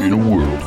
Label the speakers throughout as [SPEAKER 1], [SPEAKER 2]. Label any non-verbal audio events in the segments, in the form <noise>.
[SPEAKER 1] In a world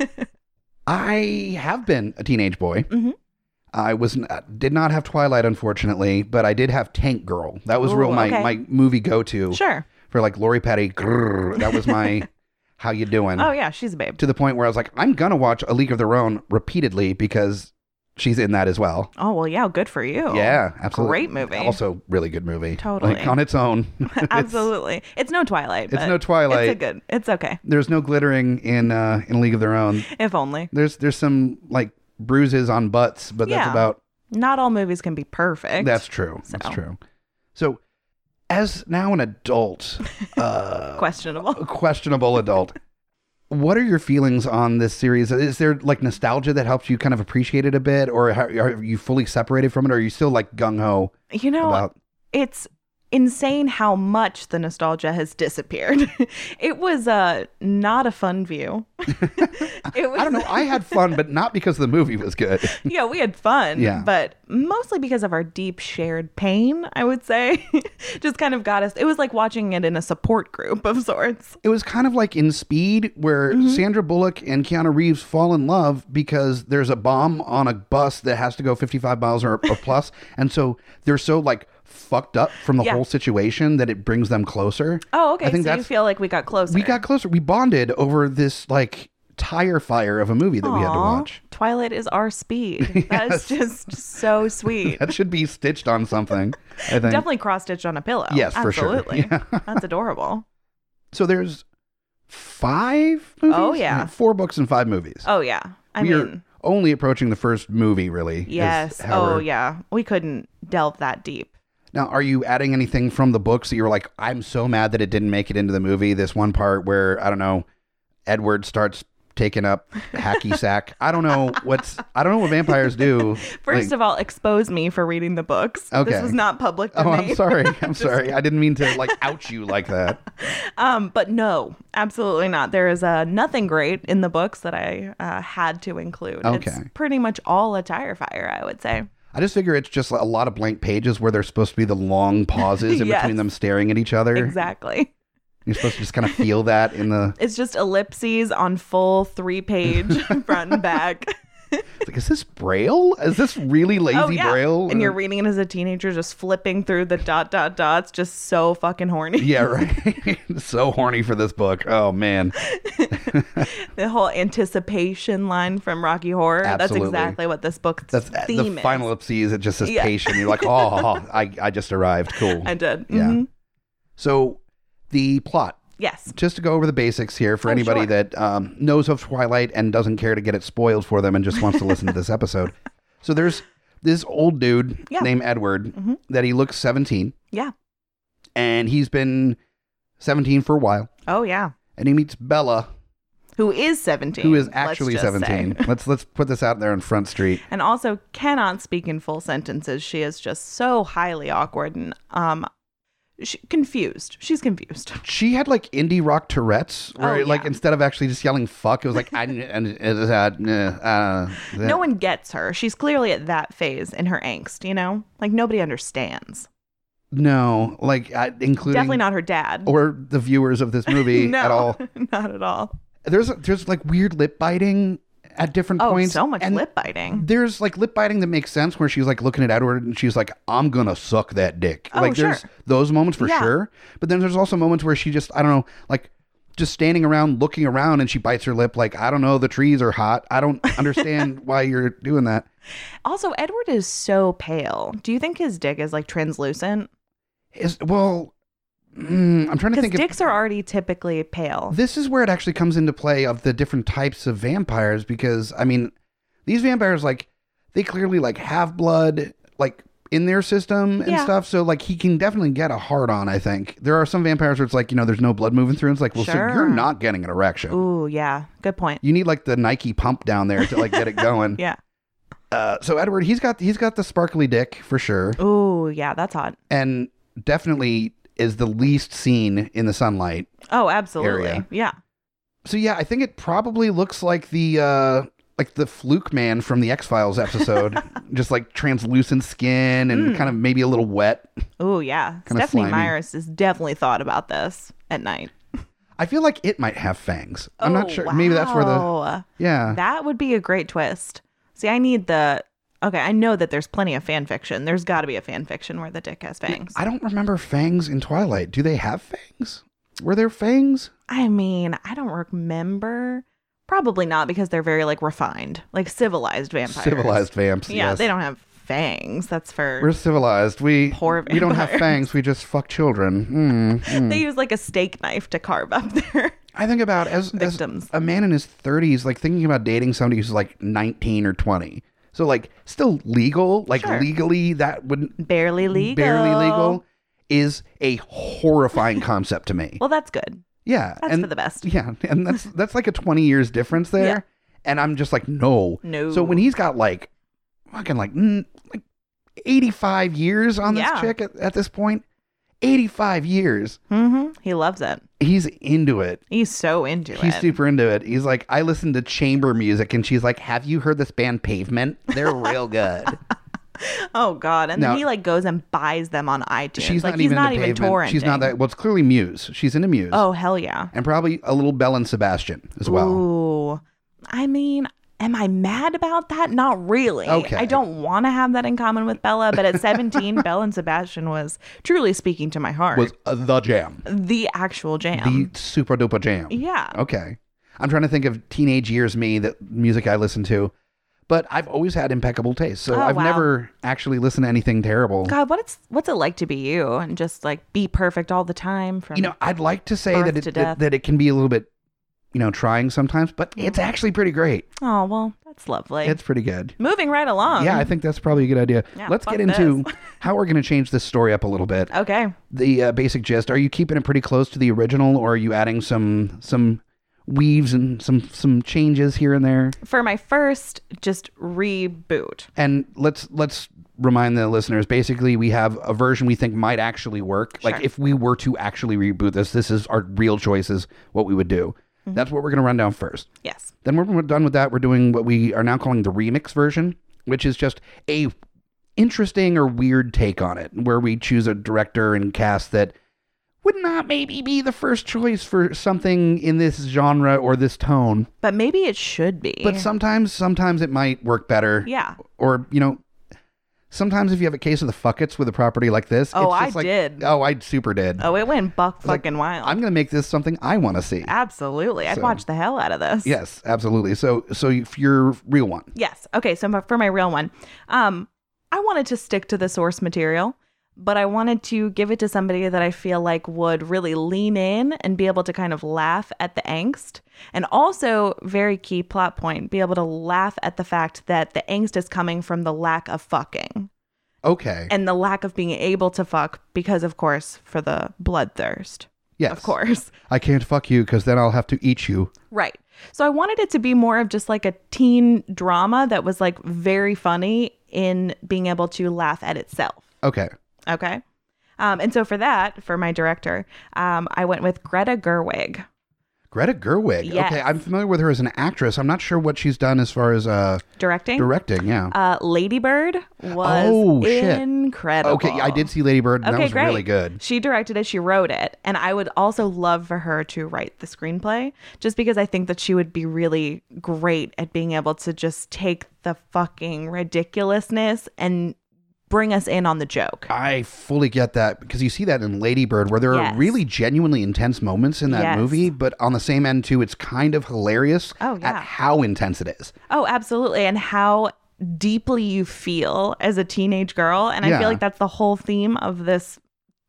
[SPEAKER 2] I have been a teenage boy.
[SPEAKER 3] Mm-hmm.
[SPEAKER 2] I was n- uh, did not have Twilight, unfortunately, but I did have Tank Girl. That was
[SPEAKER 3] Ooh,
[SPEAKER 2] real my
[SPEAKER 3] okay.
[SPEAKER 2] my movie go to
[SPEAKER 3] Sure.
[SPEAKER 2] for like Lori Petty. grrr, that was
[SPEAKER 3] <laughs>
[SPEAKER 2] my how you doing
[SPEAKER 3] Oh yeah, she's a babe.
[SPEAKER 2] to the point where I was like, I'm gonna watch A League of Their Own repeatedly because she's in that as well.
[SPEAKER 3] Oh well, yeah, good for you. <laughs>
[SPEAKER 2] Yeah, <laughs> absolutely.
[SPEAKER 3] Great movie.
[SPEAKER 2] Also, really good movie.
[SPEAKER 3] Totally.
[SPEAKER 2] Like, on its own. <laughs>
[SPEAKER 3] Absolutely. It's, no Twilight.
[SPEAKER 2] It's
[SPEAKER 3] but
[SPEAKER 2] no Twilight.
[SPEAKER 3] It's a good. It's okay.
[SPEAKER 2] There's no glittering in uh, in League of Their Own.
[SPEAKER 3] If only.
[SPEAKER 2] There's there's some like bruises on butts, but that's
[SPEAKER 3] Yeah.
[SPEAKER 2] about
[SPEAKER 3] Not all movies can be perfect.
[SPEAKER 2] that's true. That's
[SPEAKER 3] So.
[SPEAKER 2] true. So, as now an
[SPEAKER 3] <laughs>
[SPEAKER 2] adult, uh,
[SPEAKER 3] questionable.
[SPEAKER 2] a questionable adult. What are your feelings on this series? Is there like nostalgia that helps you kind of appreciate it a bit, or how, are you fully separated from it, or are you still like gung ho
[SPEAKER 3] You know,
[SPEAKER 2] about?
[SPEAKER 3] it's insane how much the nostalgia has disappeared. <laughs> it was uh, not a
[SPEAKER 2] <laughs>
[SPEAKER 3] fun view. it was,
[SPEAKER 2] I don't know. I had fun, but not because the movie was good.
[SPEAKER 3] <laughs> yeah, we had fun,
[SPEAKER 2] Yeah.
[SPEAKER 3] but mostly because of our deep shared pain, I would say. <laughs> Just kind of got us. It was like watching it in a support group of sorts.
[SPEAKER 2] it was kind of like in Speed, where
[SPEAKER 3] Mm-hmm.
[SPEAKER 2] Sandra Bullock and Keanu Reeves fall in love because there's a bomb on a bus that has to go 55 miles or, or
[SPEAKER 3] <laughs>
[SPEAKER 2] plus, and so they're so like fucked up from the
[SPEAKER 3] Yeah.
[SPEAKER 2] whole situation that it brings them closer.
[SPEAKER 3] Oh, okay.
[SPEAKER 2] I think
[SPEAKER 3] so you
[SPEAKER 2] that's-
[SPEAKER 3] feel like we got closer.
[SPEAKER 2] We got closer. We bonded over this like tire fire of a movie that we had to
[SPEAKER 3] Aw,
[SPEAKER 2] watch.
[SPEAKER 3] Twilight is our
[SPEAKER 2] <laughs>
[SPEAKER 3] speed. That is just so sweet.
[SPEAKER 2] That should be stitched on something. I think.
[SPEAKER 3] <laughs> Definitely cross stitched on a pillow.
[SPEAKER 2] Yes, for sure.
[SPEAKER 3] Absolutely.
[SPEAKER 2] <laughs> Yeah.
[SPEAKER 3] That's adorable.
[SPEAKER 2] So there's five movies.
[SPEAKER 3] Oh, yeah.
[SPEAKER 2] four books and five movies.
[SPEAKER 3] Oh yeah. I
[SPEAKER 2] we
[SPEAKER 3] mean
[SPEAKER 2] are only approaching the first movie, really. is
[SPEAKER 3] Yes.
[SPEAKER 2] how
[SPEAKER 3] Oh
[SPEAKER 2] we're-
[SPEAKER 3] yeah. We couldn't delve that deep.
[SPEAKER 2] Now, are you adding anything from the books that you were like, I'm so mad that it didn't make it into the movie? This one part where, I don't know, Edward starts taking up
[SPEAKER 3] <laughs>
[SPEAKER 2] hacky sack. I don't know what's, I don't know what vampires do.
[SPEAKER 3] First
[SPEAKER 2] Like-
[SPEAKER 3] of all, expose me for reading the books.
[SPEAKER 2] Okay.
[SPEAKER 3] This was not public
[SPEAKER 2] Oh,
[SPEAKER 3] domain.
[SPEAKER 2] I'm
[SPEAKER 3] <laughs>
[SPEAKER 2] sorry. I'm sorry. I didn't mean to like out you like that.
[SPEAKER 3] Um, but no, absolutely not. There is uh, nothing great in the books that I uh, had to include. It's
[SPEAKER 2] Okay.
[SPEAKER 3] pretty much all a tire fire, I would say.
[SPEAKER 2] I just figure it's just a lot of blank pages where there's supposed to be the long pauses in
[SPEAKER 3] <laughs> Yes.
[SPEAKER 2] between them staring at each other.
[SPEAKER 3] Exactly.
[SPEAKER 2] You're supposed to just kind of feel that in the,
[SPEAKER 3] It's just ellipses on full three page
[SPEAKER 2] <laughs>
[SPEAKER 3] front and back.
[SPEAKER 2] it's like, is this Braille? Is this really lazy
[SPEAKER 3] oh, yeah.
[SPEAKER 2] Braille? Uh,
[SPEAKER 3] And you're reading it as a teenager, just flipping through the dot, dot, dots, just so fucking horny.
[SPEAKER 2] yeah, <laughs> right. so horny for this book. Oh, man.
[SPEAKER 3] the whole anticipation line from Rocky Horror.
[SPEAKER 2] Absolutely.
[SPEAKER 3] That's exactly what this book's
[SPEAKER 2] That's uh,
[SPEAKER 3] theme
[SPEAKER 2] the
[SPEAKER 3] is.
[SPEAKER 2] final ellipses. It just says
[SPEAKER 3] Yeah.
[SPEAKER 2] patient. You're like, oh,
[SPEAKER 3] <laughs>
[SPEAKER 2] oh, I, I just arrived. Cool.
[SPEAKER 3] I did.
[SPEAKER 2] Yeah.
[SPEAKER 3] Mhm.
[SPEAKER 2] So the plot.
[SPEAKER 3] Yes.
[SPEAKER 2] Just to go over the basics here for
[SPEAKER 3] Oh,
[SPEAKER 2] anybody
[SPEAKER 3] sure.
[SPEAKER 2] that um, knows of Twilight and doesn't care to get it spoiled for them and just wants to listen to this
[SPEAKER 3] <laughs>
[SPEAKER 2] episode. So there's this old dude
[SPEAKER 3] Yeah.
[SPEAKER 2] named Edward
[SPEAKER 3] Mhm.
[SPEAKER 2] that he looks 17
[SPEAKER 3] Yeah.
[SPEAKER 2] and he's been 17 for a while.
[SPEAKER 3] Oh yeah.
[SPEAKER 2] And he meets Bella,
[SPEAKER 3] Who is seventeen?
[SPEAKER 2] who is
[SPEAKER 3] let's
[SPEAKER 2] actually
[SPEAKER 3] just
[SPEAKER 2] 17.
[SPEAKER 3] say. <laughs>
[SPEAKER 2] Let's let's put this out there on Front Street.
[SPEAKER 3] And also cannot speak in full sentences. She is just so highly awkward and um, she, confused. She's confused.
[SPEAKER 2] she had like indie rock Tourette's, where
[SPEAKER 3] Oh,
[SPEAKER 2] it, like
[SPEAKER 3] yeah.
[SPEAKER 2] instead of actually just yelling "fuck," it was
[SPEAKER 3] <laughs>
[SPEAKER 2] like I and uh, uh,
[SPEAKER 3] No one gets her. She's clearly at that phase in her angst. You know, like nobody understands.
[SPEAKER 2] no, like I, including
[SPEAKER 3] Definitely not her dad.
[SPEAKER 2] or the viewers
[SPEAKER 3] <laughs>
[SPEAKER 2] of this movie
[SPEAKER 3] no,
[SPEAKER 2] at all.
[SPEAKER 3] not at all.
[SPEAKER 2] There's there's like weird lip biting at different
[SPEAKER 3] Oh,
[SPEAKER 2] points.
[SPEAKER 3] so much
[SPEAKER 2] and
[SPEAKER 3] lip biting.
[SPEAKER 2] There's like lip biting that makes sense where she's like looking at Edward and she's like, I'm gonna suck that dick.
[SPEAKER 3] Oh,
[SPEAKER 2] like there's
[SPEAKER 3] sure.
[SPEAKER 2] those moments for
[SPEAKER 3] Yeah.
[SPEAKER 2] sure. But then there's also moments where she just, I don't know, like just standing around looking around and she bites her lip, like, I don't know, the trees are hot. I don't
[SPEAKER 3] <laughs>
[SPEAKER 2] understand why you're doing that.
[SPEAKER 3] Also, Edward is so pale. Do you think his dick is like translucent?
[SPEAKER 2] Is well, mm, I'm trying to
[SPEAKER 3] Because
[SPEAKER 2] think
[SPEAKER 3] dicks are already typically pale.
[SPEAKER 2] if this is where it actually comes into play of the different types of vampires because I mean, these vampires like they clearly like have blood, like in their system and
[SPEAKER 3] Yeah.
[SPEAKER 2] stuff. So like he can definitely get a hard on. I think there are some vampires where it's like you know there's no blood moving through. And it's like well, so you're
[SPEAKER 3] Sure.
[SPEAKER 2] not getting an erection.
[SPEAKER 3] Ooh, yeah. Good point.
[SPEAKER 2] You need like the Nike pump down there to like get it going.
[SPEAKER 3] <laughs> Yeah.
[SPEAKER 2] uh, so Edward, he's got he's got the sparkly dick for sure,
[SPEAKER 3] Ooh, yeah. That's hot.
[SPEAKER 2] and definitely is the least seen in the sunlight.
[SPEAKER 3] Oh, absolutely.
[SPEAKER 2] Area.
[SPEAKER 3] Yeah.
[SPEAKER 2] So yeah, I think it probably looks like the uh like the fluke man from the X Files
[SPEAKER 3] <laughs>
[SPEAKER 2] episode, just like translucent skin
[SPEAKER 3] Hmm.
[SPEAKER 2] and kind of maybe a little wet.
[SPEAKER 3] Ooh, yeah.
[SPEAKER 2] Kinda
[SPEAKER 3] Stephanie
[SPEAKER 2] slimy.
[SPEAKER 3] Myers has definitely thought about this at night.
[SPEAKER 2] I feel like it might have fangs. I'm not
[SPEAKER 3] Oh,
[SPEAKER 2] sure. Maybe that's where the
[SPEAKER 3] wow.
[SPEAKER 2] yeah.
[SPEAKER 3] That would be a great twist. See, I need the. Okay, I know that there's plenty of fan fiction. There's got to be a fan fiction where the dick has fangs.
[SPEAKER 2] I don't remember fangs in Twilight. Do they have fangs? Were there fangs?
[SPEAKER 3] I mean, I don't remember. Probably not because they're very like refined, like civilized vampires.
[SPEAKER 2] Civilized vamps.
[SPEAKER 3] <laughs> Yeah,
[SPEAKER 2] yes.
[SPEAKER 3] they don't have fangs. That's for
[SPEAKER 2] We're civilized. We
[SPEAKER 3] Poor
[SPEAKER 2] we don't have
[SPEAKER 3] vampires.
[SPEAKER 2] fangs. We just fuck children. Mm, mm.
[SPEAKER 3] they use like a steak knife to carve up their <laughs>
[SPEAKER 2] I think about as, as
[SPEAKER 3] victims.
[SPEAKER 2] a man in his 30s, like thinking about dating somebody who's like 19 or 20. So like still legal, like
[SPEAKER 3] Sure.
[SPEAKER 2] legally that would
[SPEAKER 3] barely legal.
[SPEAKER 2] barely legal is a
[SPEAKER 3] <laughs>
[SPEAKER 2] horrifying concept to me.
[SPEAKER 3] Well, that's good.
[SPEAKER 2] yeah,
[SPEAKER 3] That's
[SPEAKER 2] and
[SPEAKER 3] for the best.
[SPEAKER 2] yeah, and
[SPEAKER 3] <laughs>
[SPEAKER 2] that's that's like a 20 years difference there.
[SPEAKER 3] Yeah.
[SPEAKER 2] And I'm just like no.
[SPEAKER 3] No.
[SPEAKER 2] So when he's got like fucking like mm, like 85 years on this
[SPEAKER 3] Yeah.
[SPEAKER 2] chick at, at this point, 85 years.
[SPEAKER 3] hmm He loves it.
[SPEAKER 2] He's into it.
[SPEAKER 3] He's so into
[SPEAKER 2] He's
[SPEAKER 3] it.
[SPEAKER 2] super into it. He's like, I listen to chamber music, and she's like, Have you heard this band Pavement? They're real
[SPEAKER 3] <laughs>
[SPEAKER 2] good.
[SPEAKER 3] <laughs> Oh God! And
[SPEAKER 2] No.
[SPEAKER 3] then he like goes and buys them on iTunes.
[SPEAKER 2] she's
[SPEAKER 3] like
[SPEAKER 2] not
[SPEAKER 3] he's
[SPEAKER 2] even
[SPEAKER 3] not
[SPEAKER 2] into
[SPEAKER 3] even
[SPEAKER 2] Pavement.
[SPEAKER 3] touring.
[SPEAKER 2] She's not that. Well, it's clearly Muse. She's into Muse,
[SPEAKER 3] Oh hell yeah!
[SPEAKER 2] and probably a little Bell and Sebastian as well.
[SPEAKER 3] Ooh. I mean, am I mad about that? Not really.
[SPEAKER 2] Okay.
[SPEAKER 3] I don't want to have that in common with Bella, but
[SPEAKER 2] <laughs>
[SPEAKER 3] at 17, Bella and Sebastian was truly speaking to my heart.
[SPEAKER 2] Was uh, the jam,
[SPEAKER 3] the actual jam.
[SPEAKER 2] the super duper jam.
[SPEAKER 3] yeah.
[SPEAKER 2] Okay, I'm trying to think of teenage years me that music I listened to, but I've always had impeccable taste, so
[SPEAKER 3] Oh,
[SPEAKER 2] I've
[SPEAKER 3] wow.
[SPEAKER 2] never actually listened to anything terrible.
[SPEAKER 3] God, what it's what's it like to be you and just like be perfect all the time from
[SPEAKER 2] you know, I'd like to say
[SPEAKER 3] Birth
[SPEAKER 2] that it,
[SPEAKER 3] to
[SPEAKER 2] that,
[SPEAKER 3] death.
[SPEAKER 2] that it can be a little bit, you know, trying sometimes, but it's actually pretty great.
[SPEAKER 3] Oh, well, that's lovely.
[SPEAKER 2] It's pretty good.
[SPEAKER 3] Moving right along.
[SPEAKER 2] yeah, I think that's probably a good idea.
[SPEAKER 3] Yeah,
[SPEAKER 2] Let's
[SPEAKER 3] fuck
[SPEAKER 2] get into how we're going to change this story up a little bit.
[SPEAKER 3] <laughs> Okay.
[SPEAKER 2] The uh, basic gist: Are you keeping it pretty close to the original, or are you adding some some weaves and some some changes here and there?
[SPEAKER 3] For my first just reboot.
[SPEAKER 2] And let's let's remind the listeners. Basically, we have a version we think might actually work. Like
[SPEAKER 3] Sure.
[SPEAKER 2] if we were to actually reboot this, this is our real choices. What we would do.
[SPEAKER 3] Mm-hmm.
[SPEAKER 2] That's what we're going to run down first.
[SPEAKER 3] Yes.
[SPEAKER 2] Then when we're done with that, we're doing what we are now calling the remix version, which is just a interesting or weird take on it, where we choose a director and cast that would not maybe be the first choice for something in this genre or this tone.
[SPEAKER 3] But maybe it should be.
[SPEAKER 2] But sometimes sometimes it might work better.
[SPEAKER 3] yeah.
[SPEAKER 2] Or, you know, sometimes if you have a case of the fuckets with a property like this,
[SPEAKER 3] Oh,
[SPEAKER 2] it's
[SPEAKER 3] I
[SPEAKER 2] just like,
[SPEAKER 3] did.
[SPEAKER 2] Oh, I super did.
[SPEAKER 3] Oh, it went buck
[SPEAKER 2] like,
[SPEAKER 3] fucking wild.
[SPEAKER 2] I'm gonna make this something I wanna see.
[SPEAKER 3] Absolutely. I'd
[SPEAKER 2] So-
[SPEAKER 3] watch the hell out of this.
[SPEAKER 2] Yes, absolutely. So so if you're real one.
[SPEAKER 3] Yes. Okay. So my- for my real one, um, I wanted to stick to the source material, but I wanted to give it to somebody that I feel like would really lean in and be able to kind of laugh at the angst. And also, very key plot point, be able to laugh at the fact that the angst is coming from the lack of fucking
[SPEAKER 2] Okay.
[SPEAKER 3] and the lack of being able to fuck because, of course, for the bloodthirst.
[SPEAKER 2] Yes.
[SPEAKER 3] Of course.
[SPEAKER 2] I can't fuck you because then I'll have to eat you.
[SPEAKER 3] Right. So I wanted it to be more of just like a teen drama that was like very funny in being able to laugh at itself.
[SPEAKER 2] Okay.
[SPEAKER 3] Okay. Um, and so for that, for my director, um, I went with Greta Gerwig.
[SPEAKER 2] Greta Gerwig.
[SPEAKER 3] Yes.
[SPEAKER 2] Okay. I'm familiar with her as an actress. I'm not sure what she's done as far as uh,
[SPEAKER 3] Directing.
[SPEAKER 2] directing. Yeah.
[SPEAKER 3] uh, Ladybird was
[SPEAKER 2] Oh, shit.
[SPEAKER 3] incredible.
[SPEAKER 2] okay. I did see Lady Bird, and that was really good.
[SPEAKER 3] She directed it, she wrote it, and I would also love for her to write the screenplay just because I think that she would be really great at being able to just take the fucking ridiculousness and bring us in on the joke.
[SPEAKER 2] I fully get that because you see that in Lady Bird, where there are
[SPEAKER 3] Yes.
[SPEAKER 2] really genuinely intense moments in that
[SPEAKER 3] Yes.
[SPEAKER 2] movie, but on the same end, too, it's kind of hilarious
[SPEAKER 3] Oh,
[SPEAKER 2] at
[SPEAKER 3] yeah.
[SPEAKER 2] how intense it is.
[SPEAKER 3] Oh, absolutely. And how deeply you feel as a teenage girl. And I
[SPEAKER 2] Yeah.
[SPEAKER 3] feel like that's the whole theme of this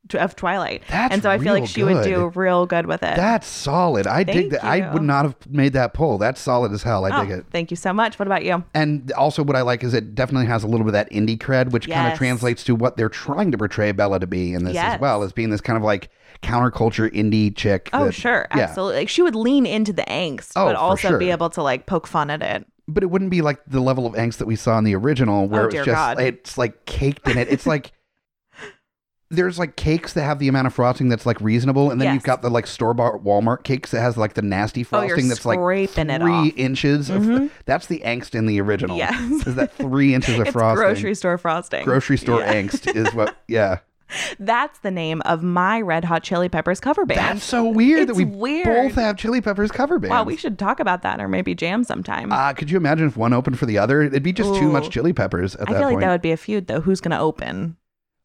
[SPEAKER 3] tw- of Twilight.
[SPEAKER 2] That's
[SPEAKER 3] and so I feel like
[SPEAKER 2] real
[SPEAKER 3] she would do
[SPEAKER 2] good.
[SPEAKER 3] real good with it.
[SPEAKER 2] That's solid. I dig
[SPEAKER 3] Uh, Thank
[SPEAKER 2] that. I would
[SPEAKER 3] you.
[SPEAKER 2] not have made that poll. That's solid as hell. I
[SPEAKER 3] Oh,
[SPEAKER 2] dig it.
[SPEAKER 3] Thank you so much. What about you?
[SPEAKER 2] And also, what I like is it definitely has a little bit of that indie cred, which kind of
[SPEAKER 3] Yes.
[SPEAKER 2] translates to what they're trying to portray Bella to be in this as
[SPEAKER 3] Yes.
[SPEAKER 2] well, as being this kind of like counterculture indie chick.
[SPEAKER 3] Oh,
[SPEAKER 2] that-
[SPEAKER 3] sure.
[SPEAKER 2] yeah.
[SPEAKER 3] Absolutely. Like, she would lean into the angst,
[SPEAKER 2] Oh,
[SPEAKER 3] but
[SPEAKER 2] for
[SPEAKER 3] also
[SPEAKER 2] sure.
[SPEAKER 3] be able to like poke fun at it.
[SPEAKER 2] But it wouldn't be like the level of angst that we saw in the original, where
[SPEAKER 3] Oh,
[SPEAKER 2] it's
[SPEAKER 3] dear
[SPEAKER 2] just
[SPEAKER 3] God.
[SPEAKER 2] it's like caked in it. It's
[SPEAKER 3] <laughs>
[SPEAKER 2] like there's like cakes that have the amount of frosting that's like reasonable, and then you've
[SPEAKER 3] Yes.
[SPEAKER 2] got the like store bought Walmart cakes that has like the nasty
[SPEAKER 3] Oh, you're
[SPEAKER 2] frosting that's like
[SPEAKER 3] scraping it
[SPEAKER 2] three
[SPEAKER 3] off. Mm-hmm.
[SPEAKER 2] inches. Of, that's the angst in the original.
[SPEAKER 3] Yes.
[SPEAKER 2] is that three inches of
[SPEAKER 3] <laughs> It's
[SPEAKER 2] frosting?
[SPEAKER 3] grocery store frosting.
[SPEAKER 2] grocery store
[SPEAKER 3] Yeah.
[SPEAKER 2] angst is
[SPEAKER 3] <laughs>
[SPEAKER 2] what yeah
[SPEAKER 3] That's the name of my Red Hot Chili Peppers cover band.
[SPEAKER 2] that's so weird that
[SPEAKER 3] It's
[SPEAKER 2] we
[SPEAKER 3] weird.
[SPEAKER 2] both have chili peppers cover bands
[SPEAKER 3] wow, we should talk about that or maybe jam sometime.
[SPEAKER 2] uh, could you imagine if one opened for the other it'd be just too
[SPEAKER 3] Ooh.
[SPEAKER 2] much chili peppers at
[SPEAKER 3] I
[SPEAKER 2] that
[SPEAKER 3] feel like
[SPEAKER 2] point
[SPEAKER 3] that would be a feud though. Who's going to open?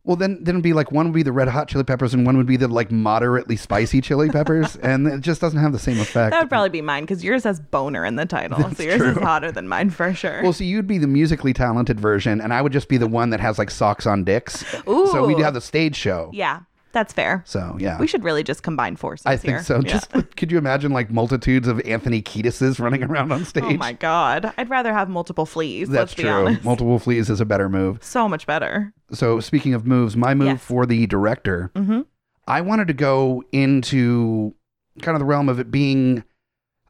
[SPEAKER 2] well then then it'd be like one would be the red hot chili peppers and one would be the like moderately spicy chili
[SPEAKER 3] <laughs>
[SPEAKER 2] peppers and it just doesn't have the same effect
[SPEAKER 3] That would probably be mine because yours has boner in the title. so yours is
[SPEAKER 2] true.
[SPEAKER 3] hotter than mine for sure.
[SPEAKER 2] well, so you'd be the musically talented version, and I would just be the one that has like socks on dicks. So we'd
[SPEAKER 3] Ooh.
[SPEAKER 2] have the stage show.
[SPEAKER 3] yeah, that's fair.
[SPEAKER 2] So yeah,
[SPEAKER 3] We should really just combine forces
[SPEAKER 2] I think
[SPEAKER 3] here.
[SPEAKER 2] so.
[SPEAKER 3] Yeah.
[SPEAKER 2] Just <laughs> could you imagine like multitudes of Anthony Kiedis's running around on stage?
[SPEAKER 3] oh my God. I'd rather have multiple fleas.
[SPEAKER 2] That's
[SPEAKER 3] let's be
[SPEAKER 2] true.
[SPEAKER 3] honest.
[SPEAKER 2] Multiple fleas is a better move.
[SPEAKER 3] so much better.
[SPEAKER 2] So speaking of moves, my move
[SPEAKER 3] Yes.
[SPEAKER 2] for the director,
[SPEAKER 3] Mm-hmm.
[SPEAKER 2] I wanted to go into kind of the realm of it being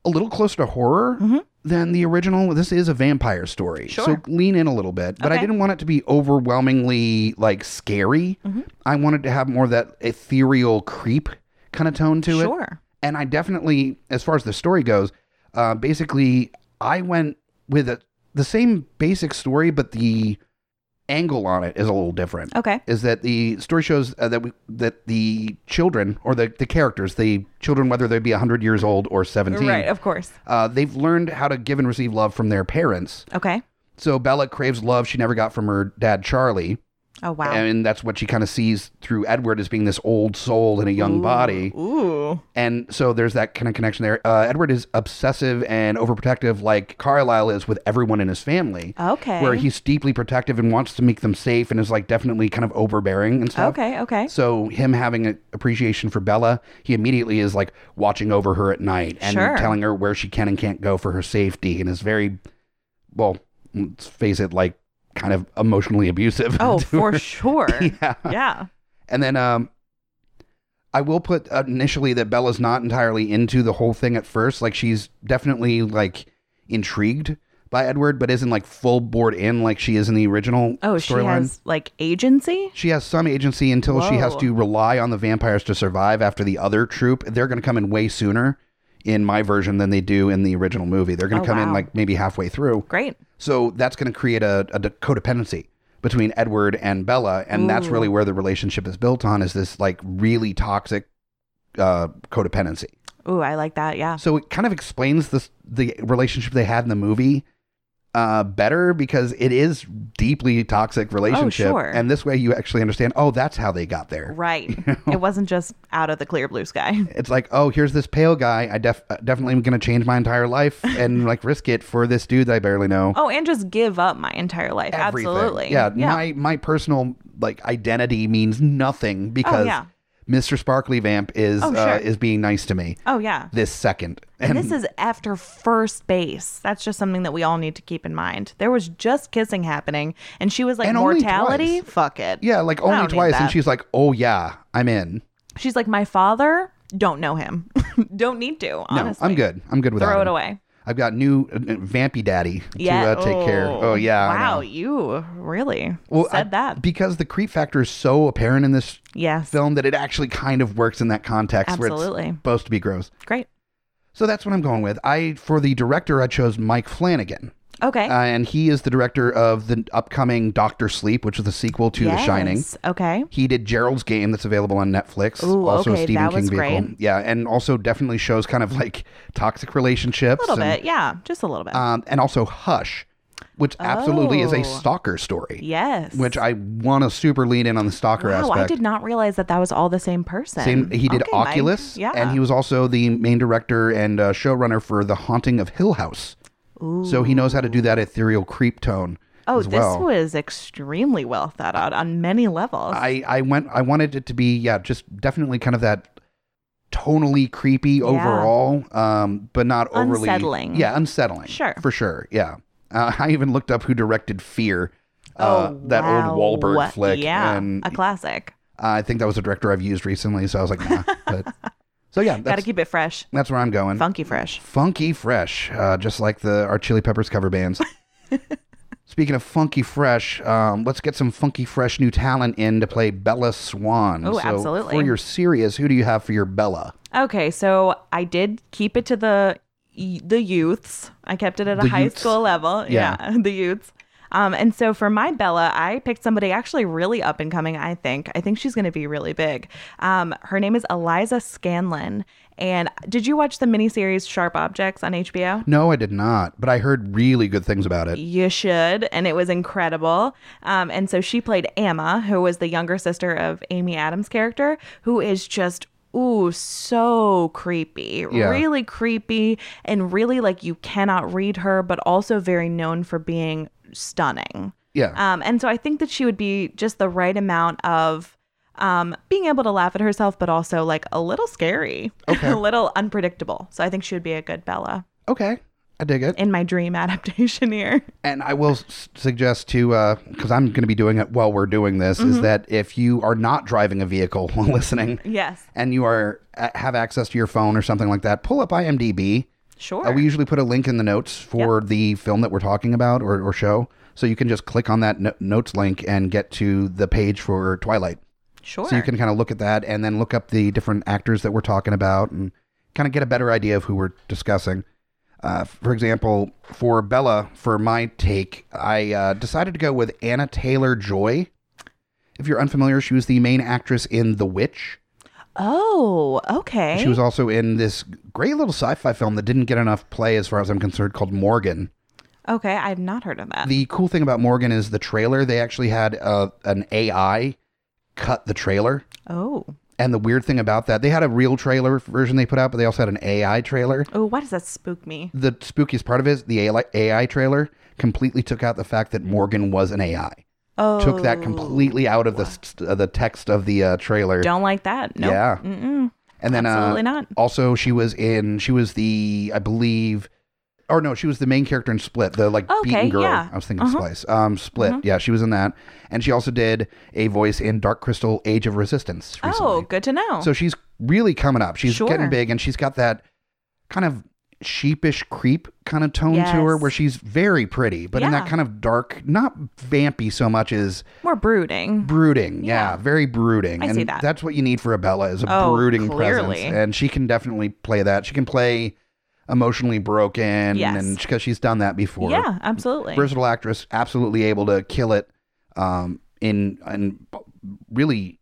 [SPEAKER 2] a little closer to horror
[SPEAKER 3] Mhm.
[SPEAKER 2] than the original. This is a vampire story. So
[SPEAKER 3] Sure.
[SPEAKER 2] lean in a little bit, but I
[SPEAKER 3] Okay.
[SPEAKER 2] didn't want it to be overwhelmingly like scary.
[SPEAKER 3] Mm-hmm.
[SPEAKER 2] I wanted to have more of that ethereal creep kind of tone to it.
[SPEAKER 3] Sure.
[SPEAKER 2] and I definitely, as far as the story goes, uh, basically I went with a, the same basic story, but the angle on it is a little different.
[SPEAKER 3] Okay.
[SPEAKER 2] Is that the story shows uh, that we, that the children or the, the characters, the children, whether they be hundred years old or seventeen,
[SPEAKER 3] Right, of course.
[SPEAKER 2] uh, they've learned how to give and receive love from their parents.
[SPEAKER 3] Okay.
[SPEAKER 2] So Bella craves love she never got from her dad Charlie,
[SPEAKER 3] Oh wow.
[SPEAKER 2] and that's what she kind of sees through Edward as being this old soul in a young
[SPEAKER 3] Ooh.
[SPEAKER 2] body.
[SPEAKER 3] Ooh.
[SPEAKER 2] And so there's that kind of connection there. Uh, Edward is obsessive and overprotective, like Carlisle is with everyone in his family,
[SPEAKER 3] Okay.
[SPEAKER 2] where he's deeply protective and wants to make them safe and is like definitely kind of overbearing and stuff.
[SPEAKER 3] Okay, okay.
[SPEAKER 2] So him having an appreciation for Bella, he immediately is like watching over her at night and
[SPEAKER 3] Sure.
[SPEAKER 2] telling her where she can and can't go for her safety, and is very, well, let's face it, like kind of emotionally abusive. <laughs>
[SPEAKER 3] Oh,
[SPEAKER 2] to
[SPEAKER 3] for
[SPEAKER 2] her.
[SPEAKER 3] sure.
[SPEAKER 2] <laughs> yeah.
[SPEAKER 3] yeah.
[SPEAKER 2] And then um I will put uh, initially that Bella's not entirely into the whole thing at first. Like she's definitely like intrigued by Edward, but isn't like full board in like she is in the original
[SPEAKER 3] Oh, she
[SPEAKER 2] storyline.
[SPEAKER 3] has like agency?
[SPEAKER 2] She has some agency until she has
[SPEAKER 3] Whoa.
[SPEAKER 2] to rely on the vampires to survive after the other troop. They're going to come in way sooner in my version than they do in the original movie. They're going to
[SPEAKER 3] Oh,
[SPEAKER 2] come in
[SPEAKER 3] wow.
[SPEAKER 2] like maybe halfway through.
[SPEAKER 3] Great.
[SPEAKER 2] So that's going to create a, a de- codependency between Edward and Bella, and that's
[SPEAKER 3] Ooh.
[SPEAKER 2] really where the relationship is built on is this like really toxic uh, codependency.
[SPEAKER 3] Ooh, I like
[SPEAKER 2] <laughs>
[SPEAKER 3] that. Yeah.
[SPEAKER 2] So it kind of explains this the relationship they had in the movie uh, better because it is deeply toxic relationship,
[SPEAKER 3] Oh, sure.
[SPEAKER 2] and this way you actually understand. Oh, that's how they got there.
[SPEAKER 3] Right. It wasn't just out of the clear
[SPEAKER 2] <laughs>
[SPEAKER 3] blue sky.
[SPEAKER 2] It's like, oh, here's this pale guy. I def- uh, definitely am going to change my entire
[SPEAKER 3] <laughs>
[SPEAKER 2] life and like risk it for this dude that I barely know.
[SPEAKER 3] Oh, and just give up my entire life.
[SPEAKER 2] everything.
[SPEAKER 3] Absolutely.
[SPEAKER 2] Yeah, My my personal like identity means nothing because
[SPEAKER 3] Oh, yeah.
[SPEAKER 2] Mr. Sparkly Vamp is
[SPEAKER 3] Oh,
[SPEAKER 2] uh,
[SPEAKER 3] sure.
[SPEAKER 2] is being nice to me
[SPEAKER 3] oh, yeah.
[SPEAKER 2] this second.
[SPEAKER 3] And this is after first base. That's just something that we all need to keep in mind. There was just kissing happening, and she was like,
[SPEAKER 2] And only
[SPEAKER 3] "Mortality,
[SPEAKER 2] twice.
[SPEAKER 3] fuck it."
[SPEAKER 2] yeah, like
[SPEAKER 3] don't
[SPEAKER 2] only
[SPEAKER 3] need
[SPEAKER 2] twice, and
[SPEAKER 3] that.
[SPEAKER 2] she's like, "Oh yeah, I'm in.
[SPEAKER 3] She's like, "My father, don't know him, <laughs> don't need to."
[SPEAKER 2] No,
[SPEAKER 3] Honestly,
[SPEAKER 2] I'm good. I'm good with
[SPEAKER 3] Throw it away.
[SPEAKER 2] I've got new uh, uh, vampy daddy to
[SPEAKER 3] Yeah.
[SPEAKER 2] uh, take care. Oh yeah, I
[SPEAKER 3] Wow,
[SPEAKER 2] know.
[SPEAKER 3] you really
[SPEAKER 2] Well,
[SPEAKER 3] said
[SPEAKER 2] I-
[SPEAKER 3] that.
[SPEAKER 2] because the creep factor is so apparent in this
[SPEAKER 3] Yes.
[SPEAKER 2] film that it actually kind of works in that context where
[SPEAKER 3] Absolutely.
[SPEAKER 2] it's supposed to be gross.
[SPEAKER 3] Great.
[SPEAKER 2] So that's what I'm going with. I for the director I chose Mike Flanagan.
[SPEAKER 3] Okay.
[SPEAKER 2] Uh, and he is the director of the upcoming Doctor Sleep, which is the sequel to The Shining.
[SPEAKER 3] Yes. Okay.
[SPEAKER 2] He did Gerald's Game, that's available on Netflix.
[SPEAKER 3] Ooh,
[SPEAKER 2] also a
[SPEAKER 3] okay,
[SPEAKER 2] Stephen
[SPEAKER 3] that
[SPEAKER 2] King
[SPEAKER 3] was
[SPEAKER 2] vehicle.
[SPEAKER 3] great.
[SPEAKER 2] Yeah, and also definitely shows kind of like toxic relationships.
[SPEAKER 3] A little
[SPEAKER 2] and,
[SPEAKER 3] bit. Yeah. Just a little bit.
[SPEAKER 2] Um, and also Hush, which absolutely is a
[SPEAKER 3] Oh.
[SPEAKER 2] stalker story.
[SPEAKER 3] yes.
[SPEAKER 2] Which I want to super lean in on the stalker
[SPEAKER 3] Wow,
[SPEAKER 2] aspect.
[SPEAKER 3] I did not realize that that was all the same person.
[SPEAKER 2] Same, he did
[SPEAKER 3] Okay, Mike.
[SPEAKER 2] Oculus,
[SPEAKER 3] Yeah.
[SPEAKER 2] and he was also the main director and uh, showrunner for The Haunting of Hill House. So he knows how to do that ethereal creep tone
[SPEAKER 3] Oh,
[SPEAKER 2] as
[SPEAKER 3] this
[SPEAKER 2] well.
[SPEAKER 3] was extremely well thought out on many levels.
[SPEAKER 2] I I went I wanted it to be yeah just definitely kind of that tonally creepy overall um but not overly
[SPEAKER 3] Unsettling.
[SPEAKER 2] yeah unsettling
[SPEAKER 3] Sure.
[SPEAKER 2] for sure yeah uh, <laughs> I even looked up who directed Fear uh,
[SPEAKER 3] oh,
[SPEAKER 2] that old
[SPEAKER 3] wow.
[SPEAKER 2] Wahlberg flick
[SPEAKER 3] Yeah,
[SPEAKER 2] and
[SPEAKER 3] a classic.
[SPEAKER 2] I think that was a director I've used recently so I was like nah
[SPEAKER 3] <laughs>
[SPEAKER 2] but so yeah
[SPEAKER 3] Got to
[SPEAKER 2] that's
[SPEAKER 3] keep it fresh,
[SPEAKER 2] that's where I'm going
[SPEAKER 3] funky fresh.
[SPEAKER 2] funky fresh uh, just like the our Chili Peppers cover
[SPEAKER 3] <laughs>
[SPEAKER 2] bands. Speaking of funky fresh, um, let's get some funky fresh new talent in to play Bella Swan.
[SPEAKER 3] Oh, absolutely.
[SPEAKER 2] For your serious, who do you have for your Bella?
[SPEAKER 3] Okay, so I did keep it to the the youths. I kept it at a
[SPEAKER 2] The
[SPEAKER 3] high
[SPEAKER 2] youths.
[SPEAKER 3] school level.
[SPEAKER 2] Yeah.
[SPEAKER 3] <laughs> the youths. Um, and so for my Bella, I picked somebody actually really up and coming. I think I think she's going to be really big. Um, her name is Eliza Scanlon. And did you watch the miniseries Sharp Objects on HBO?
[SPEAKER 2] No, I did not, but I heard really good things about it.
[SPEAKER 3] You should. And it was incredible. Um, and so she played Emma, who was the younger sister of Amy Adams' character, who is just. Ooh, so creepy.
[SPEAKER 2] Yeah.
[SPEAKER 3] Really creepy and really like you cannot read her, but also very known for being stunning.
[SPEAKER 2] Yeah,
[SPEAKER 3] Um, and so I think that she would be just the right amount of um, being able to laugh at herself, but also like a little scary, <laughs>
[SPEAKER 2] Okay.
[SPEAKER 3] a little unpredictable. So I think she would be a good Bella
[SPEAKER 2] okay, I dig it.
[SPEAKER 3] in my dream <laughs> adaptation here.
[SPEAKER 2] And I will s- suggest to, because I'm going to be doing it while we're doing this,
[SPEAKER 3] Mm-hmm.
[SPEAKER 2] is that if you are not driving a vehicle <laughs> while listening
[SPEAKER 3] Yes,
[SPEAKER 2] and you are uh, have access to your phone or something like that, pull up IMDb.
[SPEAKER 3] sure.
[SPEAKER 2] Uh, we usually put a link in the notes for the film that we're talking about or, or show. So you can just click on that no- notes link and get to the page for Twilight.
[SPEAKER 3] Sure.
[SPEAKER 2] So you can kind of look at that and then look up the different actors that we're talking about and kind of get a better idea of who we're discussing. Uh, for example, for Bella, for my take, I uh, decided to go with Anna Taylor Joy. If you're unfamiliar, she was the main actress in The Witch.
[SPEAKER 3] oh, okay.
[SPEAKER 2] She was also in this great little sci-fi film that didn't get enough play, as far as I'm concerned, called Morgan.
[SPEAKER 3] okay, I've not heard of that.
[SPEAKER 2] The cool thing about Morgan is the trailer. They actually had uh, an AI cut the trailer.
[SPEAKER 3] oh.
[SPEAKER 2] And the weird thing about that, they had a real trailer version they put out, but they also had an AI trailer.
[SPEAKER 3] Oh, why does that spook me?
[SPEAKER 2] The spookiest part of it is the AI AI trailer completely took out the fact that Morgan was an AI.
[SPEAKER 3] Oh.
[SPEAKER 2] Took that completely out of the s- uh, the text of the uh, trailer.
[SPEAKER 3] Don't like that. Nope.
[SPEAKER 2] Yeah.
[SPEAKER 3] Mm-mm.
[SPEAKER 2] And then
[SPEAKER 3] Absolutely
[SPEAKER 2] uh,
[SPEAKER 3] not.
[SPEAKER 2] Also, she was in. She was the, I believe, or no, she was the main character in Split, the like
[SPEAKER 3] Okay,
[SPEAKER 2] beaten girl.
[SPEAKER 3] yeah.
[SPEAKER 2] I was thinking
[SPEAKER 3] Uh-huh.
[SPEAKER 2] Splice. Um, Split. Yeah, she was in that, and she also did a voice in Dark Crystal: Age of Resistance. Recently.
[SPEAKER 3] Oh, good to know.
[SPEAKER 2] so she's really coming up. She's
[SPEAKER 3] Sure.
[SPEAKER 2] getting big, and she's got that kind of sheepish creep kind of tone to her,
[SPEAKER 3] Yes.
[SPEAKER 2] where she's very pretty, but in that
[SPEAKER 3] Yeah.
[SPEAKER 2] kind of dark, not vampy so much as
[SPEAKER 3] More brooding.
[SPEAKER 2] brooding. Yeah, very brooding.
[SPEAKER 3] I
[SPEAKER 2] and
[SPEAKER 3] see that.
[SPEAKER 2] that's what you need for a Bella is a
[SPEAKER 3] Oh,
[SPEAKER 2] brooding
[SPEAKER 3] clearly.
[SPEAKER 2] presence, and she can definitely play that. She can play emotionally broken,
[SPEAKER 3] Yes.
[SPEAKER 2] and because she's done that before.
[SPEAKER 3] Yeah, absolutely.
[SPEAKER 2] versatile actress, absolutely able to kill it um, in in really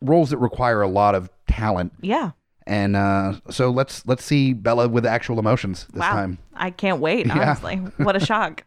[SPEAKER 2] roles that require a lot of talent.
[SPEAKER 3] yeah.
[SPEAKER 2] And uh, so let's let's see Bella with actual emotions this
[SPEAKER 3] wow.
[SPEAKER 2] time.
[SPEAKER 3] I can't
[SPEAKER 2] <laughs>
[SPEAKER 3] wait,
[SPEAKER 2] Yeah.
[SPEAKER 3] honestly. what
[SPEAKER 2] <laughs>
[SPEAKER 3] a shock.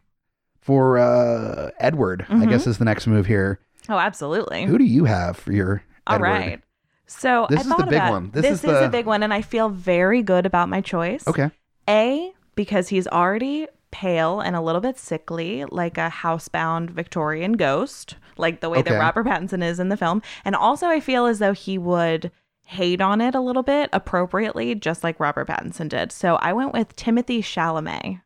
[SPEAKER 2] For uh, Edward, I
[SPEAKER 3] Mm-hmm.
[SPEAKER 2] guess is the next move here.
[SPEAKER 3] Oh, absolutely.
[SPEAKER 2] Who do you have for your
[SPEAKER 3] All
[SPEAKER 2] Edward?
[SPEAKER 3] right. So
[SPEAKER 2] This
[SPEAKER 3] I
[SPEAKER 2] is the
[SPEAKER 3] thought
[SPEAKER 2] big
[SPEAKER 3] about
[SPEAKER 2] one. This
[SPEAKER 3] This,
[SPEAKER 2] is
[SPEAKER 3] is,
[SPEAKER 2] the-
[SPEAKER 3] a big one, and I feel very good about my choice.
[SPEAKER 2] Okay.
[SPEAKER 3] A, because he's already pale and a little bit sickly, like a housebound Victorian ghost, like the way
[SPEAKER 2] Okay.
[SPEAKER 3] that Robert Pattinson is in the film. And also, I feel as though he would hate on it a little bit appropriately, just like Robert Pattinson did. So I went with Timothy Chalamet.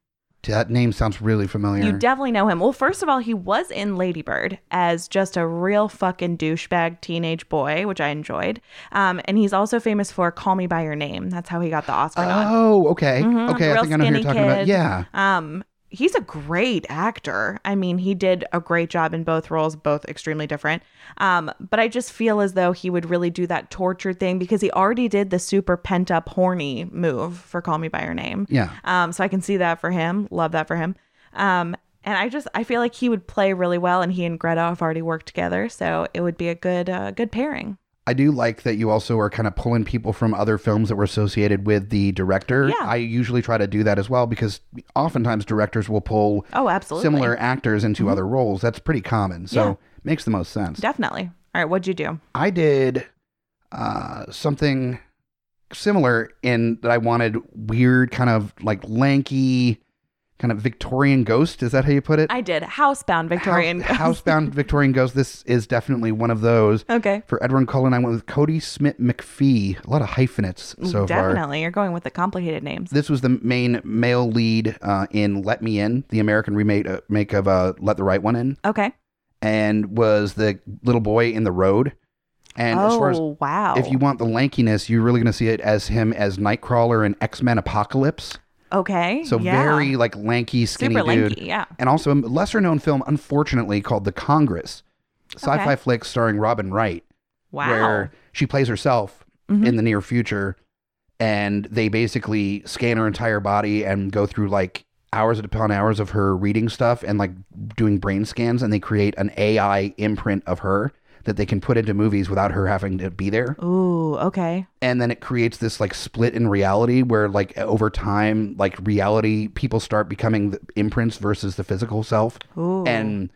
[SPEAKER 2] That name sounds really familiar.
[SPEAKER 3] You definitely know him. Well, first of all, he was in Ladybird as just a real fucking douchebag teenage boy, which I enjoyed. Um, and he's also famous for Call Me By Your Name. That's how he got the Oscar nod.
[SPEAKER 2] Oh, okay.
[SPEAKER 3] Mhm,
[SPEAKER 2] Okay, I
[SPEAKER 3] real
[SPEAKER 2] think I know who you're
[SPEAKER 3] skinny
[SPEAKER 2] talking about.
[SPEAKER 3] kid.
[SPEAKER 2] Yeah.
[SPEAKER 3] Um, he's a great actor. I mean, he did a great job in both roles, both extremely different. Um, but I just feel as though he would really do that torture thing because he already did the super pent up horny move for Call Me by Your Name.
[SPEAKER 2] Yeah.
[SPEAKER 3] Um, so I can see that for him. Love that for him. Um, and I just I feel like he would play really well, and he and Greta have already worked together, so it would be a good uh, good pairing.
[SPEAKER 2] I do like that you also are kind of pulling people from other films that were associated with the director.
[SPEAKER 3] Yeah.
[SPEAKER 2] I usually try to do that as well because oftentimes directors will pull
[SPEAKER 3] Oh, absolutely, Mm-hmm.
[SPEAKER 2] similar actors into other roles. That's pretty common. So
[SPEAKER 3] Yeah.
[SPEAKER 2] makes the most sense.
[SPEAKER 3] definitely. All right, what'd you do?
[SPEAKER 2] I did uh, something similar in that I wanted weird, kind of like lanky, kind of Victorian ghost. Is that how you put it?
[SPEAKER 3] I did. Housebound Victorian. <laughs>
[SPEAKER 2] House- housebound Victorian ghost. This is definitely one of those.
[SPEAKER 3] okay.
[SPEAKER 2] For Edwin Cullen, I went with Cody Smith McPhee. A lot of hyphenates so far.
[SPEAKER 3] Definitely. You're going with the complicated names.
[SPEAKER 2] This was the main male lead uh, in Let Me In, the American remake uh, make of uh, Let the Right One In,
[SPEAKER 3] Okay.
[SPEAKER 2] and was the little boy in the road. And as far as
[SPEAKER 3] oh, wow.
[SPEAKER 2] if you want the lankiness, you're really going to see it as him as Nightcrawler in X Men Apocalypse.
[SPEAKER 3] Okay.
[SPEAKER 2] So
[SPEAKER 3] yeah.
[SPEAKER 2] very like lanky, skinny
[SPEAKER 3] super
[SPEAKER 2] dude.
[SPEAKER 3] lanky. Yeah.
[SPEAKER 2] And also a lesser known film, unfortunately, called The Congress, sci fi
[SPEAKER 3] Okay.
[SPEAKER 2] flick starring Robin Wright,
[SPEAKER 3] Wow.
[SPEAKER 2] where she plays herself
[SPEAKER 3] Mhm.
[SPEAKER 2] in the near future. And they basically scan her entire body and go through like hours upon hours of her reading stuff and like doing brain scans. And they create an AI imprint of her that they can put into movies without her having to be there
[SPEAKER 3] Ooh. Okay.
[SPEAKER 2] and then it creates this like split in reality where like over time like reality people start becoming the imprints versus the physical self
[SPEAKER 3] Ooh.
[SPEAKER 2] and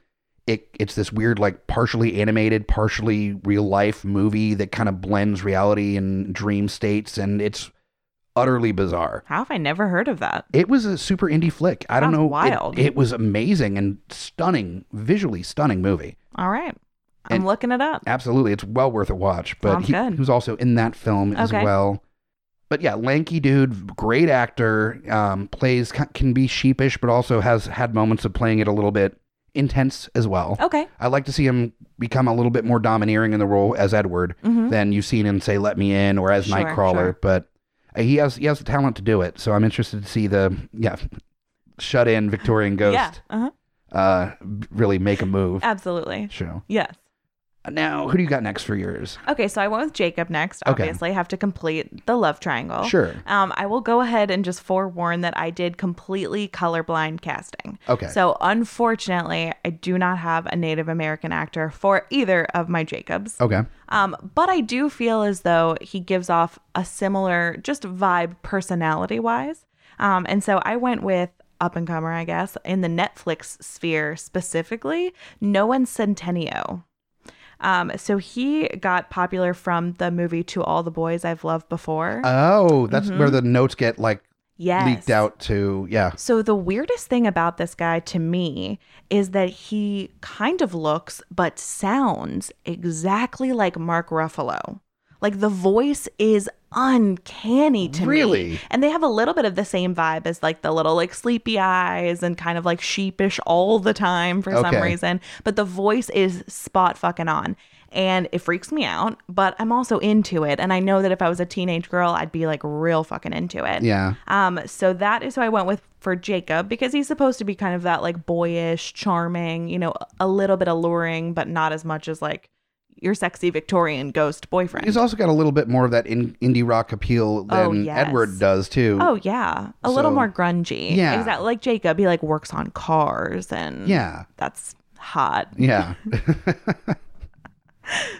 [SPEAKER 2] it it's this weird like partially animated partially real life movie that kind of blends reality and dream states and it's utterly bizarre
[SPEAKER 3] how have I never heard of that?
[SPEAKER 2] it was a super indie flick i don't
[SPEAKER 3] Sounds
[SPEAKER 2] know it-
[SPEAKER 3] wild.
[SPEAKER 2] it was amazing and stunning visually stunning movie
[SPEAKER 3] All right. I'm
[SPEAKER 2] And-
[SPEAKER 3] looking it up.
[SPEAKER 2] Absolutely, it's well worth a watch. But
[SPEAKER 3] Sounds
[SPEAKER 2] he,
[SPEAKER 3] good.
[SPEAKER 2] he was also in that film as
[SPEAKER 3] Okay.
[SPEAKER 2] well. But yeah, lanky dude, great actor. Um, plays ca- can be sheepish, but also has had moments of playing it a little bit intense as well.
[SPEAKER 3] Okay.
[SPEAKER 2] I like to see him become a little bit more domineering in the role as Edward
[SPEAKER 3] Mhm.
[SPEAKER 2] than you've seen him say "Let Me In" or as
[SPEAKER 3] Sure,
[SPEAKER 2] Nightcrawler.
[SPEAKER 3] sure.
[SPEAKER 2] But uh, he has he has the talent to do it. So I'm interested to see the yeah, shut in Victorian ghost
[SPEAKER 3] Yeah. Uh, Uh-huh.
[SPEAKER 2] uh, really make a move.
[SPEAKER 3] Absolutely.
[SPEAKER 2] Show
[SPEAKER 3] Yes.
[SPEAKER 2] now, who do you got next for yours?
[SPEAKER 3] Okay. So I went with Jacob next.
[SPEAKER 2] Okay.
[SPEAKER 3] Obviously, I have to complete the love triangle.
[SPEAKER 2] Sure.
[SPEAKER 3] Um, I will go ahead and just forewarn that I did completely colorblind casting.
[SPEAKER 2] Okay.
[SPEAKER 3] So unfortunately, I do not have a Native American actor for either of my Jacobs.
[SPEAKER 2] Okay.
[SPEAKER 3] Um, but I do feel as though he gives off a similar just vibe personality wise. Um, and so I went with up and comer, I guess, in the Netflix sphere specifically, Noan Centennial. Um, so he got popular from the movie To All the Boys I've Loved Before.
[SPEAKER 2] Oh, that's where the notes get like
[SPEAKER 3] Mm-hmm. yes.
[SPEAKER 2] leaked out to. Yeah.
[SPEAKER 3] So the weirdest thing about this guy to me is that he kind of looks but sounds exactly like Mark Ruffalo. Like the voice is uncanny to me.
[SPEAKER 2] Really?
[SPEAKER 3] And they have a little bit of the same vibe as like the little like sleepy eyes and kind of like sheepish all the time for some
[SPEAKER 2] Okay.
[SPEAKER 3] reason. But the voice is spot fucking on. And it freaks me out, but I'm also into it. And I know that if I was a teenage girl, I'd be like real fucking into it.
[SPEAKER 2] Yeah.
[SPEAKER 3] Um, so that is who I went with for Jacob because he's supposed to be kind of that like boyish, charming, you know, a little bit alluring, but not as much as like your sexy Victorian ghost boyfriend.
[SPEAKER 2] He's also got a little bit more of that in- indie rock appeal than
[SPEAKER 3] Oh, yes.
[SPEAKER 2] Edward does too.
[SPEAKER 3] oh yeah, a little
[SPEAKER 2] So-
[SPEAKER 3] more grungy.
[SPEAKER 2] Yeah.
[SPEAKER 3] exactly. Like Jacob, he like works on cars and
[SPEAKER 2] Yeah.
[SPEAKER 3] that's hot. <laughs>
[SPEAKER 2] Yeah. <laughs>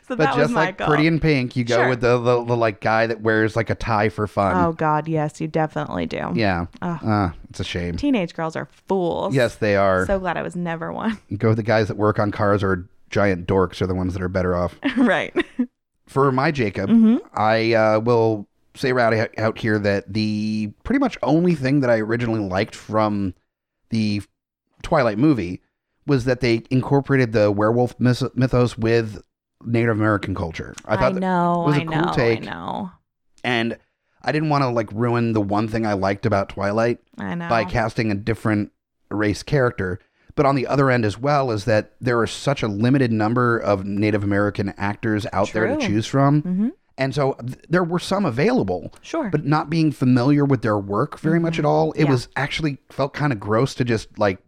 [SPEAKER 3] So
[SPEAKER 2] but
[SPEAKER 3] that was
[SPEAKER 2] just
[SPEAKER 3] my
[SPEAKER 2] like
[SPEAKER 3] goal.
[SPEAKER 2] Pretty in Pink, you go
[SPEAKER 3] Sure.
[SPEAKER 2] with the, the the like guy that wears like a tie for fun.
[SPEAKER 3] oh God, yes, you definitely do.
[SPEAKER 2] Yeah.
[SPEAKER 3] Ugh.
[SPEAKER 2] Uh, it's a shame.
[SPEAKER 3] Teenage girls are fools.
[SPEAKER 2] Yes, they are.
[SPEAKER 3] So glad I was never one. <laughs>
[SPEAKER 2] go with the guys that work on cars or giant dorks are the ones that are better
[SPEAKER 3] <laughs>
[SPEAKER 2] off.
[SPEAKER 3] right. Mm-hmm.
[SPEAKER 2] for my Jacob,
[SPEAKER 3] Mm.
[SPEAKER 2] I uh, will say right out- out here that the pretty much only thing that I originally liked from the Twilight movie was that they incorporated the werewolf myth- mythos with Native American culture. I thought, that-
[SPEAKER 3] know.
[SPEAKER 2] was a
[SPEAKER 3] I
[SPEAKER 2] cool
[SPEAKER 3] know.
[SPEAKER 2] take.
[SPEAKER 3] I know.
[SPEAKER 2] and I didn't want to like ruin the one thing I liked about Twilight
[SPEAKER 3] I know.
[SPEAKER 2] by casting a different race character. But on the other end as well is that there are such a limited number of Native American actors out there to
[SPEAKER 3] True.
[SPEAKER 2] choose from.
[SPEAKER 3] Mhm.
[SPEAKER 2] And so th- there were some available,
[SPEAKER 3] Sure. Mm-hmm.
[SPEAKER 2] but not being familiar with their work very much at all, it
[SPEAKER 3] Yeah.
[SPEAKER 2] was actually felt kind of gross to just like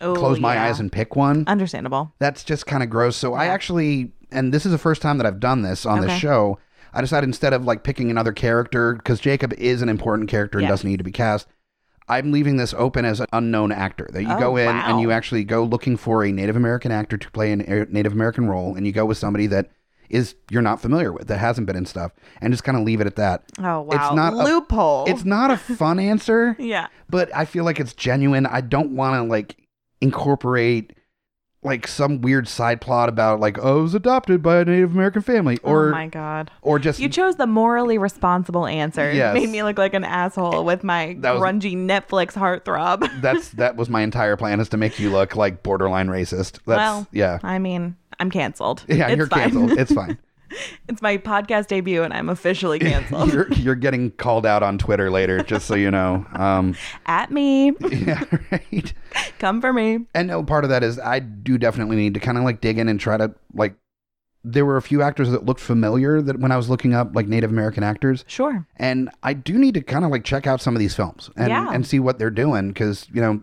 [SPEAKER 3] Oh,
[SPEAKER 2] close my
[SPEAKER 3] yeah.
[SPEAKER 2] eyes and pick one.
[SPEAKER 3] Understandable.
[SPEAKER 2] That's just kind of gross. So I
[SPEAKER 3] Yeah.
[SPEAKER 2] actually, and this is the first time that I've done this on this
[SPEAKER 3] Okay.
[SPEAKER 2] show, I decided instead of like picking another character, because Jacob is an important character and
[SPEAKER 3] Yes.
[SPEAKER 2] doesn't need to be cast. I'm leaving this open as an unknown actor. That you
[SPEAKER 3] Oh,
[SPEAKER 2] go in and
[SPEAKER 3] wow.
[SPEAKER 2] you actually go looking for a Native American actor to play an a Native American role, and you go with somebody that is you're not familiar with, that hasn't been in stuff, and just kind of leave it at that.
[SPEAKER 3] Oh wow.
[SPEAKER 2] not a-
[SPEAKER 3] loophole. <laughs>
[SPEAKER 2] It's not a fun answer,
[SPEAKER 3] yeah.
[SPEAKER 2] but I feel like it's genuine. I don't want to like incorporate like some weird side plot about like oh, it was adopted by a Native American family,
[SPEAKER 3] oh
[SPEAKER 2] or
[SPEAKER 3] my god.
[SPEAKER 2] or just
[SPEAKER 3] You chose the morally responsible answer.
[SPEAKER 2] Yes.
[SPEAKER 3] Made me look like an asshole with my
[SPEAKER 2] That was-
[SPEAKER 3] grungy Netflix
[SPEAKER 2] <laughs>
[SPEAKER 3] heartthrob. <laughs>
[SPEAKER 2] that's that was my entire plan is to make you look like borderline racist. That's
[SPEAKER 3] well,
[SPEAKER 2] yeah,
[SPEAKER 3] I mean, I'm canceled.
[SPEAKER 2] yeah,
[SPEAKER 3] it's
[SPEAKER 2] you're
[SPEAKER 3] fine.
[SPEAKER 2] canceled. It's fine.
[SPEAKER 3] <laughs> It's my podcast debut, and I'm officially canceled.
[SPEAKER 2] <laughs> you're you're getting called out on Twitter later, just so you know.
[SPEAKER 3] <laughs>
[SPEAKER 2] Um,
[SPEAKER 3] At me,
[SPEAKER 2] yeah, right.
[SPEAKER 3] come for me.
[SPEAKER 2] And no, part of that is I do definitely need to kind of like dig in and try to like. There were a few actors that looked familiar that when I was looking up like Native American actors,
[SPEAKER 3] Sure.
[SPEAKER 2] and I do need to kind of like check out some of these films and
[SPEAKER 3] Yeah.
[SPEAKER 2] and see what they're doing because you know,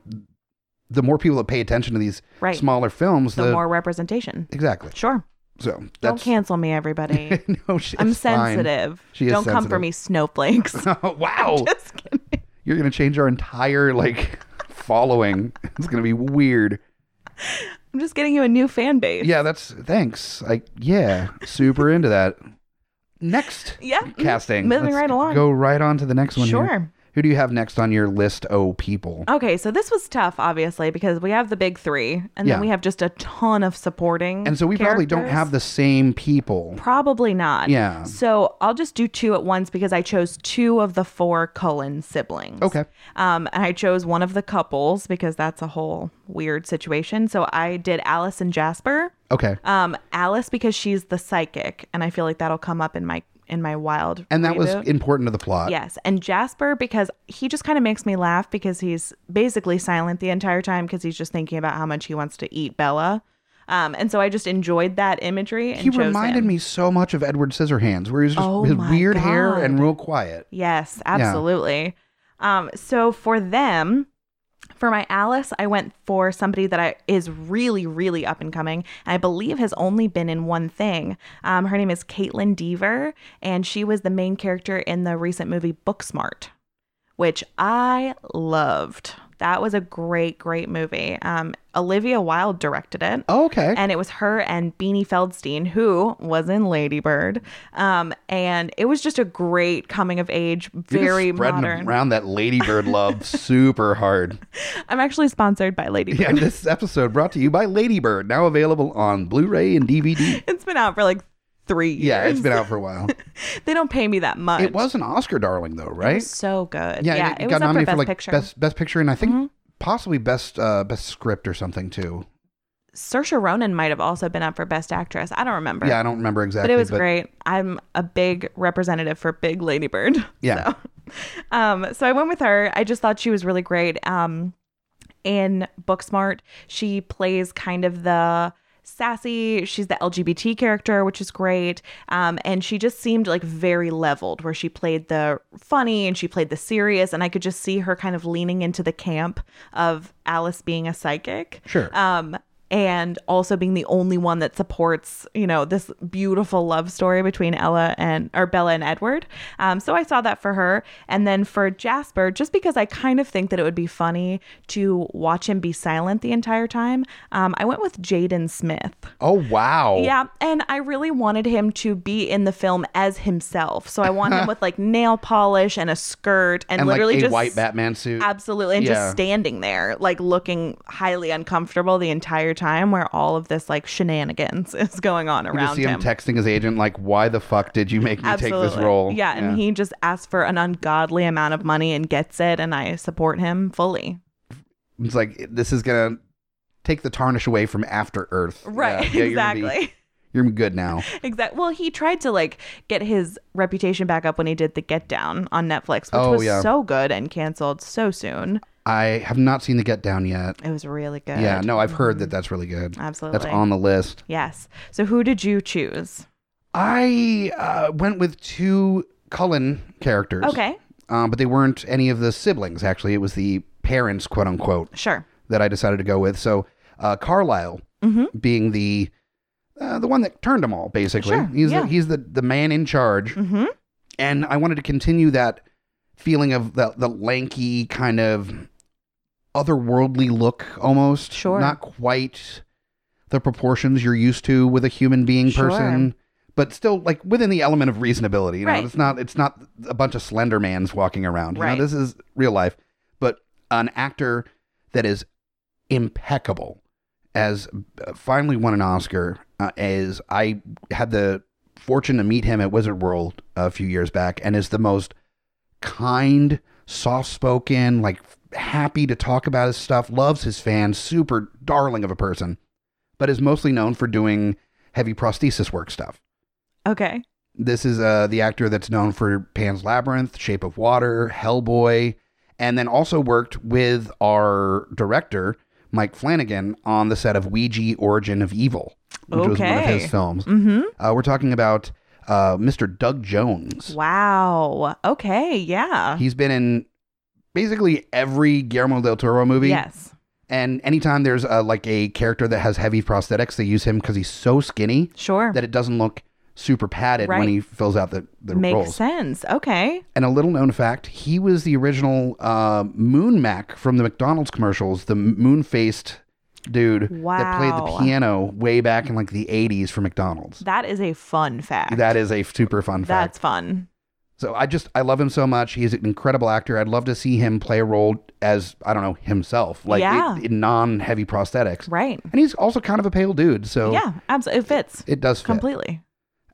[SPEAKER 2] the more people that pay attention to these
[SPEAKER 3] Right.
[SPEAKER 2] smaller films,
[SPEAKER 3] the more representation.
[SPEAKER 2] exactly.
[SPEAKER 3] Sure.
[SPEAKER 2] So
[SPEAKER 3] Don't
[SPEAKER 2] that's <laughs>
[SPEAKER 3] cancel me, everybody.
[SPEAKER 2] no, she-
[SPEAKER 3] I'm
[SPEAKER 2] it's fine. <laughs>
[SPEAKER 3] sensitive.
[SPEAKER 2] She is
[SPEAKER 3] Don't come
[SPEAKER 2] sensitive.
[SPEAKER 3] for
[SPEAKER 2] Oh.
[SPEAKER 3] me, snowflakes.
[SPEAKER 2] <laughs>
[SPEAKER 3] <laughs>
[SPEAKER 2] wow,
[SPEAKER 3] Just kidding.
[SPEAKER 2] you're gonna change our entire like following. <laughs> It's gonna be weird.
[SPEAKER 3] I'm just getting you a new fan base.
[SPEAKER 2] Yeah, that's thanks. Like, yeah, super into that. Next
[SPEAKER 3] <laughs> Yeah. mhm.
[SPEAKER 2] casting.
[SPEAKER 3] Moving
[SPEAKER 2] Let's
[SPEAKER 3] right along.
[SPEAKER 2] Go right on to the next one. here.
[SPEAKER 3] Sure.
[SPEAKER 2] Who do you have next on your list? Oh, people.
[SPEAKER 3] Okay, so this was tough, obviously, because we have the big three, and
[SPEAKER 2] Yeah.
[SPEAKER 3] then we have just a ton of supporting.
[SPEAKER 2] And so we probably don't
[SPEAKER 3] Um, characters.
[SPEAKER 2] have the same people.
[SPEAKER 3] Probably not.
[SPEAKER 2] Yeah.
[SPEAKER 3] So I'll just do two at once because I chose two of the four Cullen siblings.
[SPEAKER 2] Okay.
[SPEAKER 3] Um, and I chose one of the couples because that's a whole weird situation. So I did Alice and Jasper.
[SPEAKER 2] Okay.
[SPEAKER 3] Um, Alice because she's the psychic, and I feel like that'll come up in my in my wild.
[SPEAKER 2] And that was
[SPEAKER 3] reboot.
[SPEAKER 2] important to the plot.
[SPEAKER 3] Yes, and Jasper because he just kind of makes me laugh because he's basically silent the entire time because he's just thinking about how much he wants to eat Bella, um, and so I just enjoyed that imagery. And
[SPEAKER 2] He
[SPEAKER 3] chose
[SPEAKER 2] reminded
[SPEAKER 3] him.
[SPEAKER 2] me so much of Edward Scissorhands, where he's just
[SPEAKER 3] Oh
[SPEAKER 2] his
[SPEAKER 3] my
[SPEAKER 2] weird hair
[SPEAKER 3] God.
[SPEAKER 2] and real quiet.
[SPEAKER 3] Yes, absolutely. Um, so for them, for my Alice, I went for somebody that I is really, really up and coming. And I believe has only been in one thing. Um, her name is Caitlin Deaver, and she was the main character in the recent movie Booksmart, which I loved. That was a great, great movie. Um, Olivia Wilde directed it
[SPEAKER 2] Oh, okay.
[SPEAKER 3] and it was her and Beanie Feldstein, who was in Ladybird. Um, and it was just a great coming of age,
[SPEAKER 2] You're just
[SPEAKER 3] very
[SPEAKER 2] spreading
[SPEAKER 3] modern.
[SPEAKER 2] around that ladybird
[SPEAKER 3] <laughs>
[SPEAKER 2] love super hard.
[SPEAKER 3] I'm actually sponsored by Ladybird.
[SPEAKER 2] Yeah, this episode brought to you by Ladybird, now available on Blu-ray and
[SPEAKER 3] <laughs>
[SPEAKER 2] DVD.
[SPEAKER 3] <laughs> It's been out for like three years.
[SPEAKER 2] Yeah, it's been out for a
[SPEAKER 3] <laughs>
[SPEAKER 2] while.
[SPEAKER 3] They don't pay me that much.
[SPEAKER 2] It was an Oscar darling though, right?
[SPEAKER 3] so good.
[SPEAKER 2] yeah,
[SPEAKER 3] Yeah,
[SPEAKER 2] it,
[SPEAKER 3] it,
[SPEAKER 2] it
[SPEAKER 3] was
[SPEAKER 2] got
[SPEAKER 3] up for
[SPEAKER 2] nominated
[SPEAKER 3] best
[SPEAKER 2] for like
[SPEAKER 3] picture. Mm-hmm.
[SPEAKER 2] best best picture and I think possibly best uh best script or something too.
[SPEAKER 3] Saoirse Ronan might have also been up for best actress. I don't remember.
[SPEAKER 2] Yeah, I don't remember exactly,
[SPEAKER 3] but it was great. I'm a big representative for Big Ladybird.
[SPEAKER 2] Yeah.
[SPEAKER 3] Um, so I went with her. I just thought she was really great. Um, in Booksmart, she plays kind of the sassy. She's the LGBT character, which is great. Um, and she just seemed like very leveled, where she played the funny and she played the serious. And I could just see her kind of leaning into the camp of Alice being a psychic
[SPEAKER 2] Sure.
[SPEAKER 3] um and also being the only one that supports you know this beautiful love story between ella and or bella and edward um, so i saw that for her and then for jasper just because i kind of think that it would be funny to watch him be silent the entire time um, i went with jaden smith
[SPEAKER 2] oh wow.
[SPEAKER 3] <laughs> yeah, and I really wanted him to be in the film as himself. So I want
[SPEAKER 2] <laughs>
[SPEAKER 3] him with like nail polish and a skirt and,
[SPEAKER 2] And like
[SPEAKER 3] literally
[SPEAKER 2] a
[SPEAKER 3] just
[SPEAKER 2] white Batman suit.
[SPEAKER 3] Absolutely. And
[SPEAKER 2] Yeah.
[SPEAKER 3] just standing there, like looking highly uncomfortable the entire time where all of this like shenanigans <laughs> is going on
[SPEAKER 2] you
[SPEAKER 3] around
[SPEAKER 2] just see him,
[SPEAKER 3] him.
[SPEAKER 2] texting his agent like, "Why the fuck did you make me
[SPEAKER 3] Absolutely.
[SPEAKER 2] take this role?"
[SPEAKER 3] Yeah, and he just asks for an ungodly amount of money and gets it, and I support him fully.
[SPEAKER 2] It's like this is gonna take the tarnish away from After Earth.
[SPEAKER 3] Right,
[SPEAKER 2] Yeah, yeah, you're gonna be-
[SPEAKER 3] exactly.
[SPEAKER 2] <laughs>
[SPEAKER 3] <laughs>
[SPEAKER 2] You're good now.
[SPEAKER 3] Exactly. Well, he tried to like get his reputation back up when he did the Get Down on Netflix, which
[SPEAKER 2] Oh,
[SPEAKER 3] was
[SPEAKER 2] yeah.
[SPEAKER 3] so good and canceled so soon.
[SPEAKER 2] I have not seen the Get Down yet.
[SPEAKER 3] It was really good. Mm-hmm.
[SPEAKER 2] Yeah, no, I've heard that that's really good.
[SPEAKER 3] Absolutely.
[SPEAKER 2] That's on the list.
[SPEAKER 3] Yes. So who did you choose?
[SPEAKER 2] I uh, went with two Cullen characters.
[SPEAKER 3] Okay.
[SPEAKER 2] Um, but they weren't any of the siblings, actually. It was the parents, quote unquote,
[SPEAKER 3] Sure. Mm-hmm.
[SPEAKER 2] that I decided to go with. So uh, Carlisle being the uh, the one that turned them all, basically.
[SPEAKER 3] Sure,
[SPEAKER 2] He's,
[SPEAKER 3] yeah.
[SPEAKER 2] the, he's the, the man in charge.
[SPEAKER 3] Mm-hmm.
[SPEAKER 2] And I wanted to continue that feeling of the, the lanky kind of otherworldly look almost.
[SPEAKER 3] Sure.
[SPEAKER 2] Not quite the proportions you're used to with a human being
[SPEAKER 3] Sure.
[SPEAKER 2] person. But still, like within the element of reasonability, you know,
[SPEAKER 3] Right.
[SPEAKER 2] it's not it's not a bunch of slender mans walking around. You
[SPEAKER 3] Right.
[SPEAKER 2] know, this is real life. But an actor that is impeccable as uh, finally won an Oscar. Uh, as I had the fortune to meet him at Wizard World a few years back, and is the most kind, soft spoken, like happy to talk about his stuff, loves his fans, super darling of a person, but is mostly known for doing heavy prosthesis work stuff.
[SPEAKER 3] Okay.
[SPEAKER 2] This is uh, the actor that's known for Pan's Labyrinth, Shape of Water, Hellboy, and then also worked with our director, Mike Flanagan, on the set of Ouija Origin of Evil, which was one of
[SPEAKER 3] Okay.
[SPEAKER 2] his films.
[SPEAKER 3] Mm-hmm.
[SPEAKER 2] Uh, we're talking about uh, Mr. Doug Jones.
[SPEAKER 3] Wow. Okay. Yeah.
[SPEAKER 2] He's been in basically every Guillermo del Toro movie.
[SPEAKER 3] yes.
[SPEAKER 2] And anytime there's a, like a character that has heavy prosthetics, they use him because he's so skinny
[SPEAKER 3] Sure.
[SPEAKER 2] that it doesn't look super padded when
[SPEAKER 3] Right.
[SPEAKER 2] he fills out the, the
[SPEAKER 3] Makes
[SPEAKER 2] roles.
[SPEAKER 3] sense. Okay.
[SPEAKER 2] And a little known fact, he was the original uh, Moon Mac from the McDonald's commercials, the moon faced dude that played
[SPEAKER 3] Wow.
[SPEAKER 2] the piano way back in like the 80s for McDonald's.
[SPEAKER 3] That is a fun fact.
[SPEAKER 2] That is a super fun fact.
[SPEAKER 3] That's fun.
[SPEAKER 2] So I just I love him so much. He's an incredible actor. I'd love to see him play a role as I don't know himself, like
[SPEAKER 3] Yeah.
[SPEAKER 2] in non-heavy prosthetics.
[SPEAKER 3] Right.
[SPEAKER 2] And he's also kind of a pale dude, so
[SPEAKER 3] yeah. Absolutely. It fits
[SPEAKER 2] it does fit.
[SPEAKER 3] completely.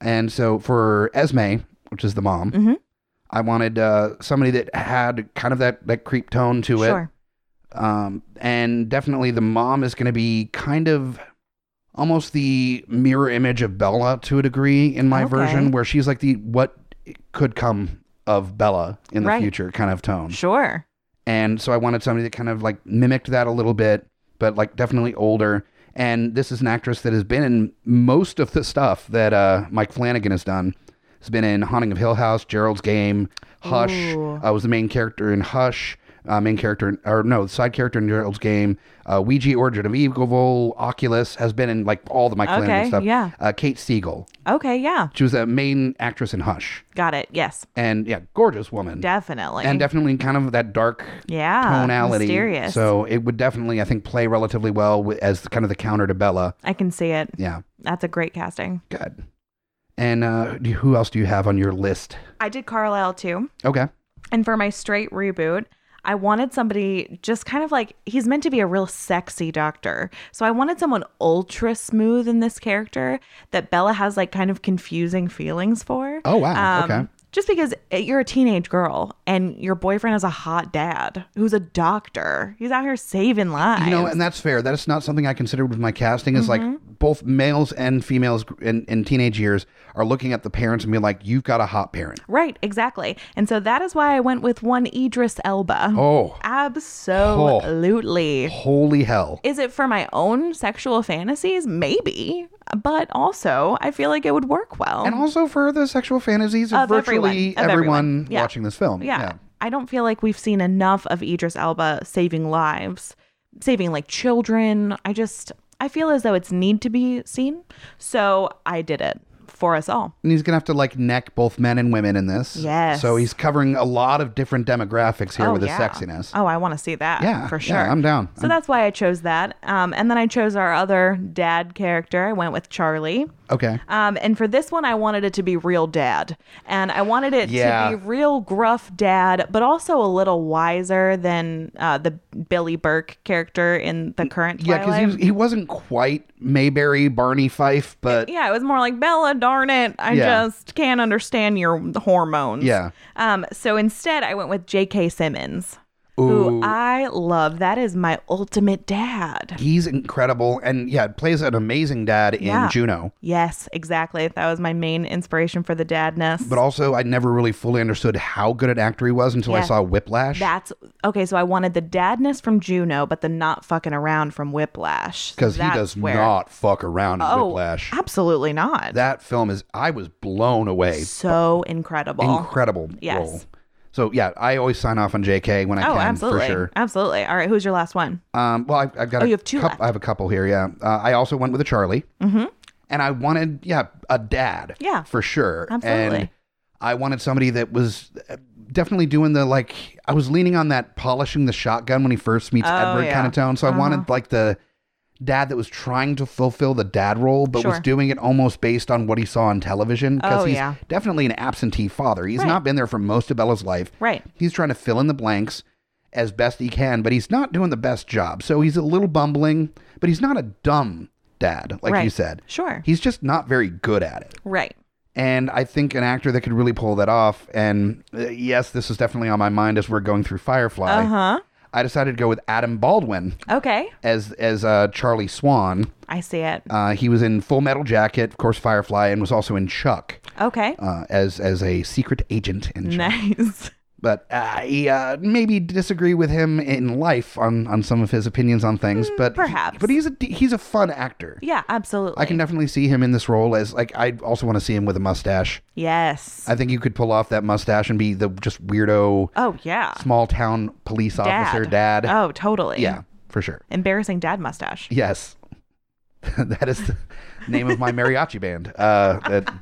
[SPEAKER 2] And so for Esme, which is the mom,
[SPEAKER 3] Mhm.
[SPEAKER 2] I wanted uh, somebody that had kind of that that creep tone to it.
[SPEAKER 3] Sure.
[SPEAKER 2] Um, and definitely the mom is going to be kind of almost the mirror image of Bella to a degree in my
[SPEAKER 3] Okay.
[SPEAKER 2] version, where she's like the what could come of Bella in the
[SPEAKER 3] Right.
[SPEAKER 2] future kind of tone.
[SPEAKER 3] Sure.
[SPEAKER 2] And so I wanted somebody that kind of like mimicked that a little bit, but like definitely older. And this is an actress that has been in most of the stuff that uh, Mike Flanagan has done. Has been in Haunting of Hill House, Gerald's Game, Hush.
[SPEAKER 3] Ooh.
[SPEAKER 2] Uh, was the main character in Hush. Uh, main character, in, or no, side character in Gerald's Game. Uh, Ouija, Origin of Evil, Oculus has been in like all the Mike Flanagan
[SPEAKER 3] Okay,
[SPEAKER 2] stuff.
[SPEAKER 3] yeah.
[SPEAKER 2] Uh, Kate Siegel.
[SPEAKER 3] Okay. Yeah.
[SPEAKER 2] She was a main actress in Hush,
[SPEAKER 3] Got it. Yes.
[SPEAKER 2] and yeah, gorgeous woman,
[SPEAKER 3] Definitely.
[SPEAKER 2] and definitely kind of that dark
[SPEAKER 3] yeah.
[SPEAKER 2] tonality.
[SPEAKER 3] Ah, Mysterious.
[SPEAKER 2] So it would definitely, I think, play relatively well wi- as kind of the counter to Bella.
[SPEAKER 3] I can see it.
[SPEAKER 2] Yeah,
[SPEAKER 3] That's a great casting.
[SPEAKER 2] good. And uh, do- who else do you have on your list?
[SPEAKER 3] I did Carlisle too.
[SPEAKER 2] Okay,
[SPEAKER 3] And for my straight reboot, I wanted somebody just kind of like he's meant to be a real sexy doctor. So I wanted someone ultra smooth in this character that Bella has like kind of confusing feelings for. Um,
[SPEAKER 2] Oh, wow. Okay.
[SPEAKER 3] Just because uh, you're a teenage girl and your boyfriend is a hot dad who's a doctor. He's out here saving lives.
[SPEAKER 2] you know, and that's fair. That's not something I considered with my casting. Is
[SPEAKER 3] Mm-hmm.
[SPEAKER 2] like both males and females gr- in, in teenage years are looking at the parents and being like, "You've got a hot parent."
[SPEAKER 3] right, exactly. And so that is why I went with one Idris Elba.
[SPEAKER 2] Oh,
[SPEAKER 3] Absolutely.
[SPEAKER 2] holy hell!
[SPEAKER 3] Is it for my own sexual fantasies? Maybe. But also, I feel like it would work well.
[SPEAKER 2] And also for the sexual fantasies of,
[SPEAKER 3] Of everyone.
[SPEAKER 2] virtually
[SPEAKER 3] Of
[SPEAKER 2] everyone,
[SPEAKER 3] everyone. Yeah.
[SPEAKER 2] watching this film.
[SPEAKER 3] yeah. I don't feel like we've seen enough of Idris Elba saving lives, saving like children. I just, I feel as though it's need to be seen. So I did it for us all.
[SPEAKER 2] And he's gonna have to like neck both men and women in this.
[SPEAKER 3] Yes. Oh,
[SPEAKER 2] So he's covering a lot of different demographics here with
[SPEAKER 3] yeah.
[SPEAKER 2] his sexiness.
[SPEAKER 3] Oh, I want to see that.
[SPEAKER 2] Yeah,
[SPEAKER 3] For
[SPEAKER 2] yeah,
[SPEAKER 3] sure.
[SPEAKER 2] I'm down.
[SPEAKER 3] So that's why I chose that. Um, and then I chose our other dad character. I went with Charlie.
[SPEAKER 2] Okay.
[SPEAKER 3] Um, and for this one, I wanted it to be real dad. And I wanted it
[SPEAKER 2] Yeah.
[SPEAKER 3] to be real gruff dad, but also a little wiser than uh, the Billy Burke character in the current
[SPEAKER 2] Yeah, because he,
[SPEAKER 3] Twilight.
[SPEAKER 2] was, he wasn't quite Mayberry Barney Fife, but
[SPEAKER 3] yeah, it was more like Bella, darn it. I
[SPEAKER 2] Yeah.
[SPEAKER 3] just can't understand your hormones.
[SPEAKER 2] Yeah.
[SPEAKER 3] Um, so instead, I went with J.K. Simmons,
[SPEAKER 2] ooh,
[SPEAKER 3] who I love. That is my ultimate dad.
[SPEAKER 2] he's incredible. And yeah, plays an amazing dad in
[SPEAKER 3] Yeah.
[SPEAKER 2] Juno.
[SPEAKER 3] Yes, exactly. That was my main inspiration for the dadness.
[SPEAKER 2] But also, I never really fully understood how good an actor he was until I
[SPEAKER 3] Yeah.
[SPEAKER 2] saw Whiplash.
[SPEAKER 3] That's okay. So I wanted the dadness from Juno, but the not fucking around from Whiplash.
[SPEAKER 2] Because he
[SPEAKER 3] That's
[SPEAKER 2] does
[SPEAKER 3] where-
[SPEAKER 2] not fuck around in
[SPEAKER 3] Oh,
[SPEAKER 2] Whiplash.
[SPEAKER 3] absolutely not.
[SPEAKER 2] That film is, I was blown away.
[SPEAKER 3] so incredible.
[SPEAKER 2] Incredible
[SPEAKER 3] Yes.
[SPEAKER 2] role. So yeah, I always sign off on JK when I
[SPEAKER 3] oh,
[SPEAKER 2] can,
[SPEAKER 3] absolutely,
[SPEAKER 2] for sure.
[SPEAKER 3] absolutely. All right, who's your last one?
[SPEAKER 2] Um, well, I've, I've got.
[SPEAKER 3] Oh,
[SPEAKER 2] a
[SPEAKER 3] you have two
[SPEAKER 2] coup-
[SPEAKER 3] left.
[SPEAKER 2] I have a couple here. Yeah, uh, I also went with a Charlie, mm-hmm. and I wanted yeah a dad.
[SPEAKER 3] Yeah.
[SPEAKER 2] for sure. And
[SPEAKER 3] Absolutely.
[SPEAKER 2] I wanted somebody that was uh, definitely doing the like. I was leaning on that polishing the shotgun when he first meets
[SPEAKER 3] Oh,
[SPEAKER 2] Edward
[SPEAKER 3] yeah. Uh-huh.
[SPEAKER 2] kind of tone. So I wanted like the dad that was trying to fulfill the dad role, but was
[SPEAKER 3] Sure.
[SPEAKER 2] doing it almost based on what he saw on television. Because
[SPEAKER 3] Oh,
[SPEAKER 2] he's
[SPEAKER 3] yeah.
[SPEAKER 2] definitely an absentee father. He's
[SPEAKER 3] Right.
[SPEAKER 2] not been there for most of Bella's life.
[SPEAKER 3] Right.
[SPEAKER 2] He's trying to fill in the blanks as best he can, but he's not doing the best job. So he's a little bumbling, but he's not a dumb dad, like you
[SPEAKER 3] Right.
[SPEAKER 2] said.
[SPEAKER 3] Sure.
[SPEAKER 2] He's just not very good at it.
[SPEAKER 3] right.
[SPEAKER 2] And I think an actor that could really pull that off, and uh, yes, this is definitely on my mind as we're going through Firefly.
[SPEAKER 3] Uh huh.
[SPEAKER 2] I decided to go with Adam Baldwin
[SPEAKER 3] Okay.
[SPEAKER 2] as as uh, Charlie Swan.
[SPEAKER 3] I see it.
[SPEAKER 2] Uh, he was in Full Metal Jacket, of course, Firefly, and was also in Chuck
[SPEAKER 3] Okay.
[SPEAKER 2] uh, as as a secret agent in
[SPEAKER 3] <laughs>
[SPEAKER 2] Chuck.
[SPEAKER 3] nice.
[SPEAKER 2] But I uh, maybe disagree with him in life on, on some of his opinions on things. but he-
[SPEAKER 3] perhaps.
[SPEAKER 2] but he's a he's a fun actor.
[SPEAKER 3] Yeah, absolutely.
[SPEAKER 2] I can definitely see him in this role as like I also want to see him with a mustache.
[SPEAKER 3] Yes.
[SPEAKER 2] I think you could pull off that mustache and be the just weirdo
[SPEAKER 3] oh yeah.
[SPEAKER 2] small town police officer dad.
[SPEAKER 3] Oh, totally.
[SPEAKER 2] Yeah, for sure.
[SPEAKER 3] Embarrassing dad mustache.
[SPEAKER 2] Yes. <laughs> that is the name of my mariachi band. Uh,
[SPEAKER 3] <laughs>
[SPEAKER 2] that,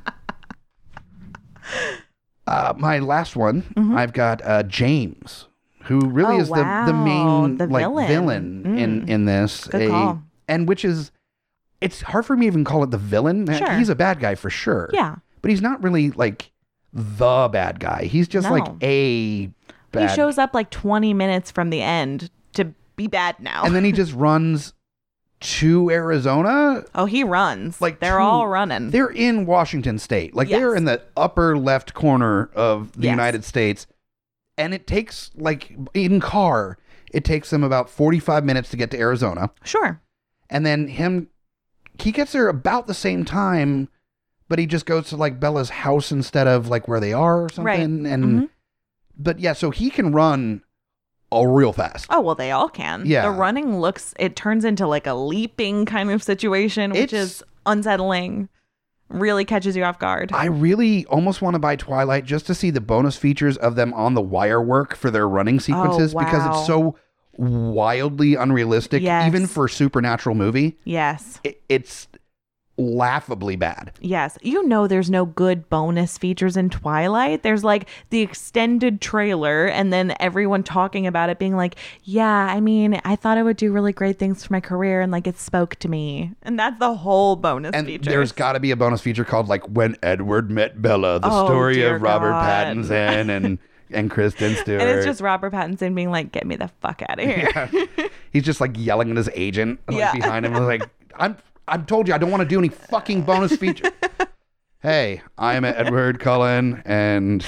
[SPEAKER 2] uh, my last one, I've got uh, James, who really
[SPEAKER 3] Mm-hmm. Oh,
[SPEAKER 2] is the, the main
[SPEAKER 3] wow, the
[SPEAKER 2] like villain,
[SPEAKER 3] villain. Mm.
[SPEAKER 2] in, in this.
[SPEAKER 3] Good call.
[SPEAKER 2] And which is, it's hard for me to even call it the villain. Uh,
[SPEAKER 3] Sure.
[SPEAKER 2] He's a bad guy for sure.
[SPEAKER 3] Yeah.
[SPEAKER 2] But he's not really like the bad guy. He's just like
[SPEAKER 3] No.
[SPEAKER 2] a bad
[SPEAKER 3] He shows up like 20 minutes from the end to be bad now.
[SPEAKER 2] And then
[SPEAKER 3] <laughs>
[SPEAKER 2] he just runs to Arizona
[SPEAKER 3] oh, he runs.
[SPEAKER 2] like
[SPEAKER 3] Like they're
[SPEAKER 2] two-
[SPEAKER 3] all running.
[SPEAKER 2] They're in Washington State, like they're
[SPEAKER 3] Yes.
[SPEAKER 2] in the upper left corner of the
[SPEAKER 3] Yes.
[SPEAKER 2] United States, and it takes like in car, it takes them about forty-five minutes to get to Arizona,
[SPEAKER 3] Sure.
[SPEAKER 2] and then him, he gets there about the same time, but he just goes to like Bella's house instead of like where they are or something,
[SPEAKER 3] Right.
[SPEAKER 2] and
[SPEAKER 3] Mhm.
[SPEAKER 2] but yeah, so he can run, all real fast.
[SPEAKER 3] Oh, well, they all can.
[SPEAKER 2] Yeah.
[SPEAKER 3] The running looks, it turns into like a leaping kind of situation, which
[SPEAKER 2] It's-
[SPEAKER 3] is unsettling, really catches you off guard.
[SPEAKER 2] I really almost want to buy Twilight just to see the bonus features of them on the wire work for their
[SPEAKER 3] Oh,
[SPEAKER 2] running sequences because
[SPEAKER 3] wow.
[SPEAKER 2] it's so wildly unrealistic,
[SPEAKER 3] Yes.
[SPEAKER 2] even for a supernatural movie.
[SPEAKER 3] yes.
[SPEAKER 2] It, it's laughably bad.
[SPEAKER 3] Yes. You know, there's no good bonus features in Twilight. There's like the extended trailer, and then everyone talking about it being like, yeah, I mean, I thought it would do really great things for my career, and like it spoke to me. And that's the whole bonus
[SPEAKER 2] And
[SPEAKER 3] feature.
[SPEAKER 2] there's got to be a bonus feature called like When Edward Met Bella, the
[SPEAKER 3] Oh,
[SPEAKER 2] story
[SPEAKER 3] dear
[SPEAKER 2] of Robert
[SPEAKER 3] God.
[SPEAKER 2] Pattinson
[SPEAKER 3] <laughs>
[SPEAKER 2] and and Kristen Stewart.
[SPEAKER 3] and it's just Robert Pattinson being like, get me the fuck
[SPEAKER 2] <laughs>
[SPEAKER 3] out of here.
[SPEAKER 2] He's just like yelling at his agent like,
[SPEAKER 3] Yeah.
[SPEAKER 2] behind him,
[SPEAKER 3] <laughs>
[SPEAKER 2] like I'm. I'm told you I don't want to do any fucking bonus
[SPEAKER 3] <laughs>
[SPEAKER 2] feature. hey, I am Edward Cullen, and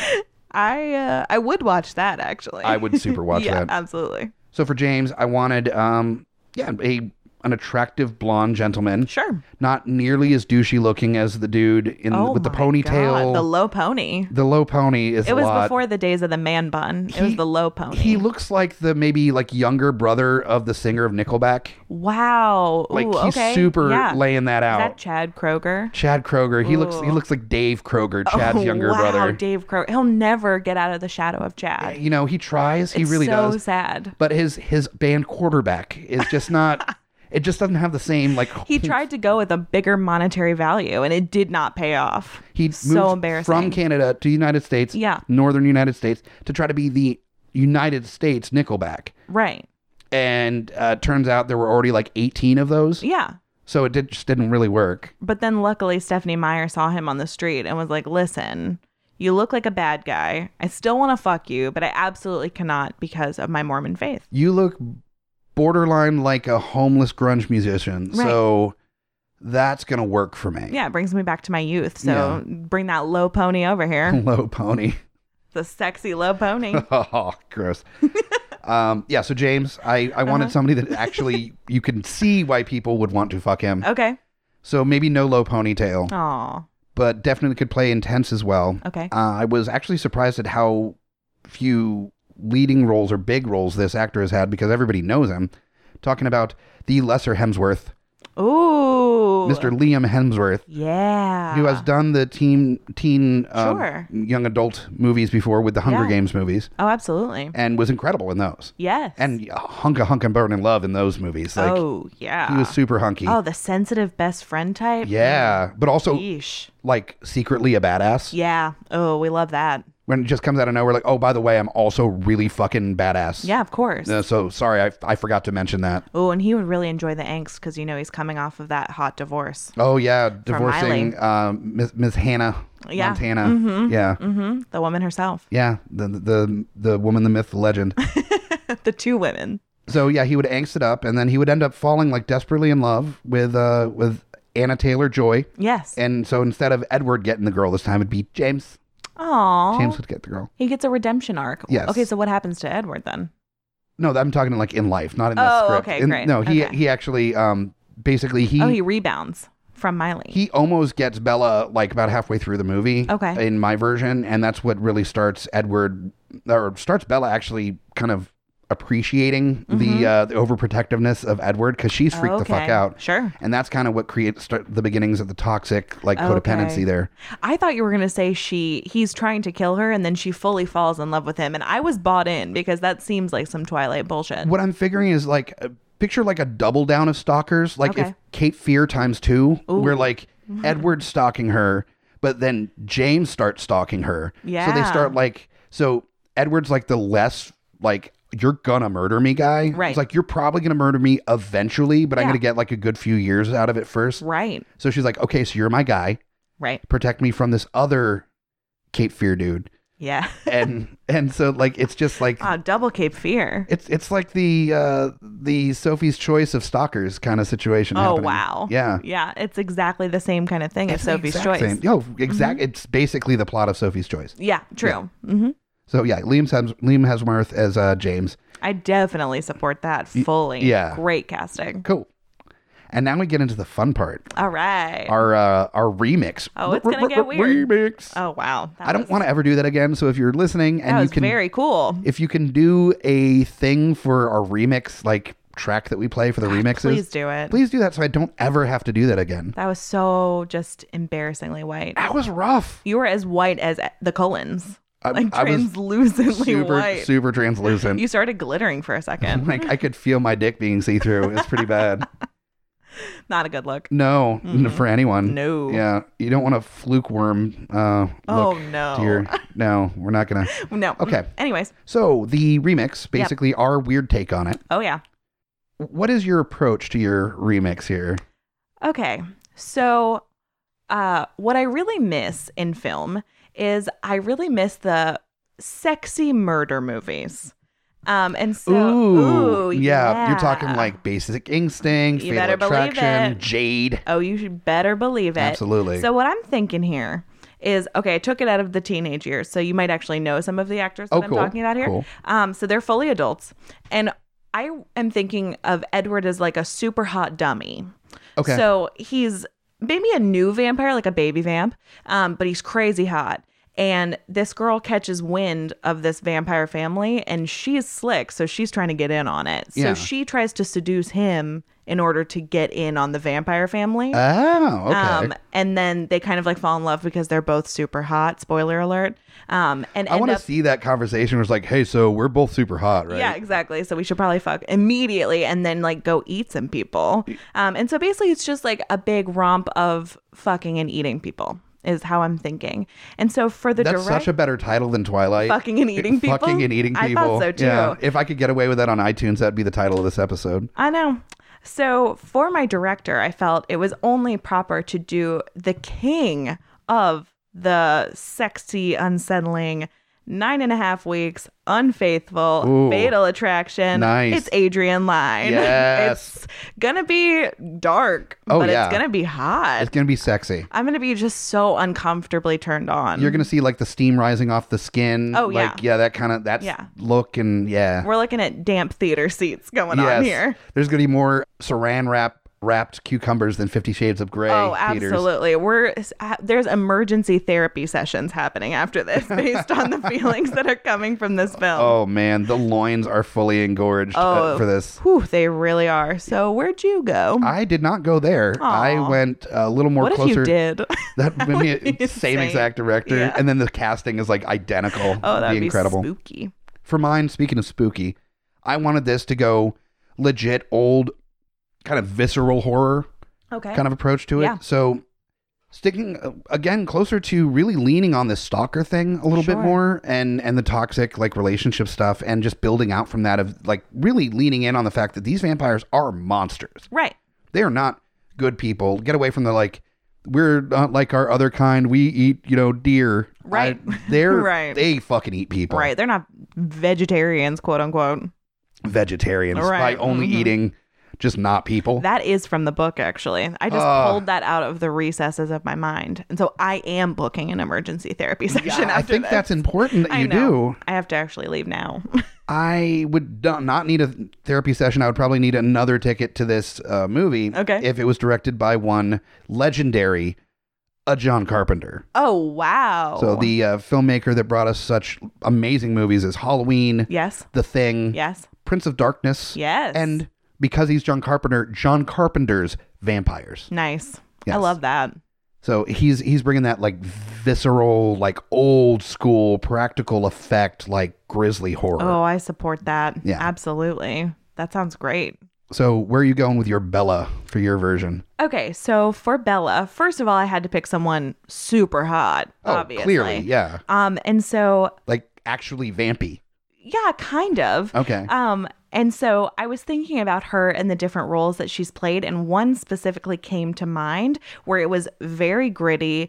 [SPEAKER 3] I uh, I would watch that actually.
[SPEAKER 2] I
[SPEAKER 3] <laughs>
[SPEAKER 2] would super watch
[SPEAKER 3] yeah,
[SPEAKER 2] that.
[SPEAKER 3] absolutely.
[SPEAKER 2] So for James, I wanted, um, yeah, a an attractive blonde gentleman,
[SPEAKER 3] Sure.
[SPEAKER 2] not nearly as douchey looking as the dude in
[SPEAKER 3] Oh
[SPEAKER 2] with the
[SPEAKER 3] my
[SPEAKER 2] ponytail.
[SPEAKER 3] God, the low pony.
[SPEAKER 2] The low pony is
[SPEAKER 3] It
[SPEAKER 2] a
[SPEAKER 3] was
[SPEAKER 2] lot.
[SPEAKER 3] before the days of the man bun. it was
[SPEAKER 2] He-
[SPEAKER 3] the low pony.
[SPEAKER 2] He looks like the maybe like younger brother of the singer of Nickelback.
[SPEAKER 3] wow.
[SPEAKER 2] Like
[SPEAKER 3] Ooh,
[SPEAKER 2] he's
[SPEAKER 3] okay.
[SPEAKER 2] super
[SPEAKER 3] yeah.
[SPEAKER 2] laying that
[SPEAKER 3] Is
[SPEAKER 2] out.
[SPEAKER 3] that Chad Kroger?
[SPEAKER 2] Chad Kroger. He looks he
[SPEAKER 3] Ooh.
[SPEAKER 2] looks like Dave Kroger, Chad's
[SPEAKER 3] Oh,
[SPEAKER 2] younger
[SPEAKER 3] wow,
[SPEAKER 2] brother.
[SPEAKER 3] Dave Kroger. He'll never get out of the shadow of Chad.
[SPEAKER 2] You know, he tries. He
[SPEAKER 3] It's
[SPEAKER 2] really
[SPEAKER 3] so
[SPEAKER 2] does.
[SPEAKER 3] sad.
[SPEAKER 2] But his his band quarterback is just
[SPEAKER 3] <laughs>
[SPEAKER 2] not. it just doesn't have the same like.
[SPEAKER 3] He tried to go with a bigger monetary value, and it did not pay off.
[SPEAKER 2] He
[SPEAKER 3] so
[SPEAKER 2] moved
[SPEAKER 3] embarrassing.
[SPEAKER 2] from Canada to the United States,
[SPEAKER 3] Yeah.
[SPEAKER 2] northern United States, to try to be the United States Nickelback.
[SPEAKER 3] right?
[SPEAKER 2] And uh, turns out there were already like 18 of those,
[SPEAKER 3] Yeah.
[SPEAKER 2] so it did, just didn't really work.
[SPEAKER 3] But then luckily Stephanie Meyer saw him on the street and was like, "Listen, you look like a bad guy. I still want to fuck you, but I absolutely cannot because of my Mormon faith."
[SPEAKER 2] You look borderline like a homeless grunge musician,
[SPEAKER 3] Right.
[SPEAKER 2] so that's gonna work for me.
[SPEAKER 3] Yeah, it brings me back to my youth. So bring that low pony over here.
[SPEAKER 2] <laughs> Low pony.
[SPEAKER 3] the sexy low pony.
[SPEAKER 2] <laughs> oh, gross. um, yeah. So James, I I wanted
[SPEAKER 3] Uh-huh.
[SPEAKER 2] somebody that actually you can see why people would want to fuck him.
[SPEAKER 3] Okay.
[SPEAKER 2] So maybe no low ponytail.
[SPEAKER 3] Oh.
[SPEAKER 2] but definitely could play intense as well.
[SPEAKER 3] Okay.
[SPEAKER 2] Uh, I was actually surprised at how few leading roles or big roles this actor has had because everybody knows him. Talking about the lesser Hemsworth,
[SPEAKER 3] Ooh.
[SPEAKER 2] Mr. Liam Hemsworth,
[SPEAKER 3] Yeah.
[SPEAKER 2] who has done the teen teen uh,
[SPEAKER 3] Sure.
[SPEAKER 2] young adult movies before with the Hunger
[SPEAKER 3] Yeah.
[SPEAKER 2] Games movies,
[SPEAKER 3] Oh, absolutely.
[SPEAKER 2] and was incredible in those.
[SPEAKER 3] Yes.
[SPEAKER 2] And hunka hunk and burn in love in those movies. Like
[SPEAKER 3] oh, yeah.
[SPEAKER 2] he was super hunky.
[SPEAKER 3] oh, the sensitive best friend type.
[SPEAKER 2] yeah, but also
[SPEAKER 3] Yeesh.
[SPEAKER 2] like secretly a badass.
[SPEAKER 3] Yeah. Oh, we love that.
[SPEAKER 2] when it just comes out of nowhere, like, oh, by the way, I'm also really fucking badass.
[SPEAKER 3] Yeah, of course.
[SPEAKER 2] Uh, so sorry, I, I forgot to mention that.
[SPEAKER 3] Oh, and he would really enjoy the angst because you know he's coming off of that hot divorce.
[SPEAKER 2] Oh yeah, divorcing
[SPEAKER 3] Miley.
[SPEAKER 2] um, Miss, Miss Hannah
[SPEAKER 3] Yeah.
[SPEAKER 2] Montana. Yeah,
[SPEAKER 3] hmm The woman herself,
[SPEAKER 2] yeah, the the the woman, the myth, the legend.
[SPEAKER 3] <laughs> the two women.
[SPEAKER 2] So yeah, he would angst it up, and then he would end up falling like desperately in love with uh with Anna Taylor Joy.
[SPEAKER 3] Yes.
[SPEAKER 2] And so instead of Edward getting the girl this time, it'd be James.
[SPEAKER 3] Aw.
[SPEAKER 2] James would get the girl.
[SPEAKER 3] He gets a redemption arc.
[SPEAKER 2] Yes.
[SPEAKER 3] Okay, so what happens to Edward then?
[SPEAKER 2] No, I'm talking like in life, not in the
[SPEAKER 3] Oh,
[SPEAKER 2] script.
[SPEAKER 3] okay,
[SPEAKER 2] In-
[SPEAKER 3] great.
[SPEAKER 2] No, he
[SPEAKER 3] Okay.
[SPEAKER 2] he actually um basically he,
[SPEAKER 3] oh,
[SPEAKER 2] he
[SPEAKER 3] he rebounds from Miley.
[SPEAKER 2] almost gets Bella like about halfway through the movie.
[SPEAKER 3] Okay.
[SPEAKER 2] In my version, and that's what really starts Edward or starts Bella actually kind of appreciating the uh, the overprotectiveness of Edward because she's freaked the fuck
[SPEAKER 3] Mm-hmm. Okay,
[SPEAKER 2] out.
[SPEAKER 3] Sure.
[SPEAKER 2] And that's kind of what creates start the beginnings of the toxic like codependency
[SPEAKER 3] Okay.
[SPEAKER 2] there.
[SPEAKER 3] I thought you were gonna say she he's trying to kill her and then she fully falls in love with him and I was bought in because that seems like some Twilight bullshit.
[SPEAKER 2] What I'm figuring is like uh, picture like a double down of stalkers, like if
[SPEAKER 3] Okay.
[SPEAKER 2] Kate Fear times two, where like Edward's stalking her, but then James starts stalking her. So they
[SPEAKER 3] Yeah.
[SPEAKER 2] start like so Edward's like the less like you're gonna murder me guy.
[SPEAKER 3] Right.
[SPEAKER 2] It's like you're probably gonna murder me eventually, but I'm
[SPEAKER 3] Yeah.
[SPEAKER 2] gonna get like a good few years out of it first.
[SPEAKER 3] Right.
[SPEAKER 2] So she's like, okay, so you're my guy.
[SPEAKER 3] Right.
[SPEAKER 2] Protect me from this other Kate Fear dude. <laughs>
[SPEAKER 3] Yeah.
[SPEAKER 2] and and so like it's just like
[SPEAKER 3] Ah, double Cape Fear.
[SPEAKER 2] it's it's like the uh the Sophie's choice of stalkers kind of situation.
[SPEAKER 3] Oh
[SPEAKER 2] happening.
[SPEAKER 3] wow.
[SPEAKER 2] Yeah.
[SPEAKER 3] Yeah. It's exactly the same kind of thing as
[SPEAKER 2] The
[SPEAKER 3] Sophie's
[SPEAKER 2] exact Mm-hmm.
[SPEAKER 3] Choice.
[SPEAKER 2] Same. Yo, exact. It's basically the plot of Sophie's Choice.
[SPEAKER 3] Yeah, true. hmm
[SPEAKER 2] So yeah, Liam Hems- Liam Hemsworth as uh, James.
[SPEAKER 3] I definitely support that fully.
[SPEAKER 2] yeah.
[SPEAKER 3] Great casting.
[SPEAKER 2] Cool. And now we get into the fun part.
[SPEAKER 3] All right.
[SPEAKER 2] Our uh, our remix.
[SPEAKER 3] Oh, it's gonna get weird.
[SPEAKER 2] Remix.
[SPEAKER 3] oh wow. That
[SPEAKER 2] I don't
[SPEAKER 3] was-
[SPEAKER 2] want to ever do that again. So if you're listening
[SPEAKER 3] That
[SPEAKER 2] and you
[SPEAKER 3] was
[SPEAKER 2] can,
[SPEAKER 3] very cool.
[SPEAKER 2] if you can do a thing for our remix like track that we play for the remixes,
[SPEAKER 3] Please do it.
[SPEAKER 2] please do that so I don't ever have to do that again.
[SPEAKER 3] That was so just embarrassingly white.
[SPEAKER 2] That was rough.
[SPEAKER 3] You were as white as the Cullens,
[SPEAKER 2] I-
[SPEAKER 3] like
[SPEAKER 2] I was
[SPEAKER 3] translucently
[SPEAKER 2] super
[SPEAKER 3] white.
[SPEAKER 2] super translucent.
[SPEAKER 3] <laughs> You started glittering for a
[SPEAKER 2] <laughs>
[SPEAKER 3] second.
[SPEAKER 2] like I could feel my dick being see through. It's pretty bad.
[SPEAKER 3] Not a good look.
[SPEAKER 2] No, n- for anyone.
[SPEAKER 3] Mm-hmm. No.
[SPEAKER 2] Mm, Yeah, you don't want a fluke worm. Uh,
[SPEAKER 3] Oh,
[SPEAKER 2] look
[SPEAKER 3] no.
[SPEAKER 2] to your- no, we're not gonna.
[SPEAKER 3] No.
[SPEAKER 2] Okay.
[SPEAKER 3] Anyways.
[SPEAKER 2] So the remix, basically our weird take on it.
[SPEAKER 3] Oh yeah.
[SPEAKER 2] What is your approach to your remix here?
[SPEAKER 3] Okay. So, uh, what I really miss in film is I really miss the sexy murder movies. Um, and so, ooh,
[SPEAKER 2] yeah, you're talking
[SPEAKER 3] yeah.
[SPEAKER 2] like Basic Instinct,
[SPEAKER 3] You better
[SPEAKER 2] Fatal
[SPEAKER 3] believe
[SPEAKER 2] Attraction,
[SPEAKER 3] it.
[SPEAKER 2] Jade.
[SPEAKER 3] Oh, you should better believe it.
[SPEAKER 2] Absolutely.
[SPEAKER 3] So what I'm thinking here is okay, I took it out of the teenage years, so you might actually know some of the actors that
[SPEAKER 2] Oh,
[SPEAKER 3] I'm
[SPEAKER 2] cool,
[SPEAKER 3] talking about here.
[SPEAKER 2] cool.
[SPEAKER 3] Um, so they're fully adults. And I am thinking of Edward as like a super hot dummy.
[SPEAKER 2] Okay.
[SPEAKER 3] So he's maybe a new vampire, like a baby vamp, um, but he's crazy hot. And this girl catches wind of this vampire family, and she's slick, so she's trying to get in on it. So
[SPEAKER 2] Yeah.
[SPEAKER 3] she tries to seduce him in order to get in on the vampire family.
[SPEAKER 2] oh, okay.
[SPEAKER 3] Um, and then they kind of like fall in love because they're both super hot. Spoiler alert. Um, and
[SPEAKER 2] I
[SPEAKER 3] end
[SPEAKER 2] want to
[SPEAKER 3] up.
[SPEAKER 2] see that conversation. Where it's like, hey, so we're both super hot, right?
[SPEAKER 3] Yeah, exactly. So we should probably fuck immediately and then like go eat some people. Um, and so basically, it's just like a big romp of fucking and eating people is how I'm thinking. And so for the
[SPEAKER 2] That's
[SPEAKER 3] direct,
[SPEAKER 2] such a better title than Twilight.
[SPEAKER 3] Fucking and eating people?
[SPEAKER 2] Fucking and eating people.
[SPEAKER 3] I thought so, too.
[SPEAKER 2] Yeah. If I could get away with that on iTunes, that'd be the title of this episode.
[SPEAKER 3] I know. So for my director, I felt it was only proper to do the king of the sexy, unsettling. Nine and a half weeks, unfaithful,
[SPEAKER 2] Ooh.
[SPEAKER 3] fatal attraction.
[SPEAKER 2] Nice.
[SPEAKER 3] It's Adrian Lyne. <laughs>
[SPEAKER 2] Yes.
[SPEAKER 3] it's gonna be dark,
[SPEAKER 2] Oh,
[SPEAKER 3] but
[SPEAKER 2] yeah.
[SPEAKER 3] it's gonna be hot.
[SPEAKER 2] It's gonna be sexy.
[SPEAKER 3] I'm gonna be just so uncomfortably turned on.
[SPEAKER 2] You're gonna see like the steam rising off the skin.
[SPEAKER 3] Oh,
[SPEAKER 2] like, yeah. that kind of that's
[SPEAKER 3] Yeah.
[SPEAKER 2] look and yeah.
[SPEAKER 3] We're looking at damp theater seats going on
[SPEAKER 2] Yes.
[SPEAKER 3] here.
[SPEAKER 2] There's gonna be more saran wrap wrapped cucumbers than Fifty Shades of Grey.
[SPEAKER 3] Oh,
[SPEAKER 2] theaters.
[SPEAKER 3] absolutely. We're uh, there's emergency therapy sessions happening
[SPEAKER 2] <laughs>
[SPEAKER 3] after this based on the feelings that are coming from this film.
[SPEAKER 2] Oh man, the loins are fully engorged uh,
[SPEAKER 3] Oh.
[SPEAKER 2] for this.
[SPEAKER 3] Whew, they really are. So where'd you go?
[SPEAKER 2] I did not go there. I
[SPEAKER 3] Aw.
[SPEAKER 2] went a little more
[SPEAKER 3] what if
[SPEAKER 2] closer.
[SPEAKER 3] you did?
[SPEAKER 2] That would be a-
[SPEAKER 3] be
[SPEAKER 2] same
[SPEAKER 3] insane.
[SPEAKER 2] exact director,
[SPEAKER 3] Yeah.
[SPEAKER 2] and then the casting is like identical.
[SPEAKER 3] <laughs> oh, that'd
[SPEAKER 2] It'd
[SPEAKER 3] be,
[SPEAKER 2] be incredible.
[SPEAKER 3] spooky.
[SPEAKER 2] For mine, speaking of spooky, I wanted this to go legit old, kind of visceral horror
[SPEAKER 3] Okay.
[SPEAKER 2] kind of approach to it.
[SPEAKER 3] Yeah.
[SPEAKER 2] So sticking uh, again closer to really leaning on this stalker thing a little bit
[SPEAKER 3] Sure.
[SPEAKER 2] more and and the toxic like relationship stuff and just building out from that of like really leaning in on the fact that these vampires are monsters
[SPEAKER 3] right.
[SPEAKER 2] they are not good people. Get away from the like. We're not like our other kind. We eat, you know, deer.
[SPEAKER 3] Right.
[SPEAKER 2] I- <laughs> they're
[SPEAKER 3] <laughs> Right.
[SPEAKER 2] They fucking eat people.
[SPEAKER 3] Right. They're not vegetarians, quote unquote.
[SPEAKER 2] vegetarians
[SPEAKER 3] Right,
[SPEAKER 2] by only
[SPEAKER 3] mhm.
[SPEAKER 2] eating just not people.
[SPEAKER 3] That is from the book, actually. I just
[SPEAKER 2] Ah.
[SPEAKER 3] pulled that out of the recesses of my mind. And so I am booking an emergency therapy <laughs> session
[SPEAKER 2] Yeah,
[SPEAKER 3] after
[SPEAKER 2] I think
[SPEAKER 3] this.
[SPEAKER 2] that's important that
[SPEAKER 3] I
[SPEAKER 2] you
[SPEAKER 3] know.
[SPEAKER 2] do.
[SPEAKER 3] I have to actually leave now.
[SPEAKER 2] I would do- not need a therapy session. I would probably need another ticket to this uh, movie
[SPEAKER 3] Okay.
[SPEAKER 2] if it was directed by one legendary, a John Carpenter.
[SPEAKER 3] oh, wow.
[SPEAKER 2] So the uh, filmmaker that brought us such amazing movies is Halloween,
[SPEAKER 3] Yes.
[SPEAKER 2] The Thing,
[SPEAKER 3] Yes.
[SPEAKER 2] Prince of Darkness,
[SPEAKER 3] Yes.
[SPEAKER 2] Mm-hmm. and because he's John Carpenter, John Carpenter's vampires.
[SPEAKER 3] Nice. I
[SPEAKER 2] Yes.
[SPEAKER 3] love that.
[SPEAKER 2] So he's he's bringing that like visceral, like old school practical effect, like grisly horror.
[SPEAKER 3] Oh, I support that.
[SPEAKER 2] Yeah.
[SPEAKER 3] Absolutely. That sounds great.
[SPEAKER 2] So where are you going with your Bella for your version?
[SPEAKER 3] Okay, so for Bella, first of all, I had to pick someone super hot, obviously.
[SPEAKER 2] Oh, clearly, yeah,
[SPEAKER 3] Um, and so
[SPEAKER 2] like actually vampy.
[SPEAKER 3] yeah, kind of.
[SPEAKER 2] Okay,
[SPEAKER 3] Um, and so I was thinking about her and the different roles that she's played, and one specifically came to mind where it was very gritty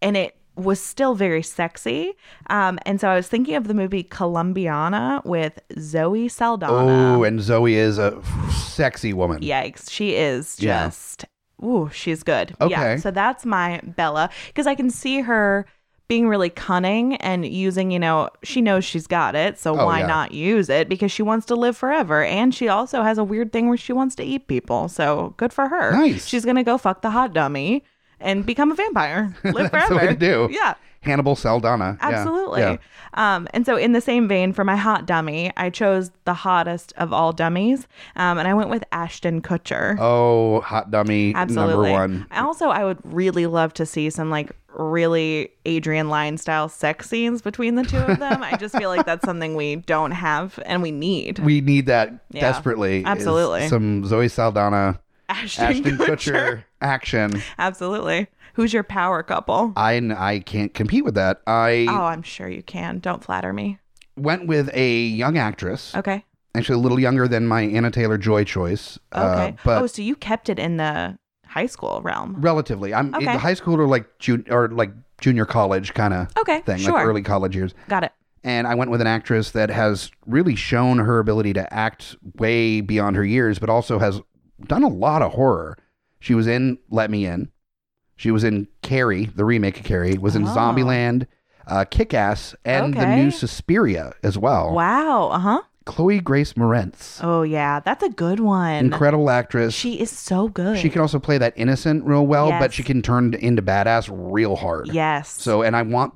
[SPEAKER 3] and it was still very sexy. Um, and so I was thinking of the movie Columbiana with Zoe Saldana.
[SPEAKER 2] oh, and Zoe is a sexy woman.
[SPEAKER 3] Yikes, she is
[SPEAKER 2] Yeah.
[SPEAKER 3] just ooh, she's good. Yeah.
[SPEAKER 2] Okay.
[SPEAKER 3] So that's my Bella because I can see her being really cunning and using, you know, she knows she's got it, so
[SPEAKER 2] Oh,
[SPEAKER 3] why
[SPEAKER 2] yeah.
[SPEAKER 3] not use it because she wants to live forever and she also has a weird thing where she wants to eat people. So good for her.
[SPEAKER 2] Nice.
[SPEAKER 3] She's going to go fuck the hot dummy and become
[SPEAKER 2] <laughs>
[SPEAKER 3] a vampire. Live
[SPEAKER 2] <laughs> That's
[SPEAKER 3] forever.
[SPEAKER 2] the way to do.
[SPEAKER 3] Yeah.
[SPEAKER 2] Hannibal Saldana. Yeah,
[SPEAKER 3] Absolutely.
[SPEAKER 2] yeah.
[SPEAKER 3] Um, and so, in the same vein, for my hot dummy, I chose the hottest of all dummies, um, and I went with Ashton Kutcher.
[SPEAKER 2] Oh, hot dummy
[SPEAKER 3] Absolutely.
[SPEAKER 2] number one.
[SPEAKER 3] I Also, I would really love to see some like really Adrian Lyne style sex scenes between the two of them. I just feel like that's something we don't have and we need.
[SPEAKER 2] We need that
[SPEAKER 3] Yeah,
[SPEAKER 2] desperately. is
[SPEAKER 3] absolutely.
[SPEAKER 2] Some Zoe Saldana,
[SPEAKER 3] Ashton,
[SPEAKER 2] Ashton
[SPEAKER 3] Kutcher.
[SPEAKER 2] Kutcher action.
[SPEAKER 3] Absolutely. Who's your power couple?
[SPEAKER 2] I I can't compete with that. I
[SPEAKER 3] oh, I'm sure you can. Don't flatter me.
[SPEAKER 2] went with a young actress,
[SPEAKER 3] Okay.
[SPEAKER 2] actually a little younger than my Anna Taylor Joy choice.
[SPEAKER 3] Okay.
[SPEAKER 2] Uh, but
[SPEAKER 3] oh, so you kept it in the high school realm.
[SPEAKER 2] relatively, I'm in
[SPEAKER 3] Okay.
[SPEAKER 2] high school or like jun- or like junior college kind of
[SPEAKER 3] Okay.
[SPEAKER 2] thing,
[SPEAKER 3] Oh, sure.
[SPEAKER 2] like early college years.
[SPEAKER 3] Got it.
[SPEAKER 2] And I went with an actress that has really shown her ability to act way beyond her years, but also has done a lot of horror. She was in Let Me In. She was in Carrie, the remake of Carrie, was in
[SPEAKER 3] Oh.
[SPEAKER 2] Zombieland, uh, Kick Ass, and the
[SPEAKER 3] Okay.
[SPEAKER 2] new Suspiria as well.
[SPEAKER 3] Wow. Uh huh.
[SPEAKER 2] Chloe Grace Moretz.
[SPEAKER 3] Oh, yeah. That's a good one.
[SPEAKER 2] Incredible actress. She,
[SPEAKER 3] She is so good.
[SPEAKER 2] can also play that innocent real well,
[SPEAKER 3] Yes.
[SPEAKER 2] but she can turn into badass real hard.
[SPEAKER 3] Yes.
[SPEAKER 2] So, and I want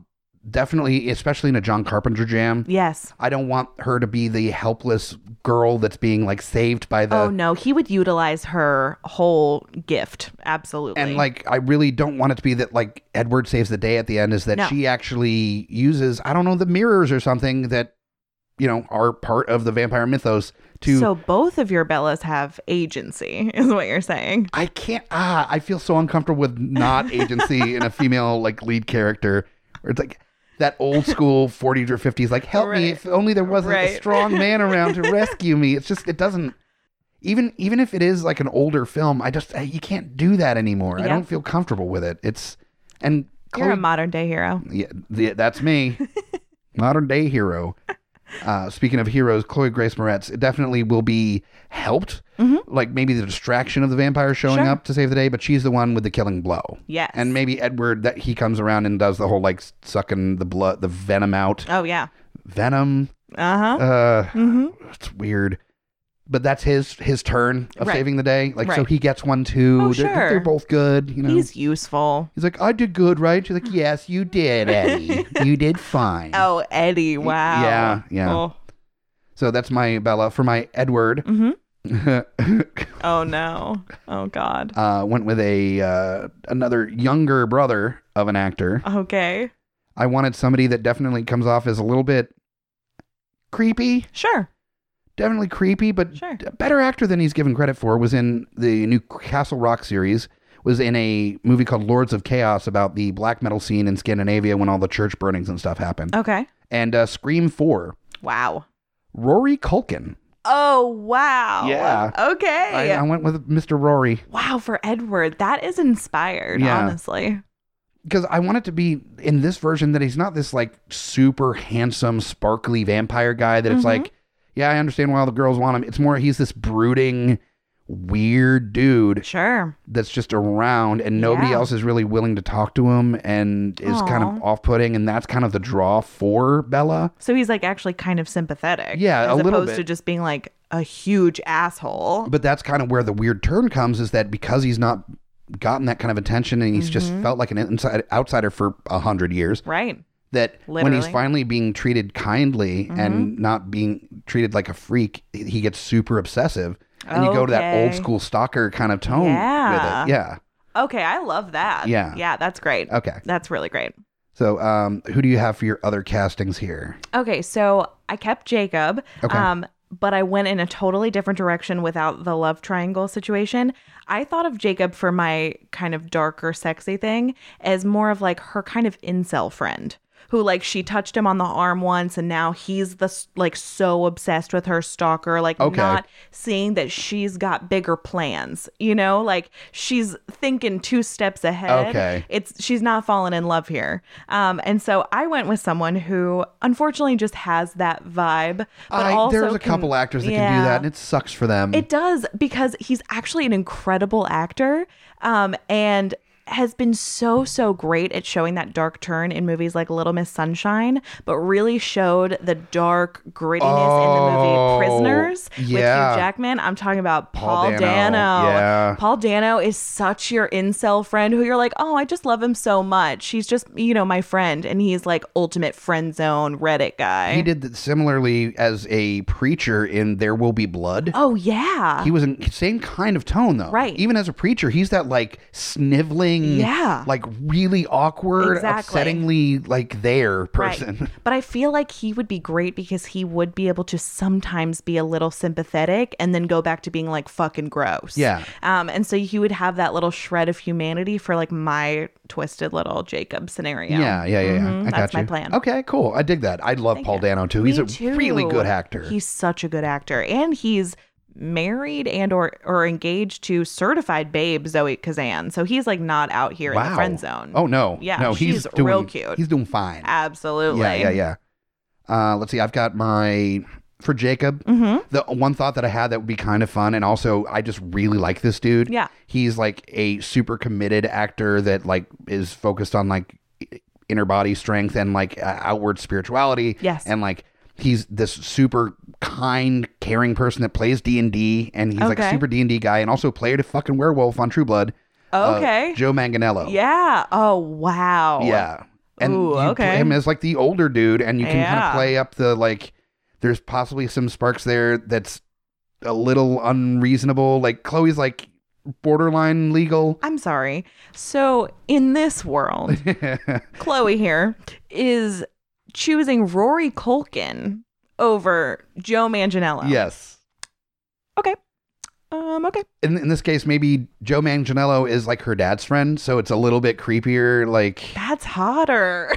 [SPEAKER 2] definitely, especially in a John Carpenter jam,
[SPEAKER 3] Yes.
[SPEAKER 2] I don't want her to be the helpless girl that's being like saved by the.
[SPEAKER 3] oh no, he would utilize her whole gift. Absolutely.
[SPEAKER 2] and like, I really don't want it to be that like Edward saves the day at the end, is that
[SPEAKER 3] No.
[SPEAKER 2] she actually uses, I don't know, the mirrors or something that, you know, are part of the vampire mythos to.
[SPEAKER 3] so both of your Bellas have agency, <laughs> is what you're saying.
[SPEAKER 2] I can't, ah, I feel so uncomfortable with
[SPEAKER 3] <laughs>
[SPEAKER 2] not agency in a female like lead character where it's like that old school 40s or 50s, like, help me,
[SPEAKER 3] Right.
[SPEAKER 2] if only there wasn't a
[SPEAKER 3] Right.
[SPEAKER 2] strong man around to rescue me. It's just, it doesn't. even even if it is like an older film, I just I, you can't do that anymore. I
[SPEAKER 3] Yeah.
[SPEAKER 2] don't feel comfortable with it. It's and
[SPEAKER 3] You're a
[SPEAKER 2] Chloe,
[SPEAKER 3] modern day hero.
[SPEAKER 2] yeah, th- that's
[SPEAKER 3] <laughs>
[SPEAKER 2] me, modern day hero. Uh, speaking of heroes, Chloe Grace Moretz it definitely will be helped, like maybe the distraction of the vampire showing
[SPEAKER 3] Mm-hmm. Sure.
[SPEAKER 2] up to save the day, but she's the one with the killing blow.
[SPEAKER 3] Yes.
[SPEAKER 2] And maybe Edward that he comes around and does the whole like sucking the blood, the venom out,
[SPEAKER 3] Oh yeah.
[SPEAKER 2] venom.
[SPEAKER 3] Uh huh.
[SPEAKER 2] Uh,
[SPEAKER 3] hmm
[SPEAKER 2] it's weird. But that's his his turn of
[SPEAKER 3] Right.
[SPEAKER 2] saving the day. Like so
[SPEAKER 3] Right.
[SPEAKER 2] he gets one too.
[SPEAKER 3] Oh,
[SPEAKER 2] they're,
[SPEAKER 3] sure.
[SPEAKER 2] they're both good, you know. He's,
[SPEAKER 3] He's useful.
[SPEAKER 2] like, I did good, right? She's
[SPEAKER 3] <laughs>
[SPEAKER 2] like, Yes, you did, Eddie. you did fine.
[SPEAKER 3] Oh, Eddie. Wow.
[SPEAKER 2] yeah, yeah.
[SPEAKER 3] Oh,
[SPEAKER 2] So that's my Bella for my Edward. <laughs>
[SPEAKER 3] hmm oh no. Oh God.
[SPEAKER 2] uh, went with a uh, another younger brother of an actor.
[SPEAKER 3] Okay.
[SPEAKER 2] I wanted somebody that definitely comes off as a little bit creepy,
[SPEAKER 3] Sure.
[SPEAKER 2] definitely creepy, but
[SPEAKER 3] Sure.
[SPEAKER 2] a better actor than he's given credit for was in the new Castle Rock series. Was in a movie called Lords of Chaos about the black metal scene in Scandinavia when all the church burnings and stuff happened.
[SPEAKER 3] Okay.
[SPEAKER 2] And uh, Scream Four,
[SPEAKER 3] Wow.
[SPEAKER 2] Rory Culkin.
[SPEAKER 3] Oh wow.
[SPEAKER 2] Yeah. I,
[SPEAKER 3] Okay.
[SPEAKER 2] I um, went with Mr. Rory
[SPEAKER 3] wow. For Edward, that is inspired.
[SPEAKER 2] Yeah.
[SPEAKER 3] Honestly.
[SPEAKER 2] because I want it to be in this version that he's not this like super handsome, sparkly vampire guy that it's
[SPEAKER 3] Mhm.
[SPEAKER 2] like. yeah, I understand why all the girls want him. It's more he's this brooding, weird dude
[SPEAKER 3] Sure.
[SPEAKER 2] that's just around and nobody
[SPEAKER 3] Yeah.
[SPEAKER 2] else is really willing to talk to him and is kind of
[SPEAKER 3] Aw.
[SPEAKER 2] off putting. And that's kind of the draw for Bella.
[SPEAKER 3] So he's like actually kind of sympathetic.
[SPEAKER 2] Yeah,
[SPEAKER 3] as
[SPEAKER 2] a little
[SPEAKER 3] opposed
[SPEAKER 2] bit.
[SPEAKER 3] to just being like a huge asshole.
[SPEAKER 2] But that's kind of where the weird turn comes is that because he's not gotten that kind of attention and he's just
[SPEAKER 3] Mm-hmm.
[SPEAKER 2] felt like an inside outsider for a hundred years,
[SPEAKER 3] right.
[SPEAKER 2] that when he's
[SPEAKER 3] Literally. Mm-hmm.
[SPEAKER 2] finally being treated kindly and not being treated like a freak, he gets super obsessive. And you go to that old
[SPEAKER 3] Okay.
[SPEAKER 2] school stalker kind of tone
[SPEAKER 3] Yeah.
[SPEAKER 2] with it. Yeah.
[SPEAKER 3] Okay, I love that.
[SPEAKER 2] Yeah.
[SPEAKER 3] Yeah, that's great.
[SPEAKER 2] Okay.
[SPEAKER 3] That's really great.
[SPEAKER 2] So um who do you have for your other castings here?
[SPEAKER 3] Okay, so I kept Jacob.
[SPEAKER 2] Okay.
[SPEAKER 3] Um, but I went in a totally different direction without the love triangle situation. I thought of Jacob for my kind of darker, sexy thing as more of like her kind of incel friend who like she touched him on the arm once and now he's the s- like so obsessed with her stalker like
[SPEAKER 2] Okay.
[SPEAKER 3] not seeing that she's got bigger plans you know like she's thinking two steps ahead
[SPEAKER 2] Okay.
[SPEAKER 3] it's she's not fallen in love here. Um, and so I went with someone who unfortunately just has that vibe. But
[SPEAKER 2] I,
[SPEAKER 3] also
[SPEAKER 2] there's a
[SPEAKER 3] can-
[SPEAKER 2] couple actors that can do
[SPEAKER 3] Yeah.
[SPEAKER 2] that and it sucks for them.
[SPEAKER 3] It does because he's actually an incredible actor um, and has been so, so great at showing that dark turn in movies like Little Miss Sunshine, but really showed the dark grittiness
[SPEAKER 2] Oh,
[SPEAKER 3] in the movie Prisoners with Hugh
[SPEAKER 2] yeah.
[SPEAKER 3] Jackman. I'm talking about
[SPEAKER 2] Paul Dano,
[SPEAKER 3] Paul, Dano.
[SPEAKER 2] yeah.
[SPEAKER 3] Paul Dano is such your incel friend who you're like, oh, I just love him so much. He's just, you know, my friend. And he's like ultimate friend zone Reddit guy.
[SPEAKER 2] he did that similarly as a preacher in There Will Be Blood.
[SPEAKER 3] oh, yeah.
[SPEAKER 2] he was in same kind of tone though.
[SPEAKER 3] Right.
[SPEAKER 2] Even as a preacher, he's that like sniveling,
[SPEAKER 3] Yeah.
[SPEAKER 2] like really awkward,
[SPEAKER 3] Exactly.
[SPEAKER 2] upsettingly like there person.
[SPEAKER 3] Right. But I feel like he would be great because he would be able to sometimes be a little sympathetic and then go back to being like fucking gross.
[SPEAKER 2] Yeah.
[SPEAKER 3] Um, and so he would have that little shred of humanity for like my twisted little Jacob scenario.
[SPEAKER 2] Yeah, yeah, yeah, yeah.
[SPEAKER 3] Mhm,
[SPEAKER 2] I got
[SPEAKER 3] that's
[SPEAKER 2] you.
[SPEAKER 3] my plan.
[SPEAKER 2] Okay, cool. I dig that. I love Paul Dano too. He's
[SPEAKER 3] Me
[SPEAKER 2] a really
[SPEAKER 3] too.
[SPEAKER 2] good actor.
[SPEAKER 3] He's such a good actor, and he's married and or or engaged to certified babe Zoe Kazan. So he's like not out here in the friend zone.
[SPEAKER 2] Oh no.
[SPEAKER 3] Yeah,
[SPEAKER 2] No, he's
[SPEAKER 3] she's
[SPEAKER 2] doing
[SPEAKER 3] real cute.
[SPEAKER 2] He's doing fine.
[SPEAKER 3] absolutely.
[SPEAKER 2] Yeah, yeah, yeah. Uh, let's see. I've got my for Jacob.
[SPEAKER 3] Mm-hmm.
[SPEAKER 2] The one thought that I had that would be kind of fun, and also I just really like this dude.
[SPEAKER 3] Yeah.
[SPEAKER 2] he's like a super committed actor that like is focused on like inner body strength and like uh, outward spirituality.
[SPEAKER 3] Yes.
[SPEAKER 2] and like he's this super kind, caring person that plays D and D, and he's like a
[SPEAKER 3] Okay.
[SPEAKER 2] super D and D guy, and also played a fucking werewolf on True Blood. uh,
[SPEAKER 3] Okay.
[SPEAKER 2] Joe Manganello.
[SPEAKER 3] yeah. Oh wow.
[SPEAKER 2] Yeah. And
[SPEAKER 3] Ooh,
[SPEAKER 2] you play
[SPEAKER 3] okay.
[SPEAKER 2] him as like the older dude, and you can kind of
[SPEAKER 3] Yeah.
[SPEAKER 2] play up the like, there's possibly some sparks there that's a little unreasonable. Like, Chloe's like borderline legal. <laughs>
[SPEAKER 3] I'm sorry. So, in this world, Chloe here is choosing Rory Culkin over Joe Manganiello.
[SPEAKER 2] Yes.
[SPEAKER 3] Okay. Um. Okay.
[SPEAKER 2] In, in this case, maybe Joe Manganiello is like her dad's friend, so it's a little bit creepier. Like, <laughs>
[SPEAKER 3] That's hotter.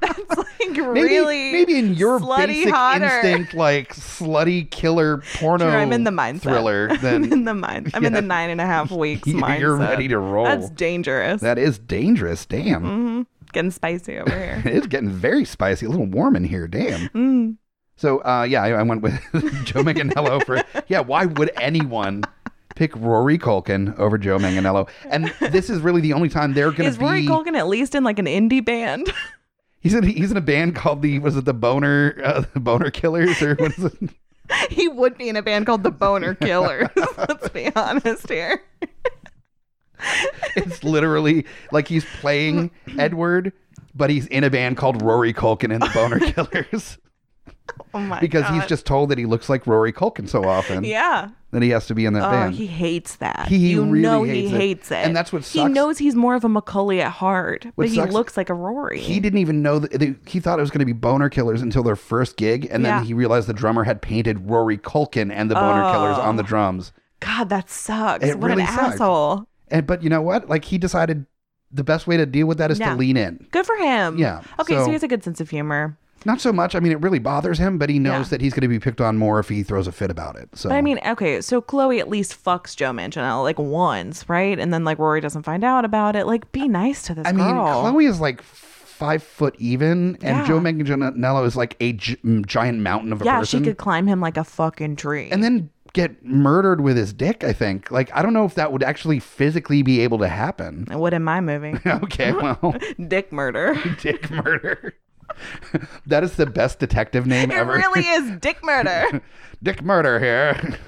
[SPEAKER 3] That's like
[SPEAKER 2] maybe,
[SPEAKER 3] really
[SPEAKER 2] maybe in your
[SPEAKER 3] slutty
[SPEAKER 2] basic
[SPEAKER 3] hotter.
[SPEAKER 2] instinct, like slutty killer porno
[SPEAKER 3] Sure, I'm in the mindset.
[SPEAKER 2] thriller,
[SPEAKER 3] <laughs> I'm
[SPEAKER 2] then
[SPEAKER 3] in the mind. I'm in
[SPEAKER 2] <laughs>
[SPEAKER 3] the
[SPEAKER 2] Yeah.
[SPEAKER 3] nine and a half weeks
[SPEAKER 2] <laughs>
[SPEAKER 3] mindset.
[SPEAKER 2] you're ready to roll.
[SPEAKER 3] That's dangerous.
[SPEAKER 2] that is dangerous. Damn.
[SPEAKER 3] hmm Getting spicy over here.
[SPEAKER 2] <laughs> it's getting very spicy, a little warm in here. Damn.
[SPEAKER 3] Mm.
[SPEAKER 2] So, uh, yeah, I, I went with <laughs> Joe Manganiello for. Yeah, why would anyone pick Rory Culkin over Joe Manganiello? And this is really the only time they're going to
[SPEAKER 3] Is
[SPEAKER 2] be.
[SPEAKER 3] Rory Culkin at least in like an indie band?
[SPEAKER 2] he's in he's in a band called the was it the Boner uh, the Boner Killers or what is it?
[SPEAKER 3] he would be in a band called
[SPEAKER 2] <laughs>
[SPEAKER 3] the Boner Killers. <laughs> Let's be honest here.
[SPEAKER 2] It's literally like he's playing Edward, but he's in a band called Rory Culkin and the
[SPEAKER 3] <laughs>
[SPEAKER 2] Boner Killers
[SPEAKER 3] Oh my
[SPEAKER 2] because
[SPEAKER 3] God.
[SPEAKER 2] he's just told that he looks like Rory Culkin so often
[SPEAKER 3] yeah.
[SPEAKER 2] that he has to be in that
[SPEAKER 3] Oh,
[SPEAKER 2] band.
[SPEAKER 3] he hates that.
[SPEAKER 2] He
[SPEAKER 3] you
[SPEAKER 2] really
[SPEAKER 3] know
[SPEAKER 2] hates
[SPEAKER 3] he
[SPEAKER 2] it.
[SPEAKER 3] hates it,
[SPEAKER 2] And that's what
[SPEAKER 3] He
[SPEAKER 2] sucks.
[SPEAKER 3] knows he's more of a Macaulay at heart,
[SPEAKER 2] What
[SPEAKER 3] but he
[SPEAKER 2] sucks-
[SPEAKER 3] looks like a Rory.
[SPEAKER 2] he didn't even know that they- he thought it was going to be boner killers until their first gig and then
[SPEAKER 3] Yeah.
[SPEAKER 2] he realized the drummer had painted rory culkin and the boner killers on
[SPEAKER 3] Oh.
[SPEAKER 2] the drums
[SPEAKER 3] God, that sucks.
[SPEAKER 2] It
[SPEAKER 3] what
[SPEAKER 2] really
[SPEAKER 3] an
[SPEAKER 2] sucked.
[SPEAKER 3] asshole.
[SPEAKER 2] and but you know what like he decided the best way to deal with that is
[SPEAKER 3] Yeah.
[SPEAKER 2] to lean in
[SPEAKER 3] Good for him.
[SPEAKER 2] Yeah,
[SPEAKER 3] Okay, so,
[SPEAKER 2] so-
[SPEAKER 3] he has a good sense of humor.
[SPEAKER 2] not so much i mean it really bothers him but he knows
[SPEAKER 3] Yeah.
[SPEAKER 2] that he's going to be picked on more if he throws a fit about it so
[SPEAKER 3] But I mean, okay, so Chloe at least fucks Joe Manganiello like once, right? And then like Rory doesn't find out about it. Like, be nice to this
[SPEAKER 2] I mean,
[SPEAKER 3] girl.
[SPEAKER 2] chloe is like five foot even, and
[SPEAKER 3] Yeah.
[SPEAKER 2] Joe Manganiello is like a gi- mm, giant mountain of a
[SPEAKER 3] yeah,
[SPEAKER 2] person.
[SPEAKER 3] she could climb him like a fucking tree.
[SPEAKER 2] and then get murdered with his dick. I think. Like, I don't know if that would actually physically be able to happen.
[SPEAKER 3] what in my
[SPEAKER 2] <laughs>
[SPEAKER 3] movie? <laughs>
[SPEAKER 2] okay, well,
[SPEAKER 3] Dick murder.
[SPEAKER 2] dick murder. <laughs> that is the best detective name
[SPEAKER 3] It
[SPEAKER 2] ever.
[SPEAKER 3] really is dick murder.
[SPEAKER 2] <laughs> dick murder
[SPEAKER 3] <laughs>
[SPEAKER 2] here.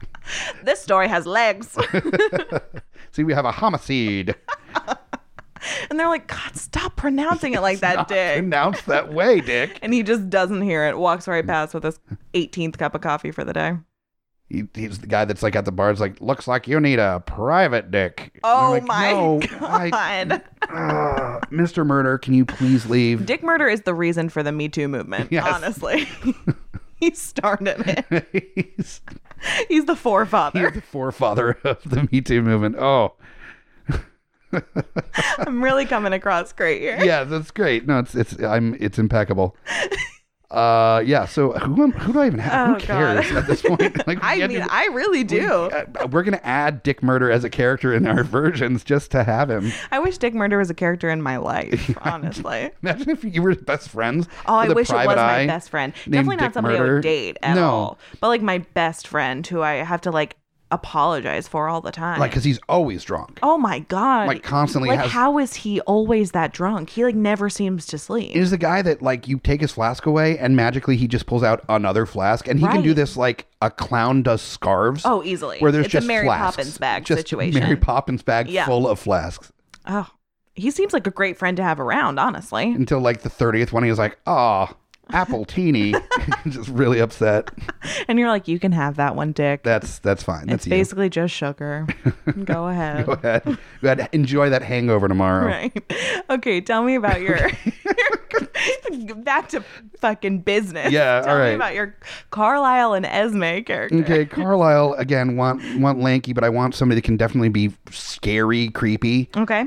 [SPEAKER 2] <laughs>
[SPEAKER 3] this story has legs.
[SPEAKER 2] See, we have a homicide.
[SPEAKER 3] and they're like, God, stop pronouncing it like
[SPEAKER 2] <laughs>
[SPEAKER 3] that, dick.
[SPEAKER 2] Announced that way,
[SPEAKER 3] <laughs>
[SPEAKER 2] Dick.
[SPEAKER 3] And he just doesn't hear it, walks right past with his 18th cup of coffee for the day.
[SPEAKER 2] He, he's the guy that's like at the bar. Is like, looks like you need a private dick. And I'm
[SPEAKER 3] Oh
[SPEAKER 2] like,
[SPEAKER 3] my
[SPEAKER 2] "No,
[SPEAKER 3] God. <laughs>
[SPEAKER 2] I- <laughs> Ugh, Mr. Murder, can you please leave?
[SPEAKER 3] Dick murder is the reason for the Me Too movement,
[SPEAKER 2] Yes.
[SPEAKER 3] honestly. <laughs> he started it.
[SPEAKER 2] <laughs> he's,
[SPEAKER 3] He's the
[SPEAKER 2] he's
[SPEAKER 3] forefather.
[SPEAKER 2] the forefather of the Me Too movement. Oh,
[SPEAKER 3] I'm really coming across great here.
[SPEAKER 2] yeah, that's great. No, it's it's I'm it's impeccable. Uh, yeah. So who am, who do I even have?
[SPEAKER 3] Oh,
[SPEAKER 2] who cares
[SPEAKER 3] God.
[SPEAKER 2] at this
[SPEAKER 3] <laughs>
[SPEAKER 2] point? Like, we
[SPEAKER 3] I
[SPEAKER 2] can't
[SPEAKER 3] mean,
[SPEAKER 2] do-
[SPEAKER 3] I really do.
[SPEAKER 2] uh, we're gonna add Dick Murder as a character in our <laughs> versions just to have him.
[SPEAKER 3] I wish Dick Murder was a character in
[SPEAKER 2] <laughs>
[SPEAKER 3] my life, honestly.
[SPEAKER 2] Imagine if you were best friends.
[SPEAKER 3] Oh, I
[SPEAKER 2] with a
[SPEAKER 3] wish it was
[SPEAKER 2] private
[SPEAKER 3] my
[SPEAKER 2] eye
[SPEAKER 3] best friend.
[SPEAKER 2] named
[SPEAKER 3] Definitely
[SPEAKER 2] Dick
[SPEAKER 3] not somebody I
[SPEAKER 2] Murder.
[SPEAKER 3] would date at
[SPEAKER 2] No.
[SPEAKER 3] all. But like my best friend who I have to like apologize for all the time.
[SPEAKER 2] Like, because he's always drunk.
[SPEAKER 3] oh my god.
[SPEAKER 2] like, constantly
[SPEAKER 3] Like
[SPEAKER 2] has-
[SPEAKER 3] how is he always that drunk? He like never seems to sleep.
[SPEAKER 2] Is the guy that like you take his flask away and magically he just pulls out another flask and he can do
[SPEAKER 3] Right.
[SPEAKER 2] this like a clown does scarves.
[SPEAKER 3] Oh, easily.
[SPEAKER 2] where there's
[SPEAKER 3] it's
[SPEAKER 2] just
[SPEAKER 3] a Mary
[SPEAKER 2] flasks.
[SPEAKER 3] Poppins bag
[SPEAKER 2] just
[SPEAKER 3] situation.
[SPEAKER 2] Mary Poppins bag
[SPEAKER 3] Yeah.
[SPEAKER 2] full of flasks
[SPEAKER 3] oh, he seems like a great friend to have around. Honestly,
[SPEAKER 2] until like the thirtieth one. He was like, "Ah, apple
[SPEAKER 3] <laughs>
[SPEAKER 2] teeny," <laughs> just really upset.
[SPEAKER 3] and you're like, you can have that one, Dick.
[SPEAKER 2] That's that's fine. That's
[SPEAKER 3] it's basically just
[SPEAKER 2] <laughs>
[SPEAKER 3] sugar. Go ahead.
[SPEAKER 2] you. Go ahead. Go ahead. Enjoy that hangover tomorrow.
[SPEAKER 3] Right. Okay. Tell me about your. <laughs> back to fucking business.
[SPEAKER 2] Yeah,
[SPEAKER 3] Tell
[SPEAKER 2] all right.
[SPEAKER 3] me about your Carlisle and Esme character.
[SPEAKER 2] Okay, Carlisle again. Want want lanky, but I want somebody that can definitely be scary, creepy.
[SPEAKER 3] Okay.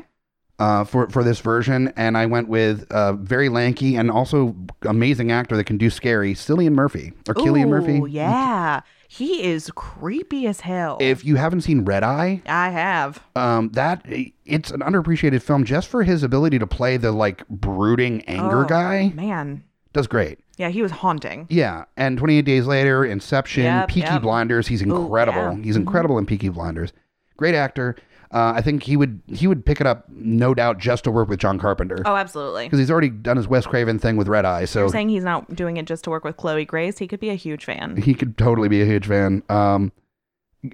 [SPEAKER 2] uh, for for this version, and I went with uh, very lanky and also amazing actor that can do scary, Cillian Murphy or Killian
[SPEAKER 3] Ooh,
[SPEAKER 2] Murphy.
[SPEAKER 3] Yeah. He is creepy as hell.
[SPEAKER 2] If you haven't seen Red Eye,
[SPEAKER 3] I have.
[SPEAKER 2] um, that it's an underappreciated film just for his ability to play the like brooding anger
[SPEAKER 3] Oh,
[SPEAKER 2] guy.
[SPEAKER 3] Man.
[SPEAKER 2] Does great.
[SPEAKER 3] Yeah, he was haunting.
[SPEAKER 2] Yeah, and 28 Days Later, Inception,
[SPEAKER 3] Yep,
[SPEAKER 2] Peaky
[SPEAKER 3] yep.
[SPEAKER 2] Blinders. He's incredible.
[SPEAKER 3] yeah. Mm-hmm.
[SPEAKER 2] He's incredible in Peaky Blinders. Great actor. Uh, I think he would he would pick it up, no doubt, just to work with John Carpenter.
[SPEAKER 3] Oh, absolutely.
[SPEAKER 2] Because he's already done his Wes Craven thing with Red Eye, so
[SPEAKER 3] You're saying he's not doing it just to work with Chloe Grace. He could be a huge fan.
[SPEAKER 2] he could totally be a huge fan. Um,